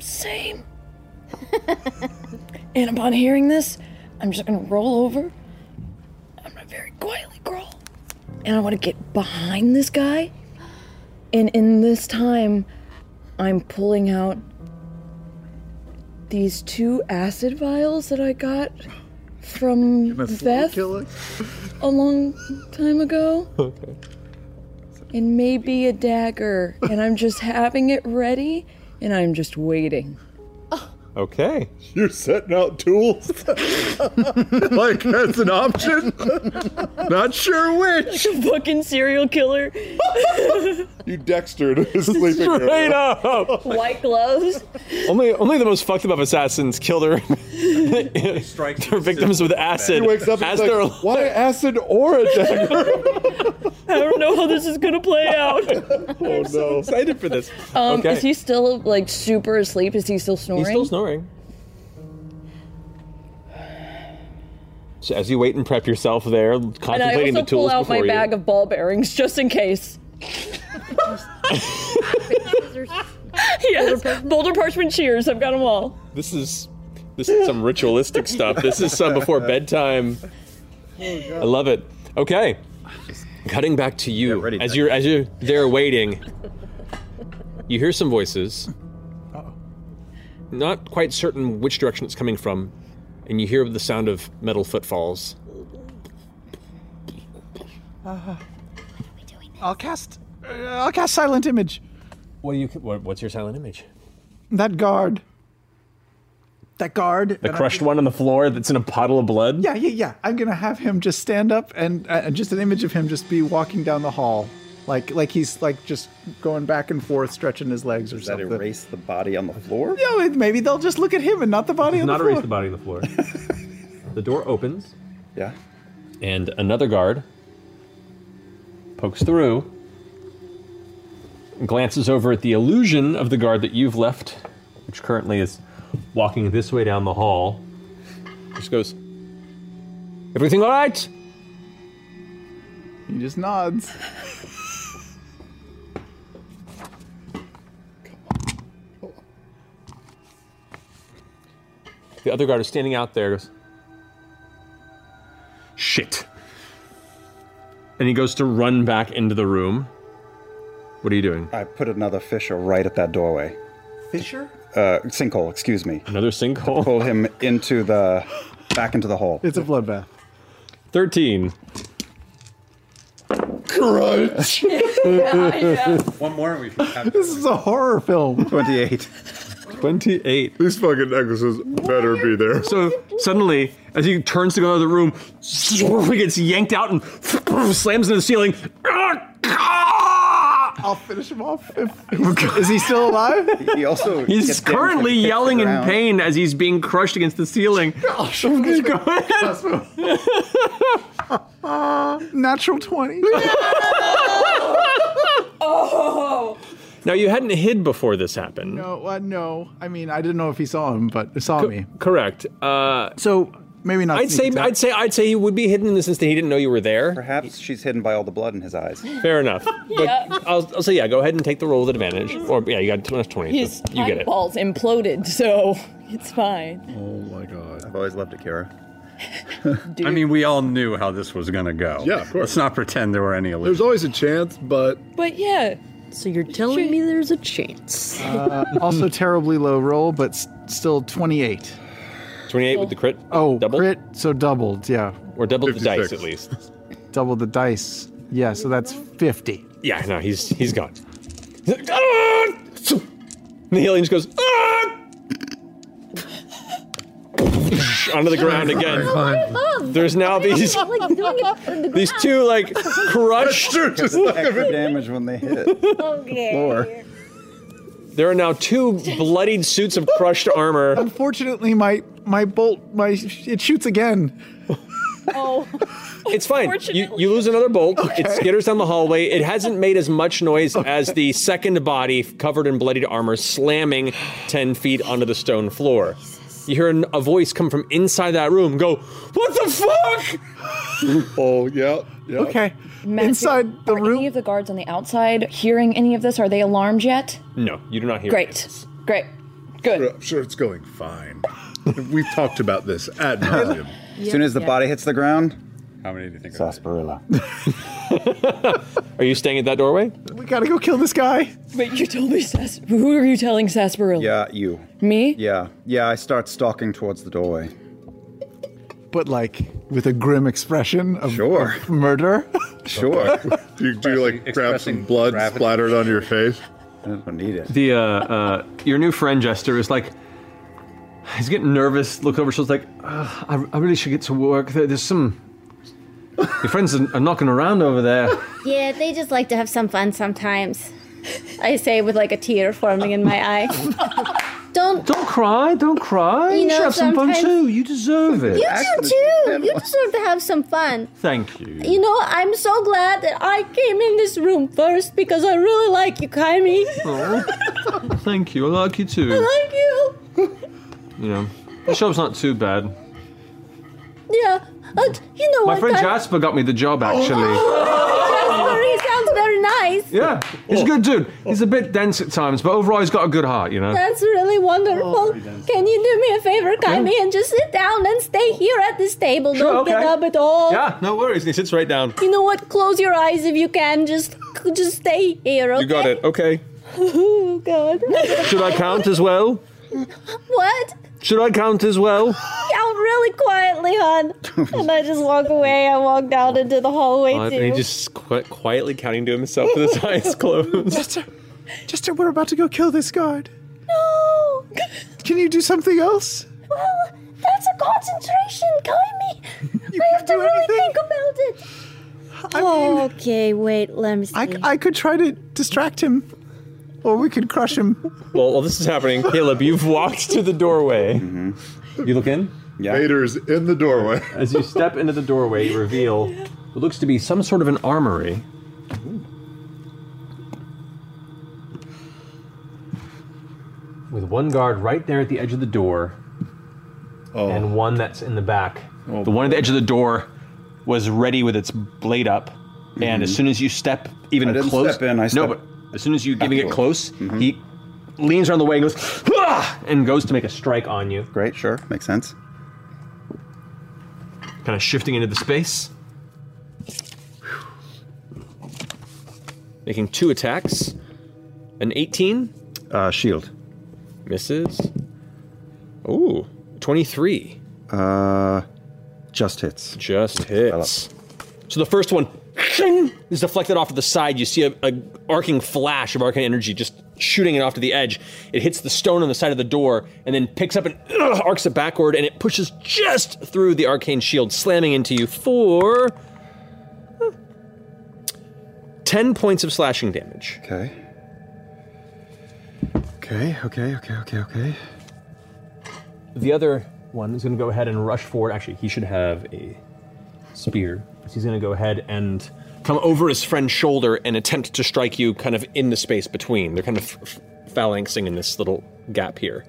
Same. and upon hearing this, I'm just gonna roll over. I'm gonna very quietly crawl. And I wanna get behind this guy. And in this time, I'm pulling out these two acid vials that I got from Beth a long time ago. Okay. and maybe a dagger, and I'm just having it ready, and I'm just waiting. Okay. You're setting out tools? like, that's an option? Not sure which. Like a fucking serial killer. You Dextered his sleeping area. Straight up. White gloves. Only, only the most fucked up of assassins kill their, their victims with acid. He wakes up and as he's they're like, why acid or a dagger? I don't know how this is gonna play out. oh no! Excited for this. Um, okay. Is he still like super asleep? Is he still snoring? He's still snoring. So as you wait and prep yourself there, And I contemplating also the tools pull out before my you. bag of ball bearings just in case. yes, Boulder Parchment Cheers. I've got them all. This is this is some ritualistic stuff. This is some before bedtime. I love it. Okay, cutting back to you as you're as you're there waiting. You hear some voices. Not quite certain which direction it's coming from, and you hear the sound of metal footfalls. Uh, I'll cast. Uh, I'll cast silent image. What do you? What, what's your silent image? That guard. That guard. The and I'm crushed one on the floor that's in a puddle of blood. Yeah, yeah, yeah. I'm gonna have him just stand up and uh, just an image of him just be walking down the hall, like like he's like just going back and forth, stretching his legs or Does that something. erase the body on the floor? Yeah, well, maybe they'll just look at him and not the body on not the floor. erase the body on the floor. the door opens. Yeah. And another guard pokes through, glances over at the illusion of the guard that you've left, which currently is walking this way down the hall. Just goes, Everything all right? He just nods. The other guard is standing out there. Goes, Shit. And he goes to run back into the room. What are you doing? I put another fissure right at that doorway. Fisher? Uh, sinkhole, excuse me. Another sinkhole. pull him into the back into the hole. It's a bloodbath. 13. Crunch. Yeah, yeah. One more and we This is a horror film. 28. 28. These fucking necklaces better be there. So suddenly, as he turns to go out of the room, he gets yanked out and slams into the ceiling. I'll finish him off. If, is he still alive? He also He's currently yelling in pain as he's being crushed against the ceiling. Oh, Natural twenty. oh. Now you hadn't hid before this happened. No, uh, no. I mean, I didn't know if he saw him, Um, but saw me. Correct. Uh, so maybe not. I'd sneak say attack. I'd say I'd say he would be hidden in the sense that he didn't know you were there. Perhaps she's hidden by all the blood in his eyes. Fair enough. But Yeah. I'll, I'll say yeah. Go ahead and take the roll with advantage. Or yeah, you got plus twenty. His so you get it. eyeballs imploded, so it's fine. Oh my god. I've always loved it, Kara. I mean, we all knew how this was going to go. Yeah, of course. Let's not pretend there were any illusions. There's always a chance, but But yeah. So you're telling me there's a chance. Uh, also terribly low roll, but s- still 28. 28 with the crit? Oh, crit, so doubled, yeah. Or doubled the dice at least. Double the dice. Yeah, so that's 50. Yeah, no, he's he's gone. He's like, "Ah!" And the alien just goes ah! onto the ground again. There's now these these two like crushed. Extra damage when they hit Okay. floor. There are now two bloodied suits of crushed armor. Unfortunately, my my bolt, my it shoots again. Oh. It's fine. You, you lose another bolt. It skitters down the hallway. It hasn't made as much noise as the second body covered in bloodied armor slamming 10 feet onto the stone floor. You hear an- a voice come from inside that room go, What the fuck? oh, yeah. Okay. Matt, Inside the room. Any of the guards on the outside hearing any of this? Are they alarmed yet? No, you do not hear Great. Great. Good. I'm sure it's going fine. We've talked about this ad nauseum. As soon as the Yeah. body hits the ground, how many do you think? Sarsaparilla. Are you staying at that doorway? We gotta go kill this guy. Wait, you told me Sas. Who are you telling Sarsaparilla? Yeah, you. Me? Yeah, yeah. I start stalking towards the doorway. But like with a grim expression of, sure. murder. Sure. do you, do you like grab some blood splattered on your face? I don't need it. The uh, uh, your new friend Jester is like, He's getting nervous. Looks over. She's like, "Ugh, I, I really should get to work. There, there's some. Your friends are, are knocking around over there. Yeah, they just like to have some fun sometimes. I say with like a tear forming in my eye. Don't Don't cry. Don't cry. You, You should know, have some fun sometimes- too. You deserve you it. do too. You deserve to have some fun. Thank you. You know, I'm so glad that I came in this room first because I really like you, Kaimi. Oh, thank you. I like you I too. like you. You know, the shop's not too bad. Yeah. And you know My what? friend Kai- Jasper got me the job actually. Jasper, he sounds very nice. Yeah, he's a good dude. He's a bit dense at times, but overall he's got a good heart. You know. That's really Oh, wonderful. Can you do me a favor, Kaimi, Yeah. and just sit down and stay here at this table? Don't get okay. up at all. Yeah, no worries. He sits right down. You know what? Close your eyes if you can. Just, just stay here. Okay? You got it. Okay. Oh God. Should I count as well? What? Should I count as well? Count really quietly, hon. and I just walk away. I walk down into the hallway Uh, too. and he just qu- quietly counting to himself with his eyes closed. Jester, Jester, we're about to go kill this guard. No. Can you do something else? Well, that's a concentration, Kaimi. I have to really think about it. okay, wait, let me see. I, I could try to distract him, or we could crush him. Well, while this is happening, Caleb, you've walked to the doorway. You look in? Yeah. Vader's in the doorway. As you step into the doorway, you reveal what looks to be some sort of an armory. With one guard right there at the edge of the door, Oh. and one that's in the back. the one at the edge of the door was ready with its blade up, and as Mhm. soon as you step even I didn't close, step in, I no, stepped but as soon as you giving it backwards. close, he leans around the way and goes, "Hurrah!" and goes to make a strike on you. Great, sure, makes sense. Kind of shifting into the space. Making two attacks. An 18. Uh, shield. Misses. Ooh, 23. Uh, just hits. Just hits. So the first one shing, is deflected off to the side. You see a, a arcing flash of arcane energy just shooting it off to the edge. It hits the stone on the side of the door and then picks up and ugh, arcs it backward and it pushes just through the arcane shield, slamming into you for uh, 10 points of slashing damage. Okay. Okay, okay, okay, okay, okay. The other one is going to go ahead and rush forward. Actually, he should have a spear. So he's going to go ahead and come over his friend's shoulder and attempt to strike you kind of in the space between. They're kind of f- f- phalanxing in this little gap here.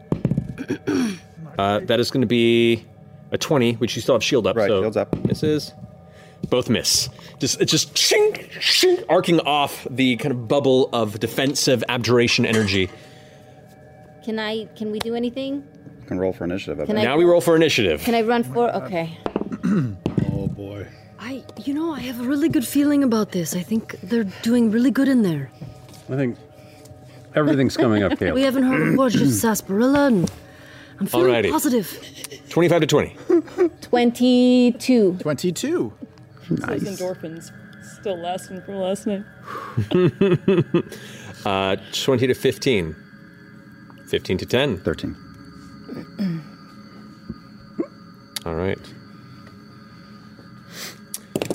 Uh, that is going to be a 20, which you still have shield up. Right, shield's up. Misses. Both miss. Just It's just shink, shink, arcing off the kind of bubble of defensive abjuration energy. Can I? Can we do anything? Can roll for initiative. I Can bet. I- now we roll for initiative. Can I run for? Okay. Oh boy. I, you know, I have a really good feeling about this. I think they're doing really good in there. I think everything's coming up, Caleb. We haven't heard of what just sarsaparilla, and I'm feeling Alrighty. positive. 25 to 20. 22. 22. Those endorphins still lasting from last night. uh, 20 to 15. 15 to 10. 13. All right.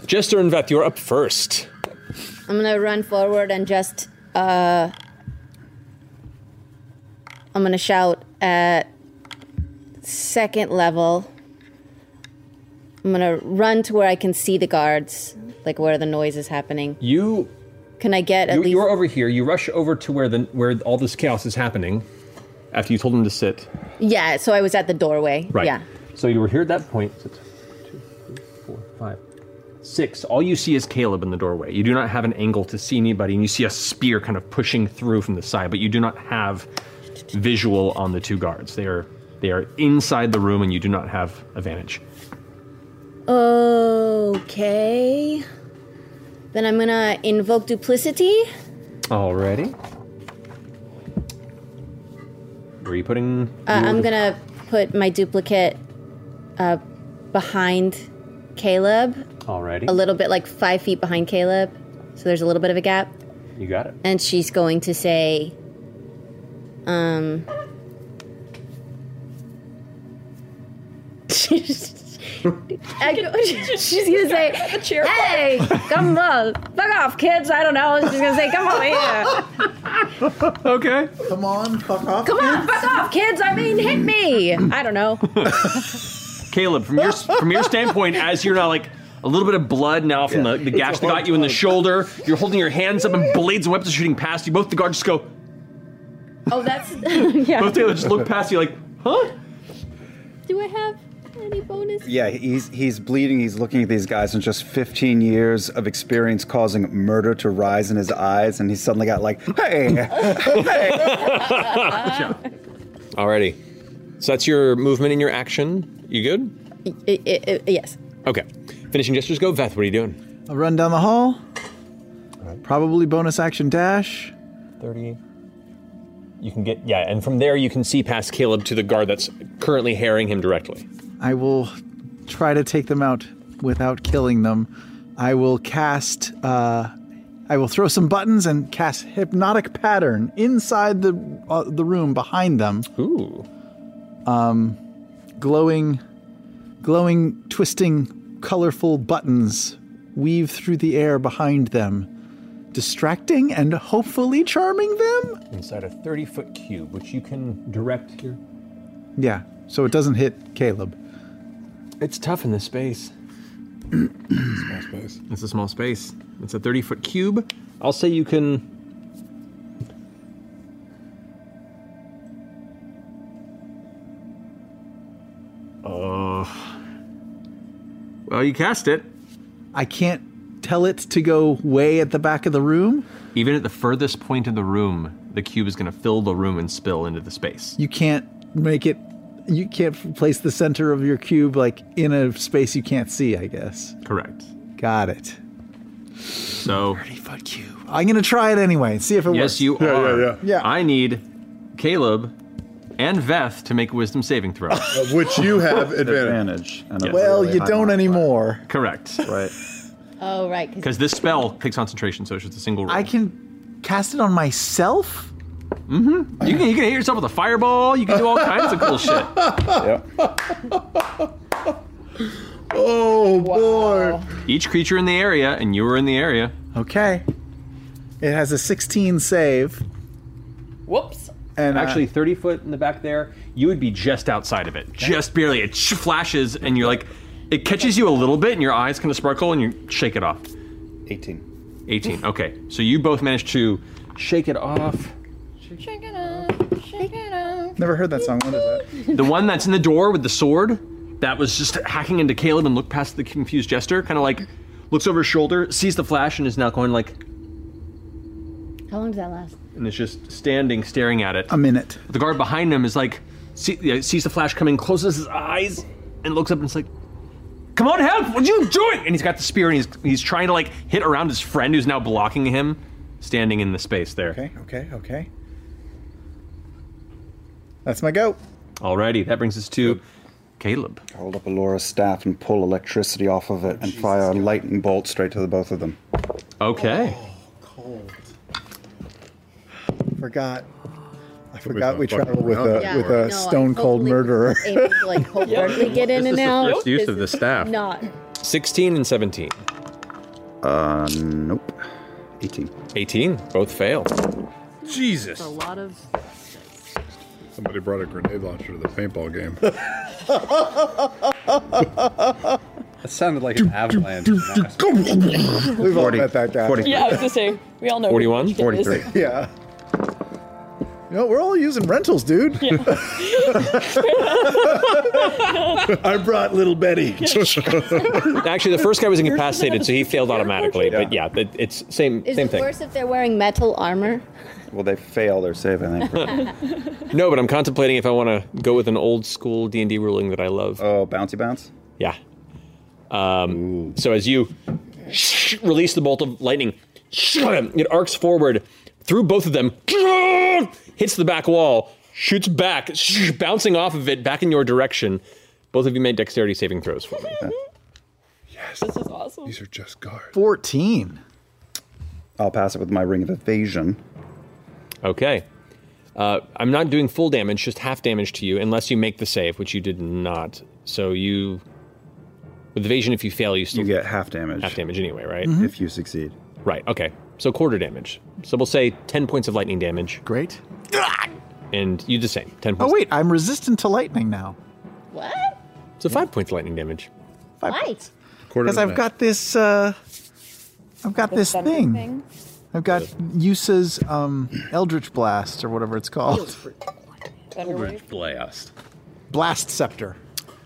Jester and Veth, you're up first. I'm gonna run forward and just uh I'm gonna shout at second level. I'm gonna run to where I can see the guards, like where the noise is happening. You, Can I get at you least you're over here. You rush over to where the where all this chaos is happening after you told him to sit. Yeah, so I was at the doorway. Right. Yeah. So you were here at that point. So it's two, three, four, five, six. All you see is Caleb in the doorway. You do not have an angle to see anybody, and you see a spear kind of pushing through from the side, but you do not have visual on the two guards. They are they are inside the room, and you do not have advantage. Okay. Then I'm gonna invoke duplicity. Alrighty. Were you putting? Uh, you I'm were- gonna put my duplicate uh, behind Caleb, Alrighty. a little bit like five feet behind Caleb, so there's a little bit of a gap. You got it. And she's going to say, um, I go, she's gonna say, "Hey, come on, fuck off, kids." I don't know. She's gonna say, "Come on here, okay. Come on, fuck off. come on, fuck off, kids." I mean, hit me. I don't know. Caleb, from your from your standpoint, as you're now like a little bit of blood now from the, the gash that got you in the shoulder, you're holding your hands up and blades and weapons are shooting past you. Both the guards just go. Oh, that's yeah. Both Taylor just look past you like, huh? Do I have any bonus? Yeah, he's he's bleeding. He's looking at these guys, and just 15 years of experience causing murder to rise in his eyes, and he suddenly got like, hey, hey. Alrighty. So that's your movement and your action. You good? I- I- I- yes. Okay. Finishing gestures go. Veth, what are you doing? I'll run down the hall. Probably bonus action dash. 30. You can get, yeah, and from there you can see past Caleb to the guard that's currently harrying him directly. I will try to take them out without killing them. I will cast. Uh, I will throw some buttons and cast hypnotic pattern inside the uh, the room behind them. Ooh. Um, glowing, glowing, twisting, colorful buttons weave through the air behind them, distracting and hopefully charming them. Inside a 30 foot cube, which you can direct your. Yeah, so it doesn't hit Caleb. It's tough in this space. small space. It's a small space. It's a 30 foot cube. I'll say you can. Oh. Well, Uh, you cast it. I can't tell it to go way at the back of the room. Even at the furthest point of the room, the cube is going to fill the room and spill into the space. You can't make it. You can't f- place the center of your cube like in a space you can't see. I guess. Correct. Got it. So. 30 foot cube. I'm gonna try it anyway. and See if it works. Yes, you are. I need Caleb and Veth to make a wisdom saving throw. which you have advantage. Yes. Well, you don't anymore. Correct. Right. Oh, right. Because this spell takes concentration, so it's just a single roll. I can cast it on myself. Mm-hmm. You can, you can hit yourself with a fireball. You can do all kinds of cool shit. Oh boy. Each creature in the area, and you were in the area. Okay. It has a 16 save. Whoops. And, uh, actually, 30 foot in the back there, you would be just outside of it, just barely. It sh- flashes, and you're like, it catches you a little bit, and your eyes kind of sparkle, and you shake it off. 18. 18. Okay, so you both managed to shake it off. Shake it up, shake it up. Never heard that song. What is that? The one that's in the door with the sword, that was just hacking into Caleb and looked past the confused jester, kind of like looks over his shoulder, sees the flash, and is now going like, How long does that last? and is just standing, staring at it. A minute. The guard behind him is like, see, yeah, sees the flash coming, closes his eyes, and looks up and is like, "Come on, help! What are you doing?" And he's got the spear, and he's he's trying to like hit around his friend who's now blocking him, standing in the space there. Okay, okay, okay. That's my go. Alrighty, that brings us to Caleb. Hold up Alora's staff and pull electricity off of it and fire a lightning bolt straight to the both of them. Okay. Cold. Forgot. I we forgot we fucking travel with around a Yeah, with a no, stone cold murderer. Able to like covertly get in This and is the out. first use of This the is staff. Not. 16 and 17. Uh, nope. 18. 18. Both fail. Jesus. A lot of. Somebody brought a grenade launcher to the paintball game. That sounded like an avalanche. We've all met that guy. Yeah, I was gonna say we all know. who Richard is. Yeah. You know, we're all using rentals, dude. I brought little Betty. Actually, the first guy was incapacitated, so he failed automatically. But yeah, it- it's same Is same it thing. worse if they're wearing metal armor? Well, they fail their save, I no, but I'm contemplating if I want to go with an old school D and D ruling that I love. Oh, bouncy bounce. Yeah. Um, so as you release the bolt of lightning, it arcs forward through both of them, hits the back wall, shoots back, bouncing off of it back in your direction. Both of you made dexterity saving throws for me. This is awesome. These are just guards. 14. I'll pass it with my ring of evasion. Okay. Uh, I'm not doing full damage, just half damage to you, unless you make the save, which you did not. So you, with evasion, if you fail, you still you get half damage. Half damage anyway, right? Mm-hmm. Mhm. If you succeed. Right. Okay. So quarter damage. So we'll say ten points of lightning damage. Great. And you do the same. Ten points. Oh wait, I'm resistant to lightning now. What? So five points lightning damage. Why? Because I've got this. Uh, I've got The this thunder thing. thing? I've got Yusa's um, Eldritch Blast or whatever it's called. Thunderwave. Blast. Blast Scepter.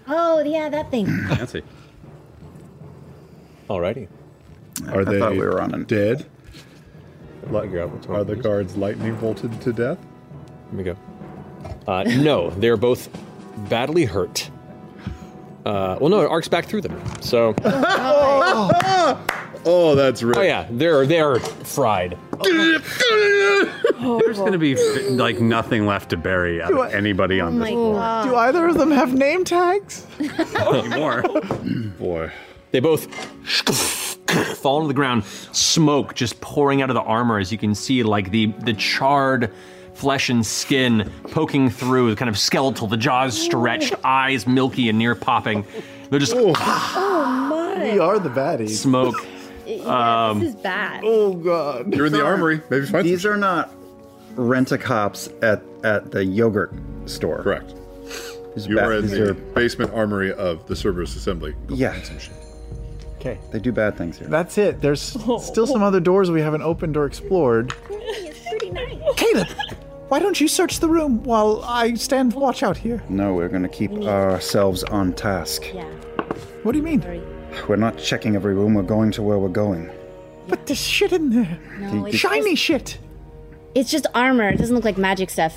Oh yeah, that thing. Fancy. Alrighty. Are I they thought we were on dead? Are the guards lightning bolted to death? Let me go. Uh, no, they're both badly hurt. Uh, well, no, it arcs back through them. So. Oh. oh, that's right. Oh yeah, they're they're fried. There's going to be like nothing left to bury out Do of I- anybody Oh on this floor Do either of them have name tags? anymore. Boy. They both fall to the ground, smoke just pouring out of the armor as you can see like the the charred flesh and skin poking through, kind of skeletal, the jaws stretched, eyes milky and near popping. They're just Oh my. are the baddies. smoke. Yeah, this is bad. Oh god. You're in the armory. Maybe find These are not rent a cops at, at the yogurt store. Correct. You bad- are in these the are- basement armory of the Cerberus Assembly. Yeah. Okay. They do bad things here. That's it. There's Oh. still some other doors we haven't opened or explored. Caleb, why don't you search the room while I stand watch out here? No, we're going to keep ourselves on task. What do you mean? We're not checking every room. We're going to where we're going. But there's shit in there. No, it's Shiny shit. It's just armor. It doesn't look like magic stuff.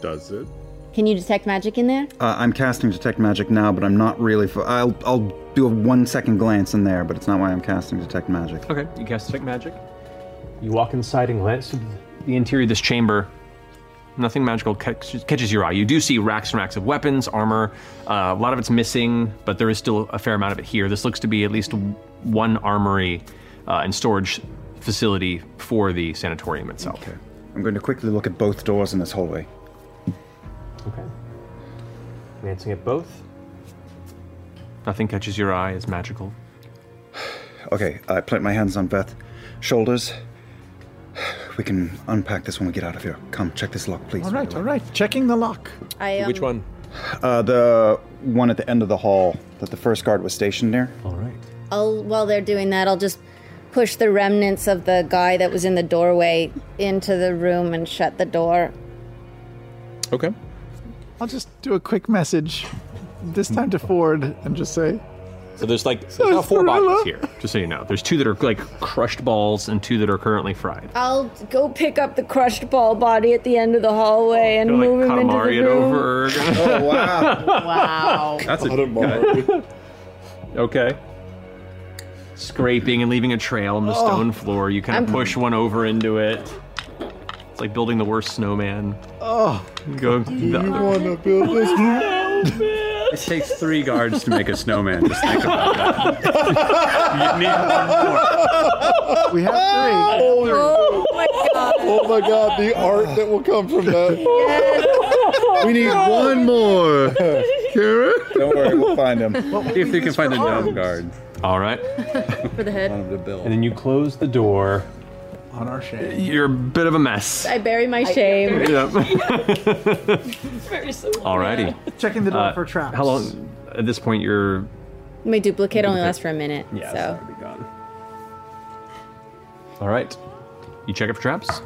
Does it? Can you detect magic in there? Uh, I'm casting detect magic now, but I'm not really. Fo- I'll I'll do a one second glance in there, but it's not why I'm casting detect magic. Okay, you cast detect magic. You walk inside and glance through the interior of this chamber. Nothing magical catches, catches your eye. You do see racks and racks of weapons, armor. Uh, a lot of it's missing, but there is still a fair amount of it here. This looks to be at least one armory uh, and storage facility for the sanatorium itself. Okay. I'm going to quickly look at both doors in this hallway. Okay. Glancing at both. Nothing catches your eye as magical. Okay, I plant my hands on Beth, shoulders. We can unpack this when we get out of here. Come, check this lock, please. All right, all right. Checking the lock. I Which um, one? Uh, the one at the end of the hall that the first guard was stationed near. All right. I'll while they're doing that, I'll just push the remnants of the guy that was in the doorway into the room and shut the door. Okay. I'll just do a quick message, this time to Ford, and just say, So there's like there's So now four Cirilla. bodies here, just so you know. There's two that are like crushed balls and two that are currently fried. I'll go pick up the crushed ball body at the end of the hallway and Gonna, move Oh, like, him into the Katamari it room. over. Oh, wow. Wow. That's a good Okay. Scraping and leaving a trail on the Oh. stone floor. You kind I'm- of push one over into it. It's like building the worst snowman. Oh, Go the other- to build It takes three guards to make a snowman. Just think about You need one more. We have three. Oh, my god. Oh my god, the art that will come from that. We need one more. Kara? Don't worry, we'll find him. See if they can find the gnome guard. All right. For the head. And then you close the door. On our shame. You're a bit of a mess. I bury my shame. Alrighty. Checking the door Uh, for traps. How long? At this point, you're My duplicate only Duplicate. lasts for a minute. Yeah, it's so all right. You check it for traps.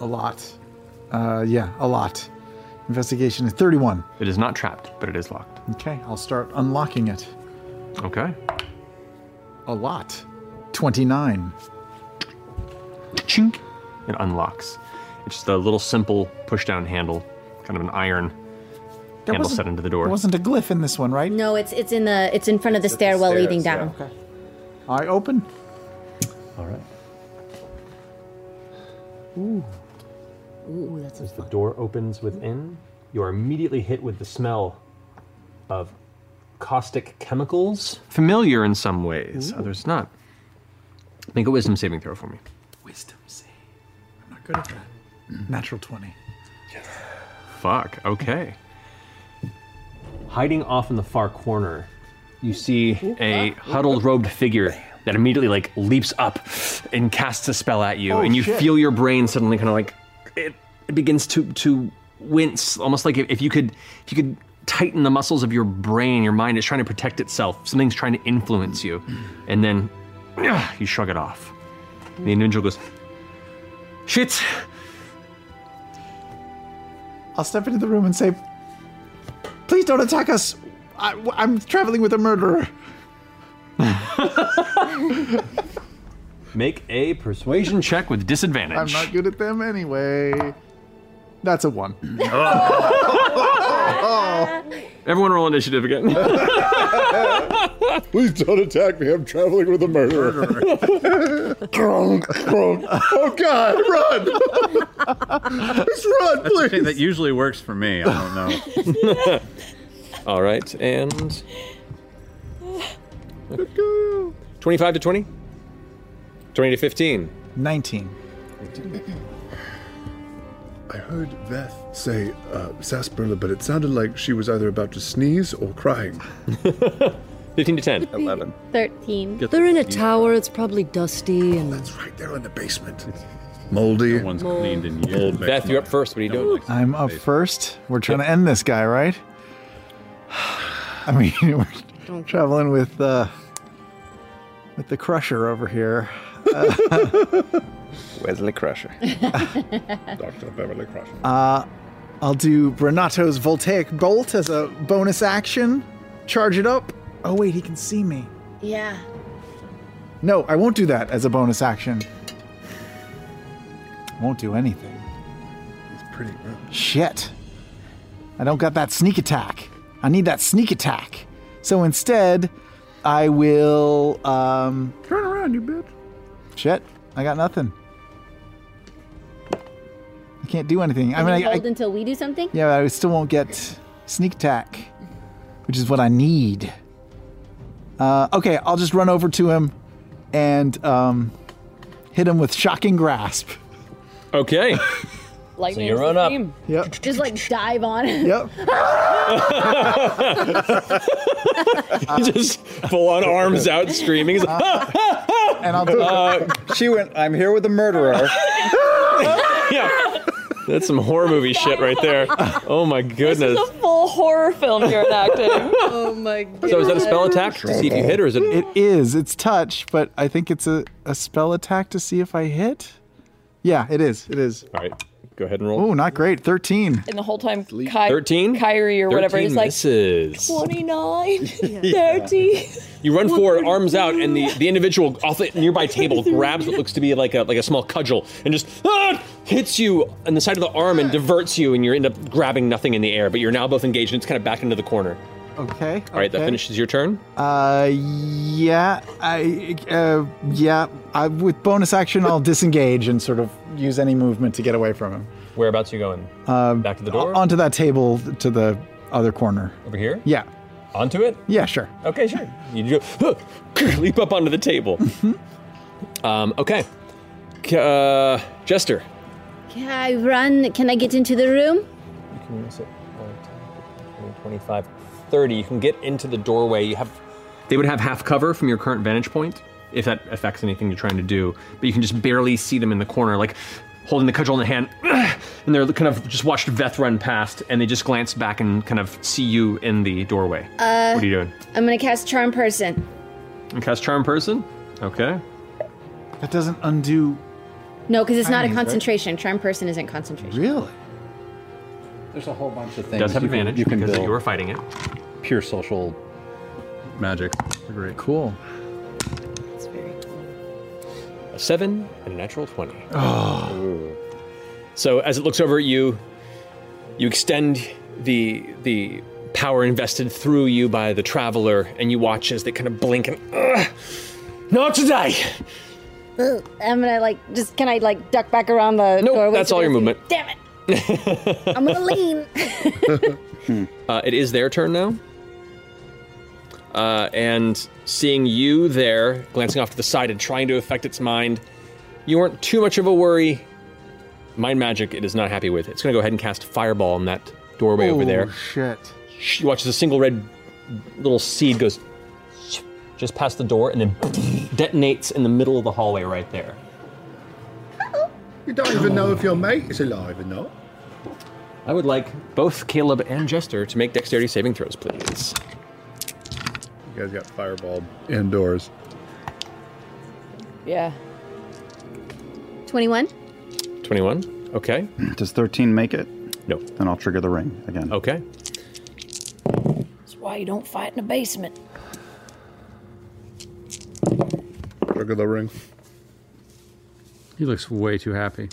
A lot. Uh, yeah, a lot. Investigation is 31. It is not trapped, but it is locked. Okay, I'll start unlocking it. Okay. A lot. 29. Chink. It unlocks. It's just a little simple push down handle, kind of an iron handle wasn't- set into the door. There wasn't a glyph in this one, right? No, it's it's in the it's in front of the It's at the stairwell stairs, leading yeah. down. Okay. I open. All right. Ooh. Ooh, that's a As the door opens within, you are immediately hit with the smell of caustic chemicals. Familiar in some ways, others not. Make a wisdom saving throw for me. Wisdom save. I'm not good at that. Natural 20. Fuck. Okay. Hiding off in the far corner, you see a huddled robed figure that immediately like leaps up and casts a spell at you, Oh, and you shit. feel your brain suddenly kind of like it, it begins to to wince, almost like if, if you could if you could tighten the muscles of your brain, your mind is trying to protect itself. Something's trying to influence you, and then you shrug it off. And the individual goes, "Shit, I'll step into the room and say, "Please don't attack us. I, am traveling with a murderer." Make a persuasion check with disadvantage. I'm not good at them anyway. That's a one. Oh. Oh, Everyone roll initiative again. Please don't attack me. I'm traveling with a murderer. Grunk, grunk. oh God! Run! That's Just run, the please. thing that usually works for me. I don't know. All right, and 25 to 20? 20 to 15. 19. I heard Veth say uh, sarsaparilla, but it sounded like she was either about to sneeze or crying. 15 to 10. 11. 13. Get They're in a the- tower. It's probably dusty and. That's right. They're in the basement. Moldy. one's Mold. cleaned in years. Beth, you're up first. What are you doing? I'm up first. We're trying to end this guy, right? I mean, we're traveling with uh, with the Crusher over here. Wesley Crusher. Dr. Beverly Crusher. Uh, I'll do Renato's voltaic bolt as a bonus action. Charge it up. Oh wait, he can see me. Yeah. No, I won't do that as a bonus action. Won't do anything. It's pretty rough. Shit. I don't got that sneak attack. I need that sneak attack. So instead, I will um Turn around, you bitch. shit. I got nothing. I can't do anything. I Can mean, you I, I hold until we do something? yeah, but I still won't get sneak attack, which is what I need. Uh, okay, I'll just run over to him and um, hit him with shocking grasp. Okay. Lightning. you're is the on up. theme. Yep. Just like dive on. Yep. just full on arms out screaming. Uh, He's like, and I'll do She went. I'm here with a murderer. yeah. That's some horror movie shit right there. Oh my goodness. It's a full horror film you're enacting. oh my god. So is that a spell attack to see if you hit or is it? It is. It's touch, but I think it's a, a spell attack to see if I hit. Yeah, it is. It is. All right. Go ahead and roll. Oh, not great. 13. And the whole time, Ky- 13? Kyrie or whatever, 13 he's like misses. 29, Yeah. 30. You run forward, arms out, and the, the individual off the nearby table grabs what looks to be like a like a small cudgel and just "Ah!" hits you on the side of the arm and diverts you, and you end up grabbing nothing in the air. But you're now both engaged, and it's kind of back into the corner. Okay. All right, that okay. finishes your turn. Uh, yeah, I, uh, yeah. I, with bonus action, I'll disengage and sort of use any movement to get away from him. Whereabouts are you going? Um, Back to the door? onto that table to the other corner. Over here? Yeah. Onto it? Yeah, sure. Okay, sure. You do, leap up onto the table. Mm-hmm. um, okay. K- Uh, Jester. Can I run? Can I get into the room? You can miss it. 25, 30. You can get into the doorway. You have. They would have half cover from your current vantage point, if that affects anything you're trying to do. But you can just barely see them in the corner, like holding the cudgel in the hand, and they're kind of just watched Veth run past, and they just glance back and kind of see you in the doorway. Uh, what are you doing? I'm gonna cast Charm Person. You Cast charm person. Okay. That doesn't undo. No, because it's not a Timing, right? concentration. Charm Person isn't concentration. Really? There's a whole bunch of It things. does have you can- advantage you can because build you are fighting it. pure social magic. Great. Cool. A seven and a natural twenty. So as it looks over at you, you extend the the power invested through you by the traveler, and you watch as they kind of blink and "Ugh, not today. Ugh. I'm gonna like just can I like duck back around the doorway? that's so all they your don't see me? movement. Damn it! I'm gonna lean. Uh, it is their turn now. Uh, and seeing you there, glancing off to the side and trying to affect its mind, you weren't too much of a worry. Mind magic, it is not happy with. It's going to go ahead and cast Fireball in that doorway over Oh, there. Shit. Sh- You watch as a single red little seed goes just past the door and then detonates in the middle of the hallway right there. You don't even know if your mate is alive or not. I would like both Caleb and Jester to make dexterity saving throws, please. You guys got fireball indoors. Yeah. 21. 21. Okay. Does 13 make it? No. Oh. Then I'll trigger the ring again. Okay. That's why you don't fight in a basement. Look at the ring. He looks way too happy.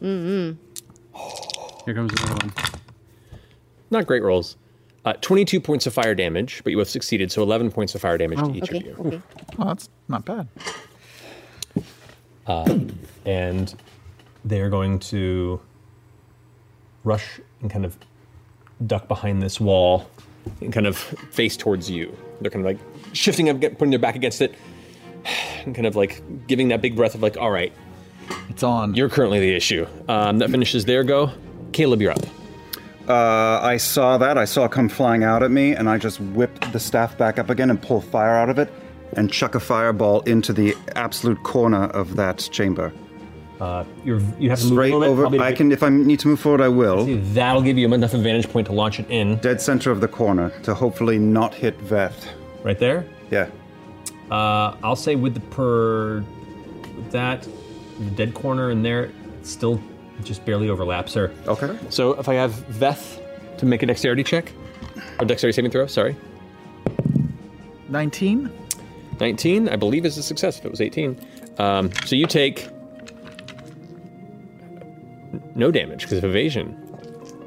Mm-hmm. Mm-mm. Here comes another one. Not great rolls. Uh, 22 points of fire damage, but you both succeeded, so 11 points of fire damage Oh, to each of okay, you. okay. Well, that's not bad. Uh, and they're going to rush and kind of duck behind this wall and kind of face towards you. They're kind of like shifting up, get- putting their back against it, and kind of like giving that big breath of like, all right, it's on. You're currently the issue. Um, that finishes their go. Caleb, you're up. Uh, I saw that. I saw it come flying out at me, and I just whip the staff back up again and pull fire out of it and chuck a fireball into the absolute corner of that chamber. Uh, you're, you have to move a Straight little bit, over. probably to I get- can, if I need to move forward, I will. that'll give you enough advantage point to launch it in. Dead center of the corner to hopefully not hit Veth. Right there? Yeah. Uh, I'll say with the per with that the dead corner in there it still just barely overlaps her. Okay. So if I have Veth to make a dexterity check or dexterity saving throw, sorry, 19? 19 I believe is a success. If it was 18, um, so you take no damage because of evasion,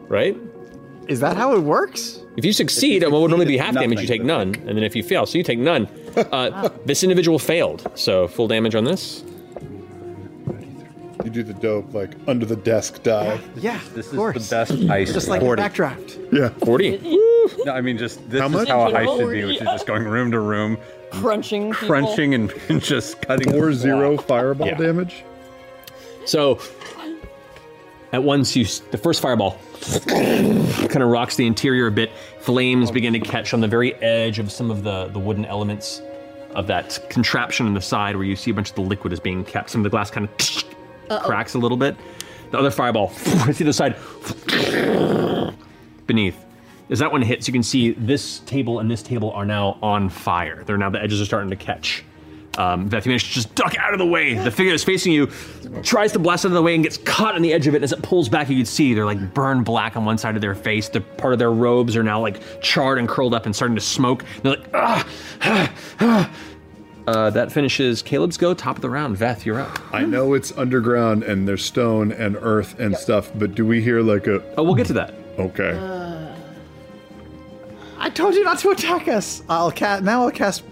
right? Is that how it works? If you succeed, what would normally be half damage, you nothing, take none, and then if you fail, so you take none. Uh, this individual failed, so full damage on this. You do the dope, like under the desk dive. Yeah, this of course. Just like the backdraft. Yeah. 40. No, I mean, just this How is much? how a heist should Forty. be, which is just going room to room, Crunching. people. crunching and, and just cutting. Four zero fireball damage. So, at once, you s- the first fireball kind of rocks the interior a bit. Flames begin to catch on the very edge of some of the, the wooden elements of that contraption on the side where you see a bunch of the liquid is being kept. Some of the glass kind of Uh-oh. cracks a little bit. The other fireball hits the other side beneath. As that one hits, you can see this table and this table are now on fire. They're now the edges are starting to catch. Um, Veth, you managed to just duck out of the way. The figure that's facing you tries to blast out of the way and gets caught on the edge of it. As it pulls back, you can see they're like burned black on one side of their face. The part of their robes are now like charred and curled up and starting to smoke. They're like, ah, ah, ah. Uh, that finishes Caleb's go. Top of the round. Veth, you're up. I know it's underground and there's stone and earth and stuff, but do we hear like a? Oh, we'll get to that. Okay. I told you not to attack us. I'll cast now. I'll cast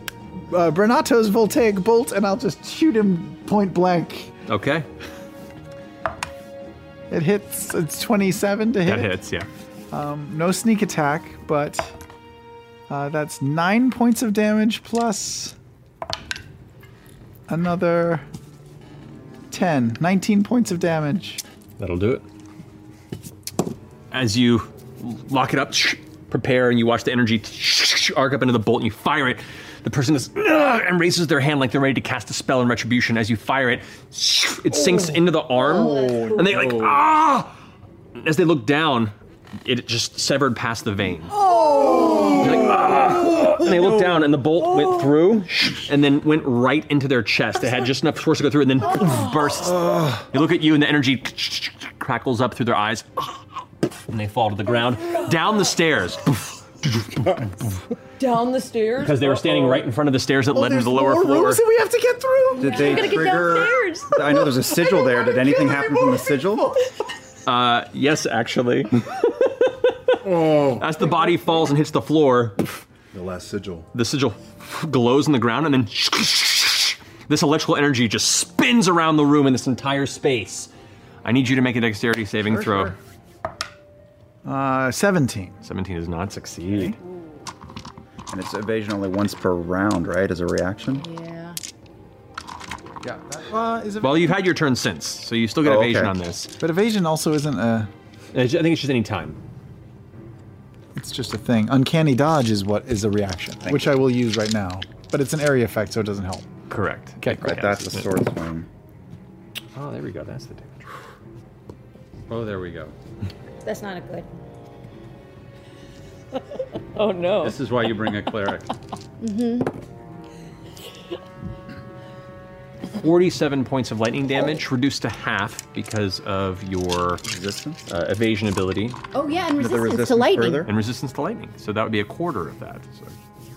uh, Bernato's voltaic bolt, and I'll just shoot him point blank. Okay. It hits. It's twenty-seven to hit. That hits, yeah. Um, no sneak attack, but uh, that's nine points of damage plus another 10, 19 points of damage. That'll do it. As you lock it up, prepare, and you watch the energy arc up into the bolt, and you fire it. The person is "Ugh," and raises their hand like they're ready to cast a spell in retribution. As you fire it, it sinks into the arm, and they like ah. As they look down, it just severed past the vein. Oh! Like, "Ah!" and they looked down, and the bolt Oh. went through, and then went right into their chest. It had just enough force to go through, and then Oh. bursts. They look at you, and the energy crackles up through their eyes, and they fall to the ground down the stairs Down the stairs. because they were standing right in front of the stairs that led into the lower Oh, More floor. rooms that we have to get through. Did they trigger? I know there's a sigil there. Did anything happen from the sigil? Uh, yes, actually. Oh. As the body falls and hits the floor, The last sigil. the sigil glows in the ground, and then this electrical energy just spins around the room in this entire space. I need you to make a dexterity saving Sure, throw. sure. Uh, 17. 17 does not succeed. And it's evasion only once per round, right? As a reaction? Yeah. Yeah. That, uh, is Well, you've had your turn since, so you still get Oh, okay. evasion on this. But evasion also isn't a. I think it's just any time. It's just a thing. Uncanny dodge is what is a reaction, which I will use right now. But it's an area effect, so it doesn't help. Correct. Okay, Right, that's a sword swing. Oh, there we go. That's the damage. Oh, there we go. That's not a good. Oh no. This is why you bring a cleric. Mm-hmm. 47 points of lightning damage, reduced to half because of your resistance, uh, evasion ability. Oh, yeah, and resistance to lightning. And resistance to lightning. So that would be a quarter of that. So,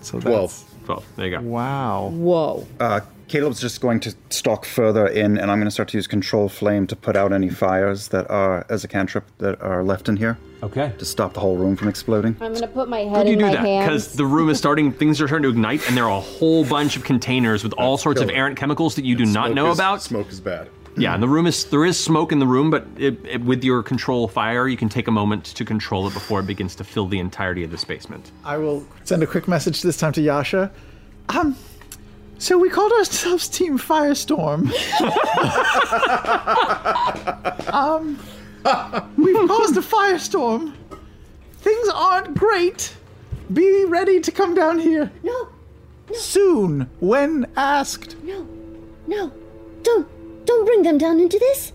so 12. 12. There you go. Wow. Whoa. Uh, Caleb's just going to stalk further in, and I'm going to start to use control flame to put out any fires that are, as a cantrip, that are left in here. Okay. To stop the whole room from exploding. I'm gonna put my How head do you in do my that? hands. Because the room is starting, things are starting to ignite, and there are a whole bunch of containers with all sorts of errant chemicals that you do not know is- about. Smoke is bad. Yeah, and the room is there is smoke in the room, but it, it, with your control fire, you can take a moment to control it before it begins to fill the entirety of this basement. I will send a quick message this time to Yasha. Um, so we called ourselves Team Firestorm. um, we've caused a firestorm. Things aren't great. Be ready to come down here. No. Soon, when asked. No, no, don't, don't bring them down into this.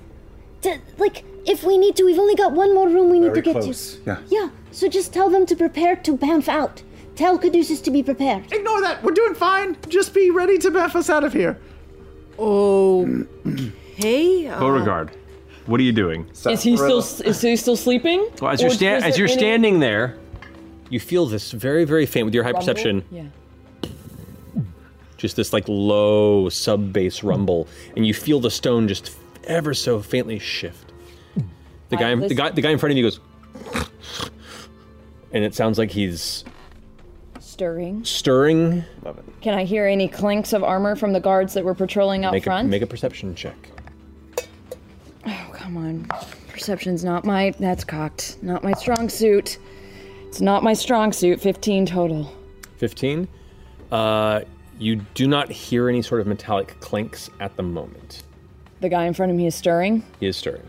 D- like, if we need to, we've only got one more room we need Very to get close, to. yeah. Yeah. So just tell them to prepare to bamf out. Tell Caduceus to be prepared. Ignore that. We're doing fine. Just be ready to baff us out of here. Oh. Hey. Oh. Beauregard, what are you doing? Is he still is he still sleeping? Well, as you're, Or sta- is as there you're any- standing there, you feel this very, very faint with your high Rumble? perception, Yeah. just this like low sub bass rumble, and you feel the stone just ever so faintly shift. The guy, the guy, the guy in front of you goes, and it sounds like he's Stirring. stirring. Can I hear any clinks of armor from the guards that were patrolling out Make a, front? make a perception check. Oh, come on. Perception's not my. That's cocked. Not my strong suit. It's not my strong suit. 15 total. 15. Uh, you do not hear any sort of metallic clinks at the moment. The guy in front of me is stirring. He is stirring.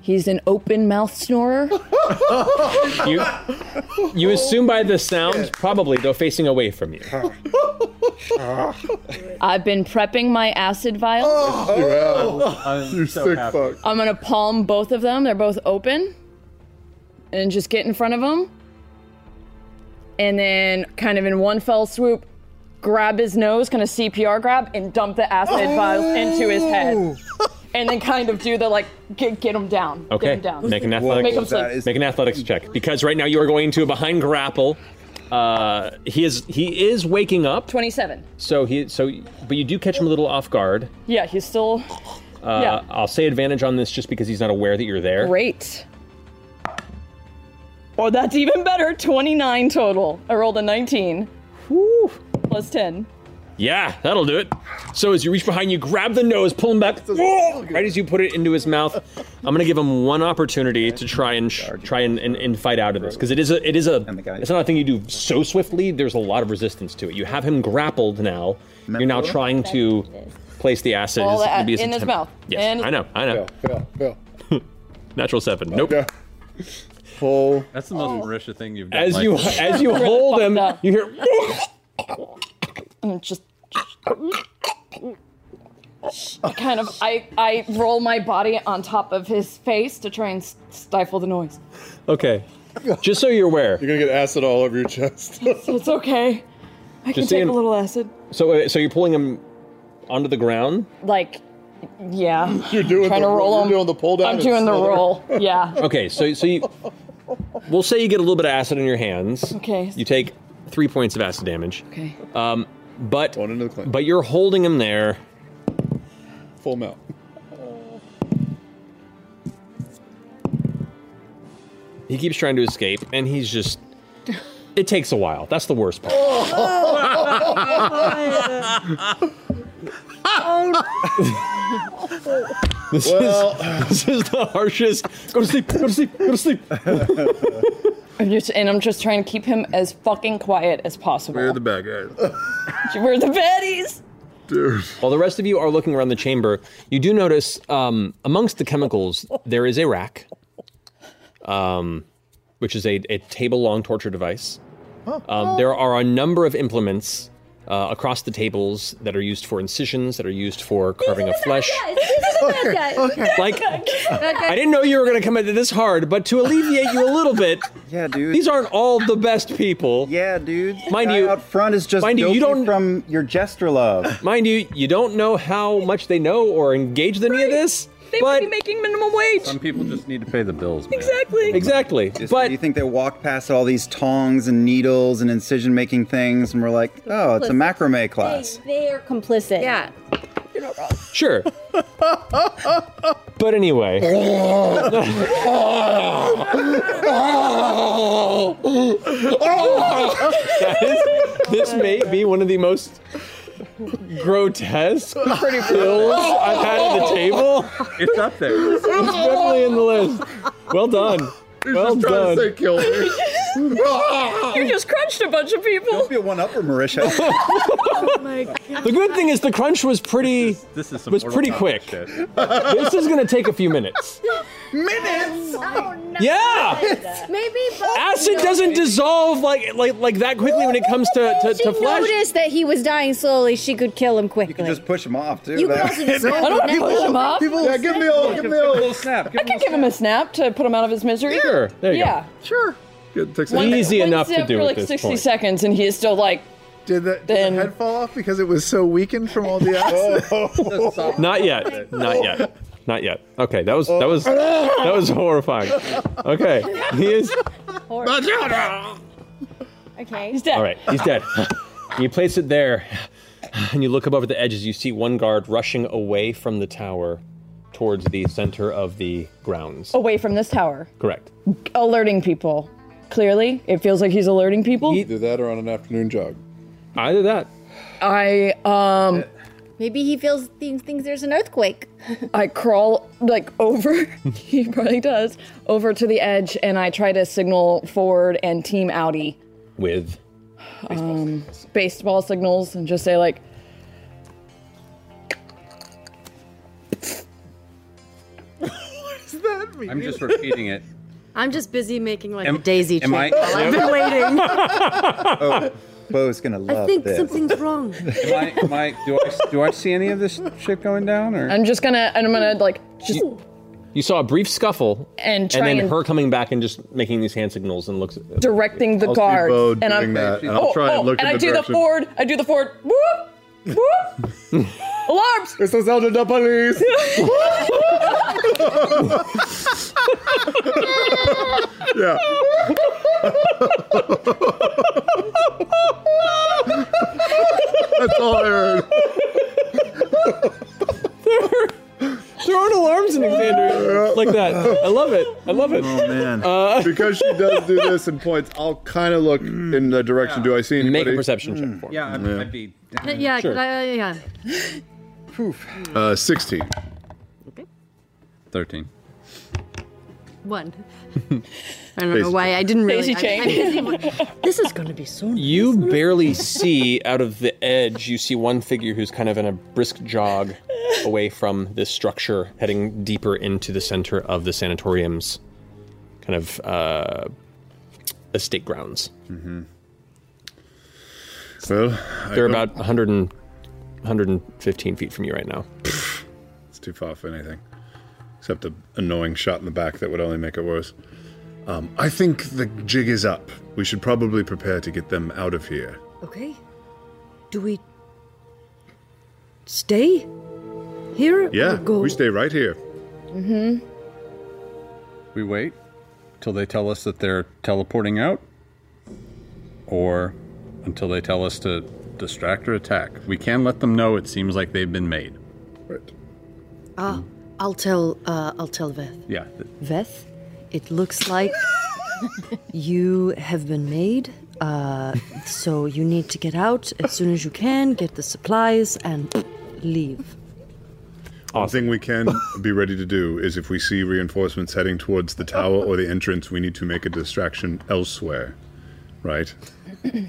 He's an open mouth snorer. You, you assume by the sound, probably, though facing away from you. I've been prepping my acid vials. Oh. Um, you sick fuck. I'm gonna palm both of them. They're both open, and just get in front of him, and then kind of in one fell swoop, grab his nose, kind of CPR grab, and dump the acid vials into his head, and then kind of do the like get get him down. Okay. Get him down. Make an athletics. Make him sleep. make an athletics check because right now you are going to a behind grapple. Uh, he is he is waking up. Twenty-seven. So he so but you do catch him a little off guard. Yeah, he's still Uh, Yeah. I'll say advantage on this just because he's not aware that you're there. great. Oh, that's even better. Twenty-nine total. I rolled a nineteen. Woo. Plus ten. Yeah, that'll do it. So as you reach behind, you grab the nose, pull him back, right as you put it into his mouth. I'm gonna give him one opportunity to try and sh- try and, and, and fight out of this because it is a it is a it's not a thing you do so swiftly. There's a lot of resistance to it. You have him grappled now. You're now trying to place the acid. All It's the gonna ac- be uh, in his attempt- mouth. Yes, In- I know. I know. Fail, fail, Natural seven. Nope. Full. That's the most Marisha thing you've done. Oh. As you Michael. as you hold him, you hear and just I kind of I I roll my body on top of his face to try and s- stifle the noise. Okay. Just so you're aware. You're gonna get acid all over your chest. It's, it's okay. I can Just take saying- a little acid. So uh, so you're pulling him onto the ground. Like, yeah. You're doing trying the to roll roll- you're him. doing the pull down I'm and doing the slither. roll. Yeah. Okay, so so you we'll say you get a little bit of acid in your hands. Okay. You take three points of acid damage. Okay. Um, but but you're holding him there. Full melt. He keeps trying to escape, and he's just. It takes a while. That's the worst part. This is this is the harshest. Go to sleep. Go to sleep. Go to sleep. I'm just and I'm just trying to keep him as fucking quiet as possible. We're the bad guys. We're the baddies. While the rest of you are looking around the chamber, you do notice um, amongst the chemicals there is a rack. Um, which is a, a table long torture device. Um, there are a number of implements uh, across the tables that are used for incisions, that are used for carving of flesh. Like, I didn't know you were going to come into this hard, but to alleviate you a little bit, yeah, dude. These aren't all the best people. Yeah, dude. Mind you, out front is just mind you, you don't from your jester love. mind you, you don't know how much they know or engaged in any of this. They but might be making minimum wage. Some people just need to pay the bills. Exactly. Exactly. but you think they walk past all these tongs and needles and incision making things, and we're like, oh, it's a Listen, macrame class. They, are complicit. Yeah. You're not wrong. Sure. but anyway. That is- this may be one of the most grotesque Pretty pills I've had at the table. It's up there. It's definitely in the list. Well done. well trying done. to say kill you just crunched a bunch of people. Don't be a one upper, Marisha. oh my god. The good thing is the crunch was pretty this is some was Mortal pretty Kombat quick. shit. this is gonna take a few minutes. Minutes. Yeah! Maybe Acid doesn't dissolve like like like that quickly when it comes to to, to flesh. Noticed that he was dying slowly. She could kill him quickly. Just push them off, dude. You That- girls are just No, grabbing I don't people- push 'em off. people- yeah, give me all. Give me all. snap. I can give him a snap to put him out of his misery. Sure. There you go. yeah. Sure. One- Easy enough to zip do for at like this 60 point. seconds, and he is still like. Did the, then... head fall off because it was so weakened from all the acid? Not yet. Not yet. Not yet. Okay, that was that was that was horrifying. Okay. He is Okay. He's dead. All right, he's dead. And you place it there, and you look up over the edges. You see one guard rushing away from the tower towards the center of the grounds. Away from this tower. Correct. Alerting people. Clearly, it feels like he's alerting people. Either that or on an afternoon jog. Either that. I um Maybe he feels thinks, thinks there's an earthquake. I crawl like over. he probably does over to the edge, and I try to signal forward and team outie. With um, baseball signals and just say like what does that mean? I'm just repeating it. I'm just busy making like Am- a daisy am chain. I- I've been waiting. Oh, Bo's gonna love I think this. something's wrong. Am I, am I, do, I, do I see any of this shit going down? Or I'm just gonna and I'm gonna like just You saw a brief scuffle, And and try then and- her coming back and just making these hand signals and looks. directing the I'll see guards. Bo and I'm Oh, doing that, and I'll try and look and I in the do the direction. Ford. I do the Ford. Whoop whoop. Alarms! It's the sound of the police! yeah. That's all I heard. There aren't alarms in Alexandria like that. I love it. I love it. Uh, Oh man! because she does do this and points, I'll kind of look in the direction. Do I see anybody? Make a perception check for Mm. Yeah, I'd, I'd be. yeah, could I, yeah. Uh, 16. 13. One. I don't know Daisy why I didn't really. Daisy chain. I- I didn't- this is going to be so. You barely see out of the edge. You see one figure who's kind of in a brisk jog away from this structure, heading deeper into the center of the sanatorium's kind of uh, estate grounds. Mm-hmm. Well, they're don't- about 100 and, 115 feet from you right now. It's too far for anything. Except the annoying shot in the back that would only make it worse. Um, I think the jig is up. We should probably prepare to get them out of here. Okay. Do we stay here? Yeah, we stay right here. Mm-hmm. We wait till they tell us that they're teleporting out, or until they tell us to distract or attack. We can let them know it seems like they've been made. Uh, I'll tell. Uh, I'll tell Veth. Yeah. th- Veth, it looks like you have been made. Uh, so you need to get out as soon as you can. Get the supplies and leave. One thing we can be ready to do is if we see reinforcements heading towards the tower or the entrance, we need to make a distraction elsewhere, right?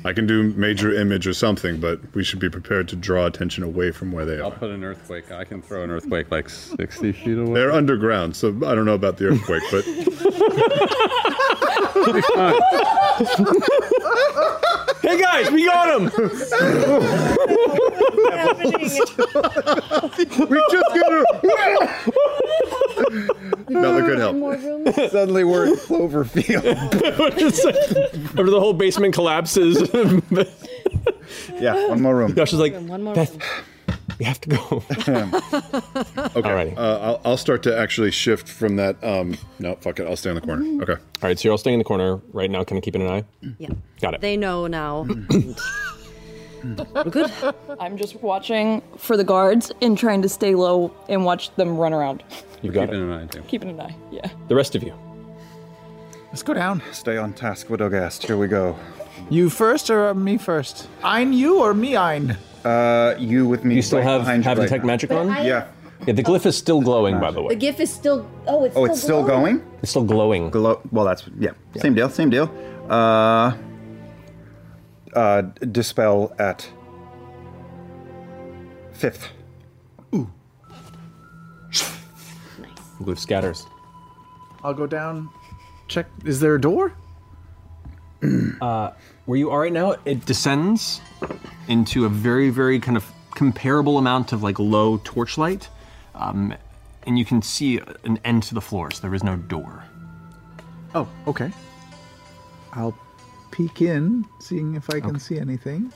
I can do major image or something, but we should be prepared to draw attention away from where they I'll are. put an earthquake. I can throw an earthquake like 60 feet away. They're underground, so I don't know about the earthquake, but hey guys, we got him! we just got her. Another good help. Suddenly we're in Cloverfield. Just like, after the whole basement collapses. yeah, one more room. Josh is like, One more Beth, we have to go. okay. Uh, I'll, I'll start to actually shift from that. Um, no, fuck it. I'll stay in the Mm-hmm. corner. Okay. All right, so you're all staying in the corner right now, kind of keeping an eye. Yeah. Got it. They know now. good. I'm just watching for the guards and trying to stay low and watch them run around. You've got it. an eye, too. Keeping an eye. Yeah. The rest of you. Let's go down. Stay on task, Widowgast. Here we go. You first or uh, me first? Ein you or me ein? Uh, you with me. You still right have behind you have right detect now. magic on? I- Yeah. Yeah, the glyph is still glowing, by the way. The GIF is still. Oh, it's. Oh, it's still going? It's still glowing. Glow. Well, that's yeah. Same deal. Same deal. Uh, uh, dispel at fifth. Glyph scatters. I'll go down. Check. Is there a door? uh, where you are right now, it descends into a very, very kind of comparable amount of like low torchlight, um, and you can see an end to the floor. So there is no door. Oh, okay. I'll peek in, seeing if I can see anything.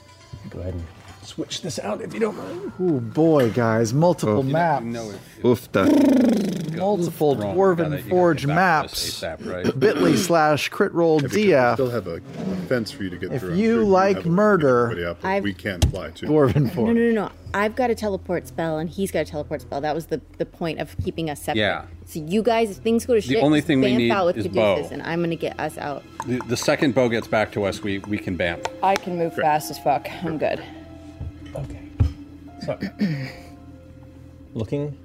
Go ahead and switch this out if you don't mind. Oh boy, guys! Multiple Oh. maps. Oof. That. multiple Wrong. Dwarven Gotta- you gotta Forge get back maps. ASAP, Bitly slash crit roll Yeah. DF. Still have a, a fence for you to get If through. I'm you sure like have a- murder- everybody out, but I've- we can't fly too. No, no, no, no. I've got a teleport spell, and he's got a teleport spell. That was the, the point of keeping us separate. Yeah. So you guys, if things go to The shit, only just thing we bamf need out with is Caduceus, bow. and I'm gonna get us out. The, the second bow gets back to us, we, we can bam. I can move fast as fuck. I'm good. Looking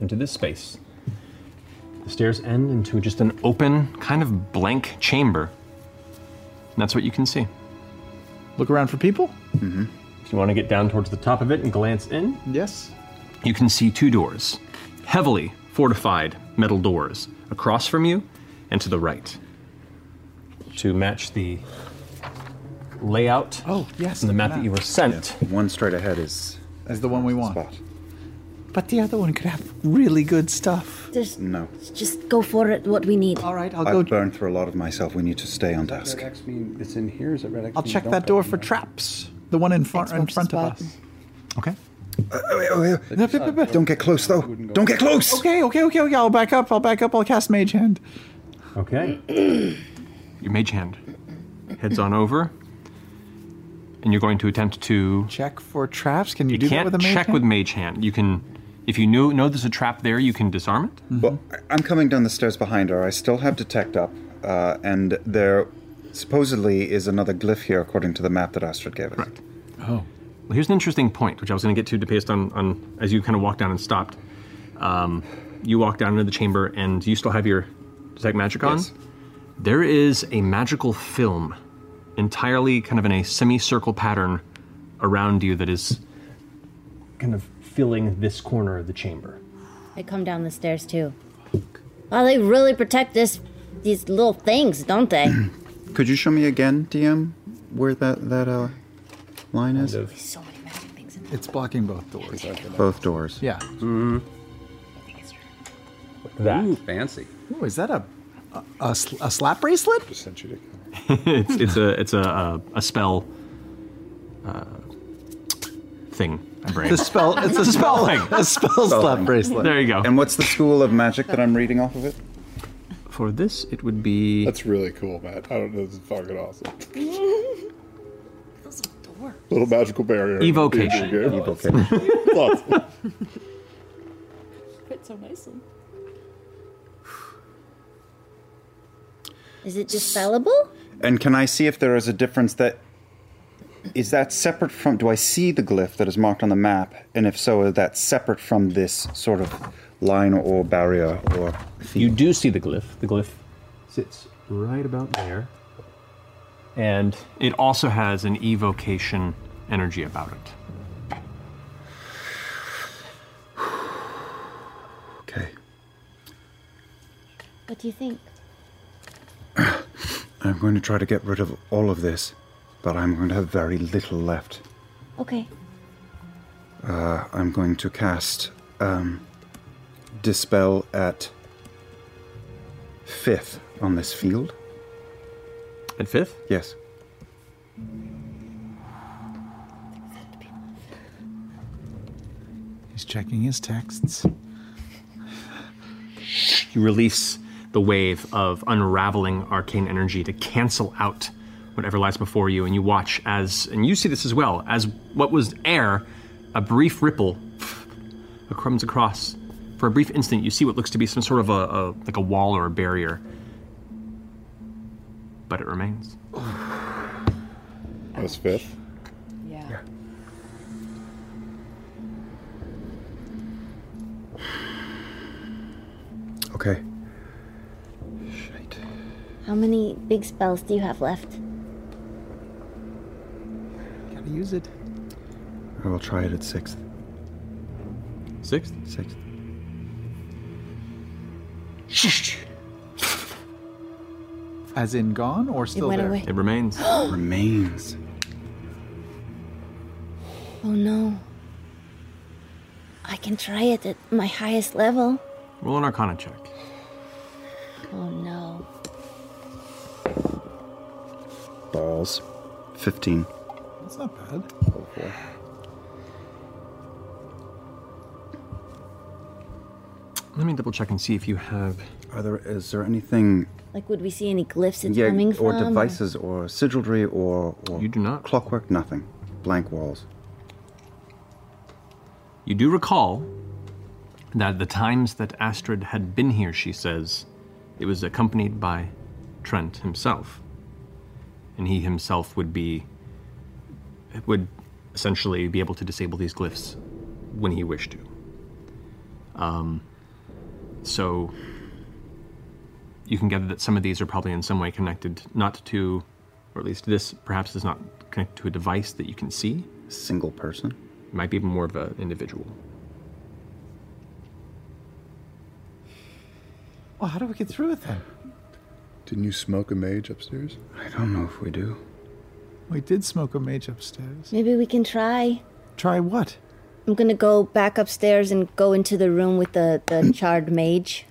into this space, the stairs end into just an open, kind of blank chamber. And that's what you can see. Look around for people. Mm-hmm. If you want to get down towards the top of it and glance in, yes, you can see two doors, heavily fortified metal doors, across from you and to the right, to match the layout. Oh yes, and the the map, map. that you were sent. One straight ahead is as the one we want. Spot. But the other one could have really good stuff. Just No. just go for it. What we need. All right, I've burned through a lot of myself. We need to stay on task. Red X mean it's in here? Is it red X? I'll check that door for traps. The one in front in front of us. Oh, Don't get close though. Don't get close. Okay, okay, okay, okay. I'll back up. I'll back up. I'll cast Mage Hand. Okay. Your mage hand heads on over, and you're going to attempt to check for traps. Can you, you do that can't with a mage check hand? with mage hand. You can, if you know know there's a trap there, you can disarm it. Mm-hmm. Well, I- I'm coming down the stairs behind her. I still have detect up, uh, and there supposedly is another glyph here, according to the map that Astrid gave us. Right. Oh. Well, here's an interesting point, which I was going to get to to based on, on as you kind of walked down and stopped. Um, you walk down into the chamber, and you still have your detect magic on. There is a magical film, entirely kind of in a semicircle pattern, around you that is kind of filling this corner of the chamber. I come down the stairs too. Wow, they really protect this these little things, don't they? Could you show me again, DM, where that that uh, line is? It's blocking both doors. Both doors. Yeah. Mm-hmm. That. fancy. Ooh, is that a a, a sl- a slap bracelet? Just sent you to it's, it's a it's a, a, a spell uh, thing. My brain. It's a spell- it's a spell- a spell slap bracelet. There you go. And what's the school of magic that I'm reading off of it? For this, it would be. That's really cool, Matt. I don't know. This is fucking awesome. door. Little magical barrier. Evocation. Evocation. Awesome. Fit so nicely. Is it dispellable? And can I see if there is a difference that is that separate from? Do I see the glyph that is marked on the map? And if so, is that separate from this sort of line or barrier or? You do see the glyph. The glyph sits right about there. and it also has an evocation energy about it. What do you think? I'm going to try to get rid of all of this, but I'm going to have very little left. Okay. Uh, I'm going to cast um, Dispel at fifth on this field. At fifth? Yes. He's checking his texts. You release the wave of unraveling arcane energy to cancel out whatever lies before you, and you watch as, and you see this as well, as what was air, a brief ripple comes across. For a brief instant, you see what looks to be some sort of a, a like a wall or a barrier, but it remains. That's fifth. Yeah. Okay. How many big spells do you have left? Gotta use it. I will try it at sixth. Sixth? Sixth. As in gone or still went there? away. It remains. remains. Oh no. I can try it at my highest level. Roll an Arcana check. Oh no. Balls. 15. That's not bad. Let me double check and see if you have. Are there? Is there anything? Like, would we see any glyphs it's yeah, coming from? or devices, or sigilry, or, or you do not clockwork. Nothing. Blank walls. You do recall that the times that Astrid had been here, she says, it was accompanied by Trent himself. And he himself would be. would essentially be able to disable these glyphs when he wished to. Um, so. You can gather that some of these are probably in some way connected, not to, or at least this perhaps is not connected to a device that you can see. Single person? It might be more of an individual. Well, how do we get through with that? Didn't you smoke a mage upstairs? I don't know if we do. We did smoke a mage upstairs. Maybe we can try. Try what? I'm gonna go back upstairs and go into the room with the, the charred mage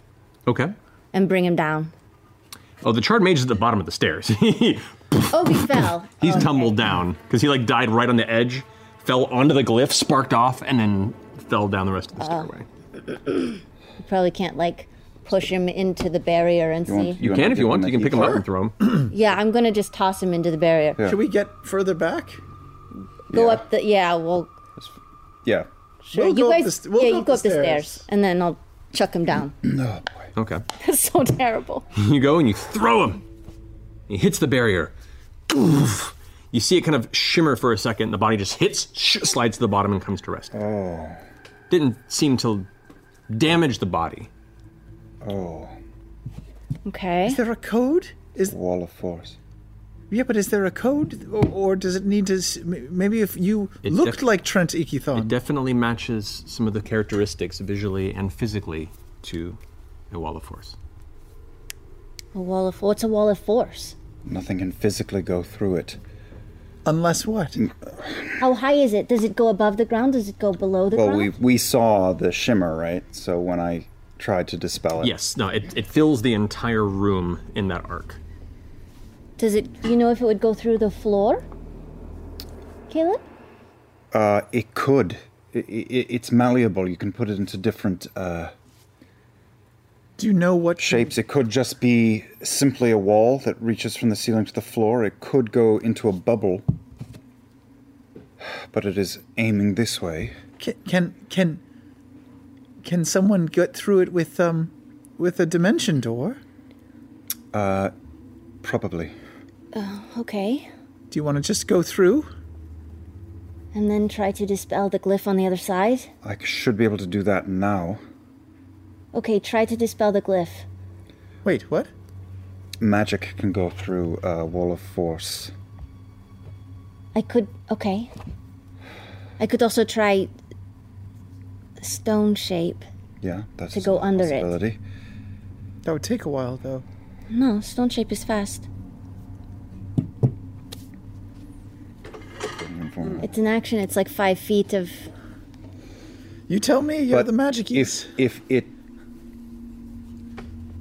Okay. and bring him down. Oh, the charred mage is at the bottom of the stairs. He's Oh, he fell. tumbled down because he like died right on the edge, fell onto the glyph, sparked off, and then fell down the rest of the Uh, stairway. You probably can't, like, push him into the barrier and see. you can if you want. You can pick him up and throw him. Yeah, I'm gonna just toss him into the barrier. Yeah. Should we get further back? Go up the. Yeah, well, Yeah. sure. We'll you go up guys. the st- we'll yeah, go you up go the up the stairs. and then I'll chuck him down. No. Okay. That's so terrible. You go and you throw him. He hits the barrier. Oof. You see it kind of shimmer for a second. The body just hits, sh- slides to the bottom, and comes to rest. Oh. Didn't seem to damage the body. Oh. Okay. Is there a code? Is wall of force? Yeah, but is there a code, or, or does it need to? s- m- Maybe if you It looked def- like Trent Ikithon. It definitely matches some of the characteristics visually and physically to a wall of force. A wall of. What's a wall of force? Nothing can physically go through it. Unless what? How high is it? Does it go above the ground? Does it go below the Well, ground? we we saw the shimmer, right? So when I tried to dispel it, Yes, no, it, it fills the entire room in that arc. Does it? Do you know if it would go through the floor? Caleb. uh, it could. I i it's malleable. You can put it into different. Uh, Do you know what shapes? It could just be simply a wall that reaches from the ceiling to the floor. It could go into a bubble, but it is aiming this way. Can, can can can someone get through it with um with a dimension door? Uh, probably. Oh, okay. Do you want to just go through? And then try to dispel the glyph on the other side. I should be able to do that now. Okay, try to dispel the glyph. Wait, what? magic can go through a wall of force. I could. Okay. I could also try stone shape. Yeah, that's To go under it. possibility. That would take a while, though. No, stone shape is fast. Mm. It's an action. It's like five feet of. You tell me you're But the magic if, if it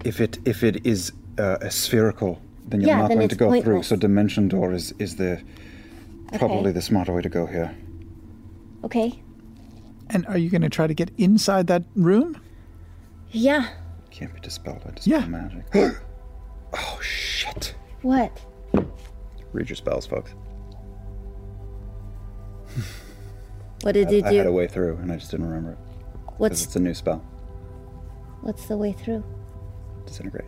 if it if it is uh, a spherical, then you're Yeah, not then going it's to go through. pointless. So dimension door is is the probably Okay. the smarter way to go here. Okay. And are you going to try to get inside that room? Yeah. Can't be dispelled by Yeah. magic. Oh, What? Read your spells, folks. What did I, you I had a do? way through, and I just didn't remember it. 'Cause What's- it's a new spell? What's the way through? Disintegrate.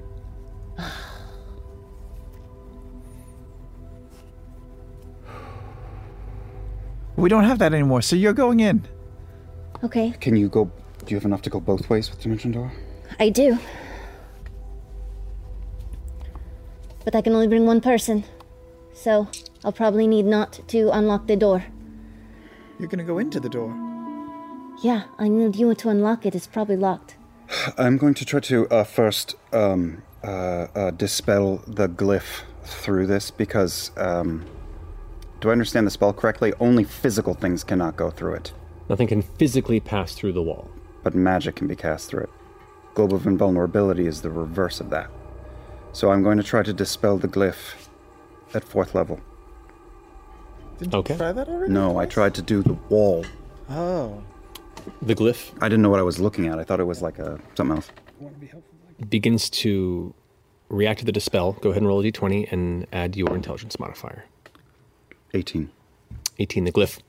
We don't have that anymore, so you're going in. Okay. Can you go? Do you have enough to go both ways with dimension door? I do. But I can only bring one person. So I'll probably need not to unlock the door. You're going to go into the door. Yeah, I need you to unlock it. It's probably locked. I'm going to try to uh, first um, uh, uh, dispel the glyph through this because um, do I understand the spell correctly? Only physical things cannot go through it. Nothing can physically pass through the wall. But magic can be cast through it. Globe of invulnerability is the reverse of that. So I'm going to try to dispel the glyph at fourth level. Didn't Okay. you try that already? No, I tried to do the wall. Oh. The glyph. I didn't know what I was looking at. I thought it was like a something else. Begins to react to the dispel. Go ahead and roll a d20 and add your intelligence modifier. 18. 18. The glyph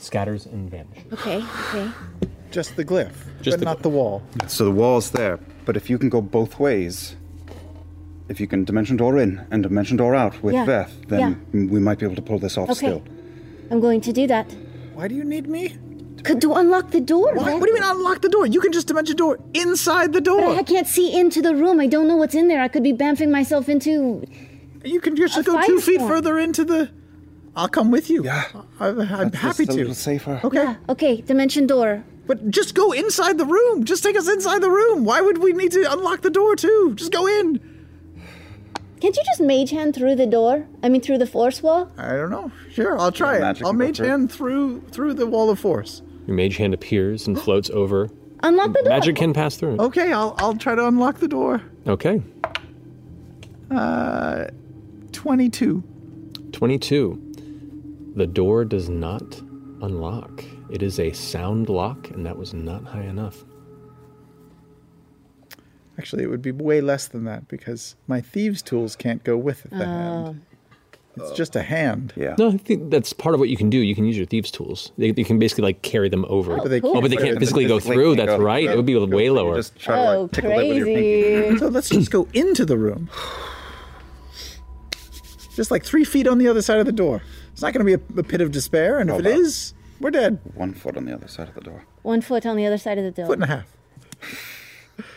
scatters and vanishes. Okay, okay. Just the glyph, Just but not the wall. So the wall's there, but if you can go both ways, if you can dimension door in and dimension door out with Yeah, Veth, then we might be able to pull this off okay. still. I'm going to do that. Why do you need me? Could to unlock the door. Why? What do you mean unlock the door? You can just dimension door inside the door. But I can't see into the room. I don't know what's in there. I could be bamfing myself into. You can just go two feet further into the. I'll come with you. Yeah. I, am happy to. safer. Okay. okay, dimension door. But just go inside the room. Just take us inside the room. Why would we need to unlock the door too? Just go in. Can't you just mage hand through the door? I mean, through the force wall? I don't know. Sure, I'll try it. magic I'll can go mage through. hand through through the wall of force. Your mage hand appears and floats over. Unlock the door. Magic can pass through. Okay, I'll I'll try to unlock the door. Okay. Uh, twenty-two. 22. The door does not unlock. It is a sound lock, and that was not high enough. Actually, it would be way less than that because my thieves' tools can't go with Oh. the hand. It's just a hand. Yeah. No, I think that's part of what you can do. You can use your thieves' tools. They, they can basically like carry them over. Oh, But they cool. Oh, but they can't- can't physically go physically through. can't That's go right. It would be way lower. oh, crazy. So let's just go into the room. Just like three feet on the other side of the door. It's not going to be a, a pit of despair, and if it Hold on. is, we're dead. One foot on the other side of the door. One foot on the other side of the door. Foot and a half.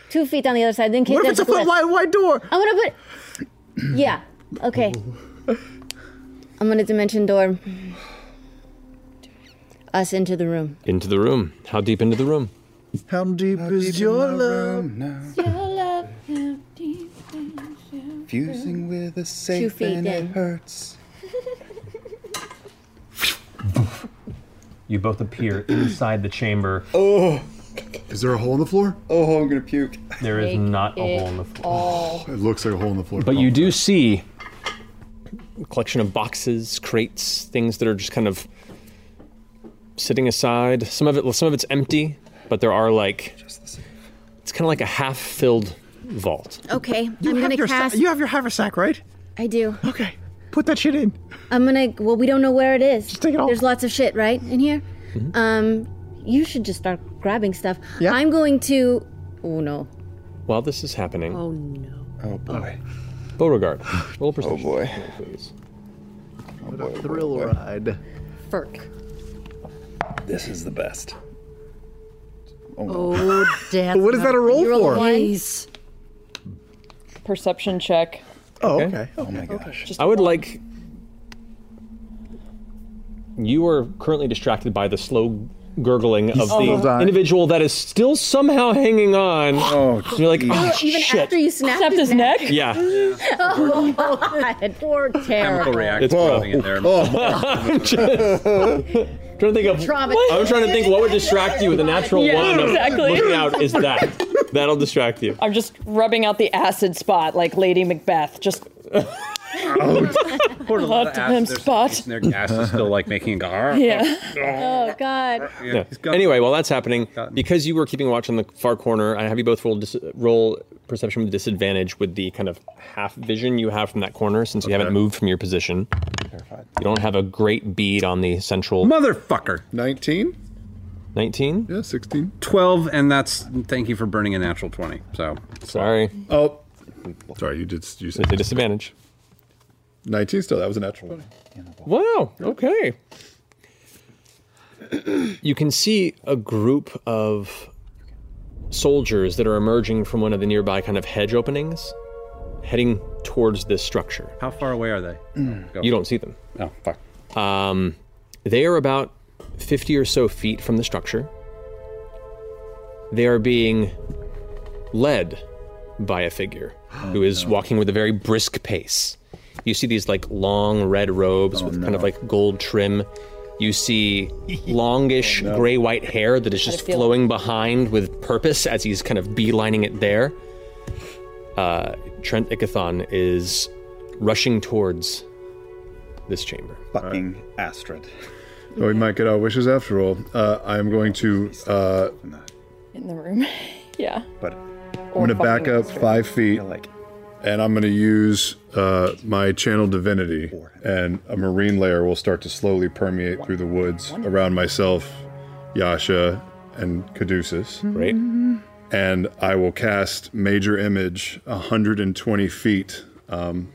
Two feet on the other side. Then What if it's a foot wide, wide door? I want to put. Yeah. Okay. I'm gonna dimension door us into the room. Into the room. How deep into the room? How deep is your love? Fusing with a safe Two feet and it in. hurts. You both appear inside the chamber. Oh. Is there a hole in the floor? Oh, I'm gonna puke. There is not a hole in the floor. It looks like a hole in the floor. Oh. But you do see a collection of boxes, crates, things that are just kind of sitting aside. Some of it, some of it's empty, but there are like it's kind of like a half-filled vault. Okay. You I'm have gonna your sa- cast. you have your haversack, right? I do. Okay. Put that shit in. I'm gonna. Well, we don't know where it is. Just take it Mm-hmm. off. There's lots of shit right in here. Um, you should just start grabbing stuff. Yeah. I'm going to. Oh no. While this is happening, Oh no. Oh boy. Beauregard, roll perception. Oh boy. Please. Thrill ride. Ferk. This is the best. Oh, death. What is that a roll You're for? Please. perception check. Oh, okay. Oh my gosh. I would like. You are currently distracted by the slow gurgling He's of still the dying. individual that is still somehow hanging on. Oh, you're like, oh, Oh, even shit. after you snapped, his, neck? Yeah. Oh, God. Poor Chemical Tara. reaction Whoa. rubbing in there. Oh, I'm just- trying to think of. Trauma- I'm trying to think what would distract you. The natural Yeah, one of exactly. looking out is that. That'll distract you. I'm just rubbing out the acid spot like Lady Macbeth. Just Oh. Poured a lot of Lots of acid, them there's- spots. And their gas is still like making a gar. yeah. Oh, God. Yeah. Anyway, while that's happening, because you were keeping watch on the far corner, I have you both roll, dis- roll perception with disadvantage with the kind of half vision you have from that corner since you haven't moved from your position. You don't have a great bead on the central. Motherfucker. 19? 19? Yeah, 16. 12, and that's thank you for burning a natural 20. So sorry. Oh, sorry. You did. You said disadvantage. 19 still. That was a natural one. Wow. Okay. you can see a group of soldiers that are emerging from one of the nearby kind of hedge openings, heading towards this structure. How far away are they? Go. You don't see them. Oh, fuck. Um, they are about 50 or so feet from the structure. They are being led by a figure who is walking with a very brisk pace. You see these like long red robes with kind of like gold trim. You see longish gray white hair that is How'd just it feel? flowing behind with purpose as he's kind of beelining it there. Uh, Trent Ichathon is rushing towards this chamber. Fucking Astrid. Oh, we might get our wishes after all. Uh, I am going to. Uh, In the room. yeah. But I'm going to back up five feet, and I'm going to use uh, my channel divinity, and a marine layer will start to slowly permeate through the woods around myself, Yasha, and Caduceus. Right. And I will cast Major Image 120 feet. Um,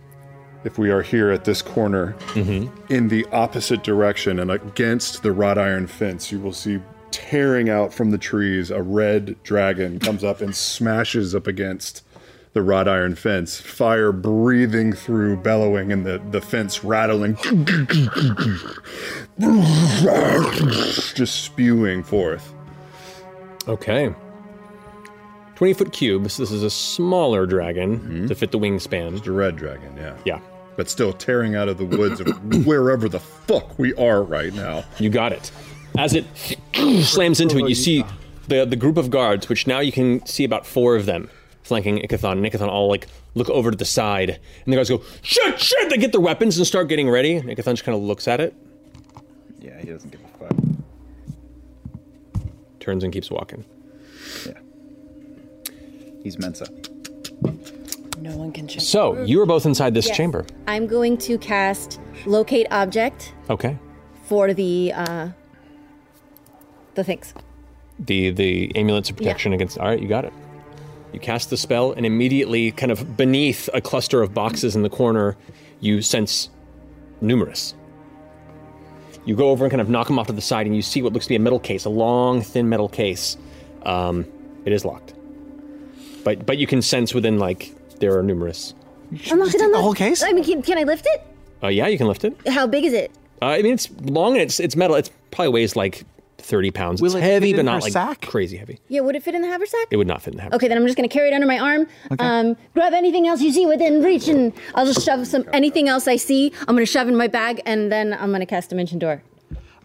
if we are here at this corner, in the opposite direction and against the wrought iron fence, you will see tearing out from the trees a red dragon comes up and smashes up against the wrought iron fence, fire breathing through, bellowing, and the, the fence rattling, just spewing forth. Okay. 20 foot cube, so this is a smaller dragon to fit the wingspan. It's Mm-hmm. a red dragon, yeah. Yeah. But still tearing out of the woods of wherever the fuck we are right now. You got it. As it slams into it, you see the, the group of guards, which now you can see about four of them flanking Ichathon. And Ichathon all like look over to the side, and the guards go, shit, shit! They get their weapons and start getting ready. And Ichathon just kind of looks at it, Yeah, he doesn't give a fuck. turns and keeps walking. He's Mensa. No one can check. So, Oh, you are both inside this Yes. chamber. I'm going to cast locate object Okay. for the uh the things. the the amulets of protection against. All right, you got it. You cast the spell, and immediately, kind of beneath a cluster of boxes in the corner, you sense numerous. You go over and kind of knock them off to the side, and you see what looks to be a metal case, a long, thin metal case. Um, it is locked, but but you can sense within like there are numerous. Unlock it, unlock the whole case. I mean, can, can I lift it? Uh, yeah, you can lift it. How big is it? Uh, I mean, it's long and it's it's metal. It's probably weighs like thirty pounds. Will it's it heavy, fit but in not her like sack? crazy heavy. Yeah, would it fit in the haversack? It would not fit in the hammer. Okay, then I'm just gonna carry it under my arm. Um, grab anything else you see within reach, and I'll just shove some anything else I see. I'm gonna shove in my bag, and then I'm gonna cast Dimension Door.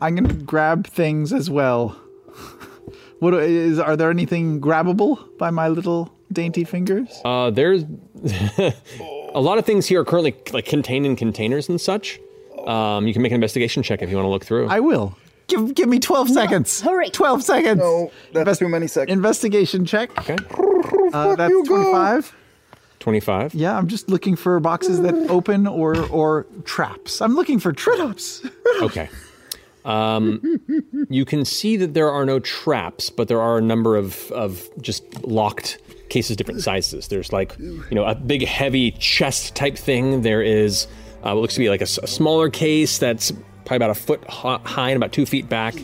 I'm gonna grab things as well. What is? Are there anything grabbable by my little dainty fingers? Uh, there's a lot of things here are currently like contained in containers and such. Um, you can make an investigation check if you want to look through. I will. Give give me twelve seconds. Hurry! Twelve seconds. No, that's too many seconds. Investigation check. Okay. Uh, that's twenty-five. Twenty-five. Yeah, I'm just looking for boxes that open or or traps. I'm looking for traps. okay. Um, you can see that there are no traps, but there are a number of of just locked cases, different sizes. There's like you know a big heavy chest type thing. There is uh, what looks to be like a, s- a smaller case that's probably about a foot ho- high and about two feet back.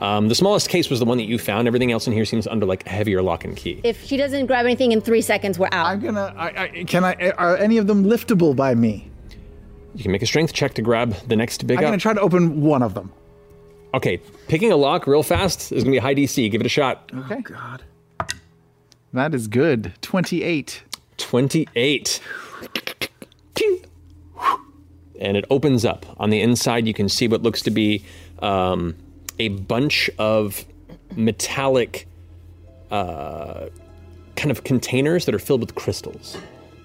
Um, the smallest case was the one that you found. Everything else in here seems under like a heavier lock and key. If she doesn't grab anything in three seconds, we're out. I'm gonna. Can I? Are any of them liftable by me? You can make a strength check to grab the next big I'm gonna up. try to open one of them. okay, picking a lock real fast is gonna be a high DC. Give it a shot. Okay. Oh, God. That is good. Twenty-eight. Twenty-eight. and it opens up. On the inside, you can see what looks to be um, a bunch of metallic, uh, kind of containers that are filled with crystals,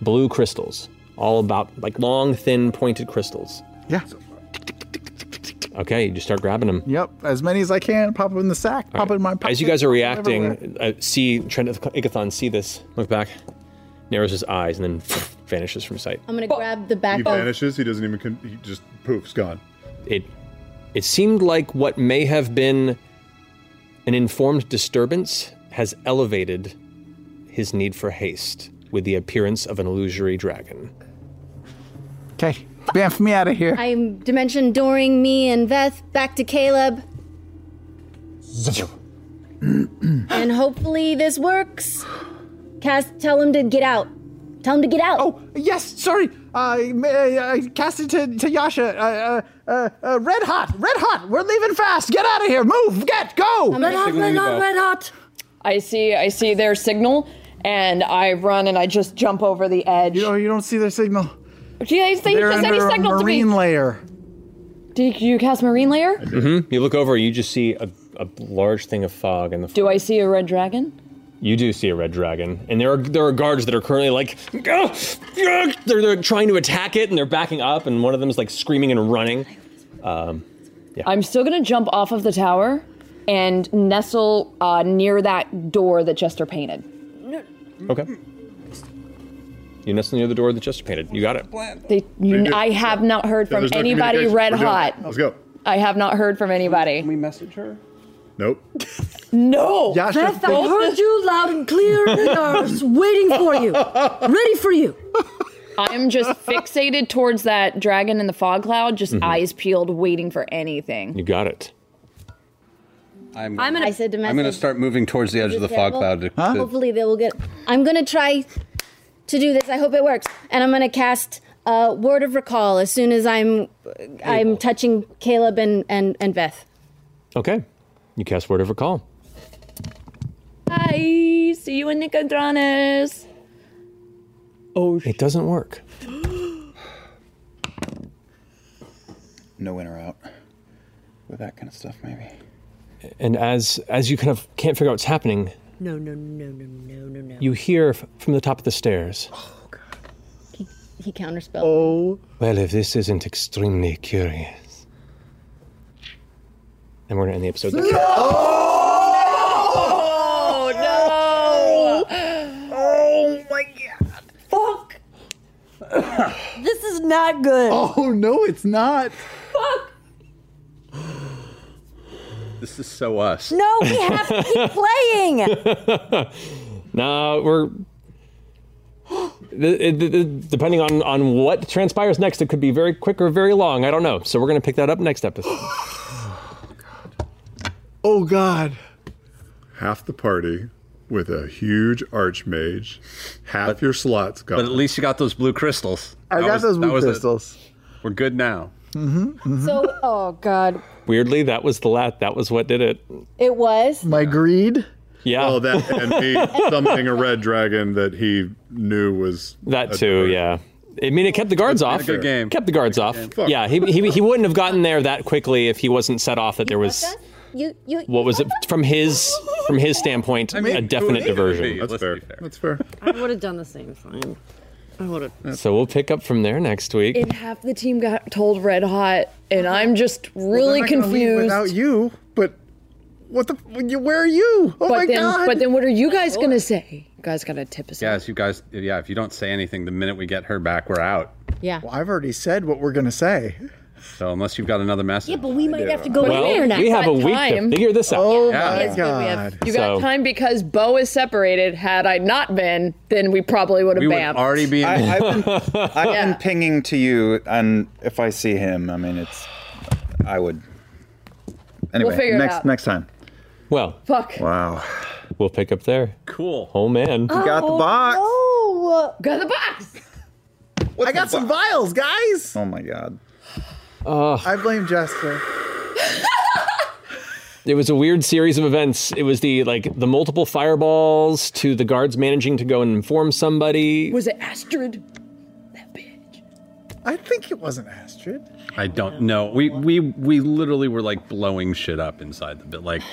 blue crystals, all about like long, thin, pointed crystals. Yeah. Okay, you just start grabbing them. Yep. As many as I can. Pop them in the sack. pop them in my pocket. As you guys are whatever way. reacting, uh, see Trent Igathon see this, look back, narrows his eyes, and then vanishes from sight. I'm gonna grab the back He of vanishes. He doesn't even. Con- he just poofs gone. It it seemed like what may have been an informed disturbance has elevated his need for haste with the appearance of an illusory dragon. Okay. Bamf me out of here. I'm dimension dooring me and Veth back to Caleb, Hmm. and hopefully this works. Cast, tell him to get out. Tell him to get out. Oh yes, sorry. I uh, cast it to, to Yasha. Uh, uh, uh, red hot, red hot. We're leaving fast. Get out of here. Move. Get go. Red hot, red hot, red hot. I see. I see their signal, and I run and I just jump over the edge. You, you don't see their signal. They, they They're just said he under a signaled to me. marine layer. Did you cast marine layer? Mm-hmm. You look over, you just see a, a large thing of fog, and the Do I see a red dragon? you do see a red dragon, and there are there are guards that are currently like, "Gah! Gah!" they're they're trying to attack it, and they're backing up, and one of them is like screaming and running. Um, I'm still gonna jump off of the tower and nestle uh, near that door that Jester painted. okay. You nestle near the door that just painted. You got it. They, Very good. I have not heard Yeah, from there's no anybody communication. red We're doing hot. it. Let's go. I have not heard from anybody. Can we message her? Nope. No. Beth, I heard you loud and clear. They are waiting for you, ready for you. I'm just fixated towards that dragon in the fog cloud, just Mhm. eyes peeled, waiting for anything. You got it. I'm, I'm gonna- I said to I'm going to message- start moving towards the edge of the fog cloud. To, to- Hopefully they will get. I'm gonna try to do this. I hope it works, and I'm gonna cast uh, word of recall as soon as I'm I'm touching Caleb and and and Beth. Okay. You cast word of recall. Hi, see you in Nicodranas. Oh, it doesn't work. No in or out. With that kind of stuff, maybe. And as as you kind of can't figure out what's happening, No, no, no, no, no, no, no. you hear f- from the top of the stairs. He counterspelled. Oh. Well, if this isn't extremely curious, and we're gonna end the episode. there. Oh no! Oh my god! Fuck! this is not good. Oh no, it's not. Fuck! This is so us. No, we have to keep playing. No, we're. The- it- it- it- depending on, on what transpires next, it could be very quick or very long. I don't know. So we're going to pick that up next episode. Oh God. Half the party with a huge archmage. Half your slots gone. But at least you got those blue crystals. I got those blue that was it. crystals. We're good now. Mm-hmm, So, oh god, Weirdly, that was the lat. That was what did it. it was my greed. Yeah. Well, that and me summoning a red dragon that he knew was That too, yeah. I mean, it kept the guards off. good game. Kept the guards off. Yeah, he, he, he wouldn't have gotten there that quickly if he wasn't set off that there was You you. what was it from his from his standpoint a definite diversion. That's fair. That's fair. I would have done the same thing. I would have. So we'll pick up from there next week. And half the team got told red hot, and I'm just really Well, they're not gonna leave confused. Without you, but what the? Where are you? Oh but my then, God. But then, what are you guys gonna say? You guys gotta tip us. Yes, you guys. Yeah, if you don't say anything, the minute we get her back, we're out. Yeah. Well, I've already said what we're gonna say. So unless you've got another message. but we might have to go Well, in there now. we have a week to Time. figure this out. Oh Yeah. my God. You got time because Bo is separated. Had I not been, then we probably would have bammed. be. I, have been, I've Yeah. been pinging to you, and if I see him, I mean, it's. I would. Anyway, We'll figure it next out. next time. Well. Fuck. Wow. We'll pick up there. Cool. Oh man. Oh, got the box. I got some vials, guys. Oh my god. Uh, I blame Jester. It was a weird series of events. It was the like the multiple fireballs to the guards managing to go and inform somebody. Was it Astrid? I think it wasn't Astrid. I don't know. We we we literally were like blowing shit up inside the bit. Like,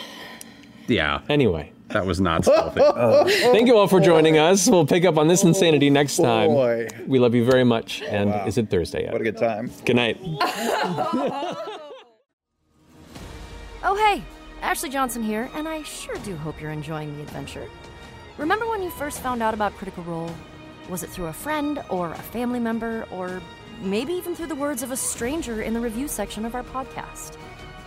yeah. Anyway, that was not stealthy. Thank Thank you all for joining us. We'll pick up on this insanity next time. boy. We love you very much. And is it Thursday yet? What a good time. Good night. Oh, hey, Ashley Johnson here, and I sure do hope you're enjoying the adventure. Remember when you first found out about Critical Role? Was it through a friend, or a family member, or maybe even through the words of a stranger in the review section of our podcast?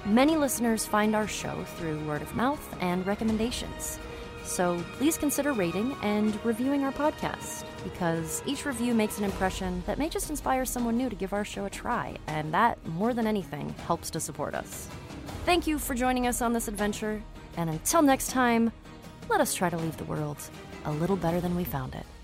Many listeners find our show through word of mouth and recommendations. So please consider rating and reviewing our podcast, because each review makes an impression that may just inspire someone new to give our show a try, and that, more than anything, helps to support us. Thank you for joining us on this adventure, and until next time, let us try to leave the world a little better than we found it.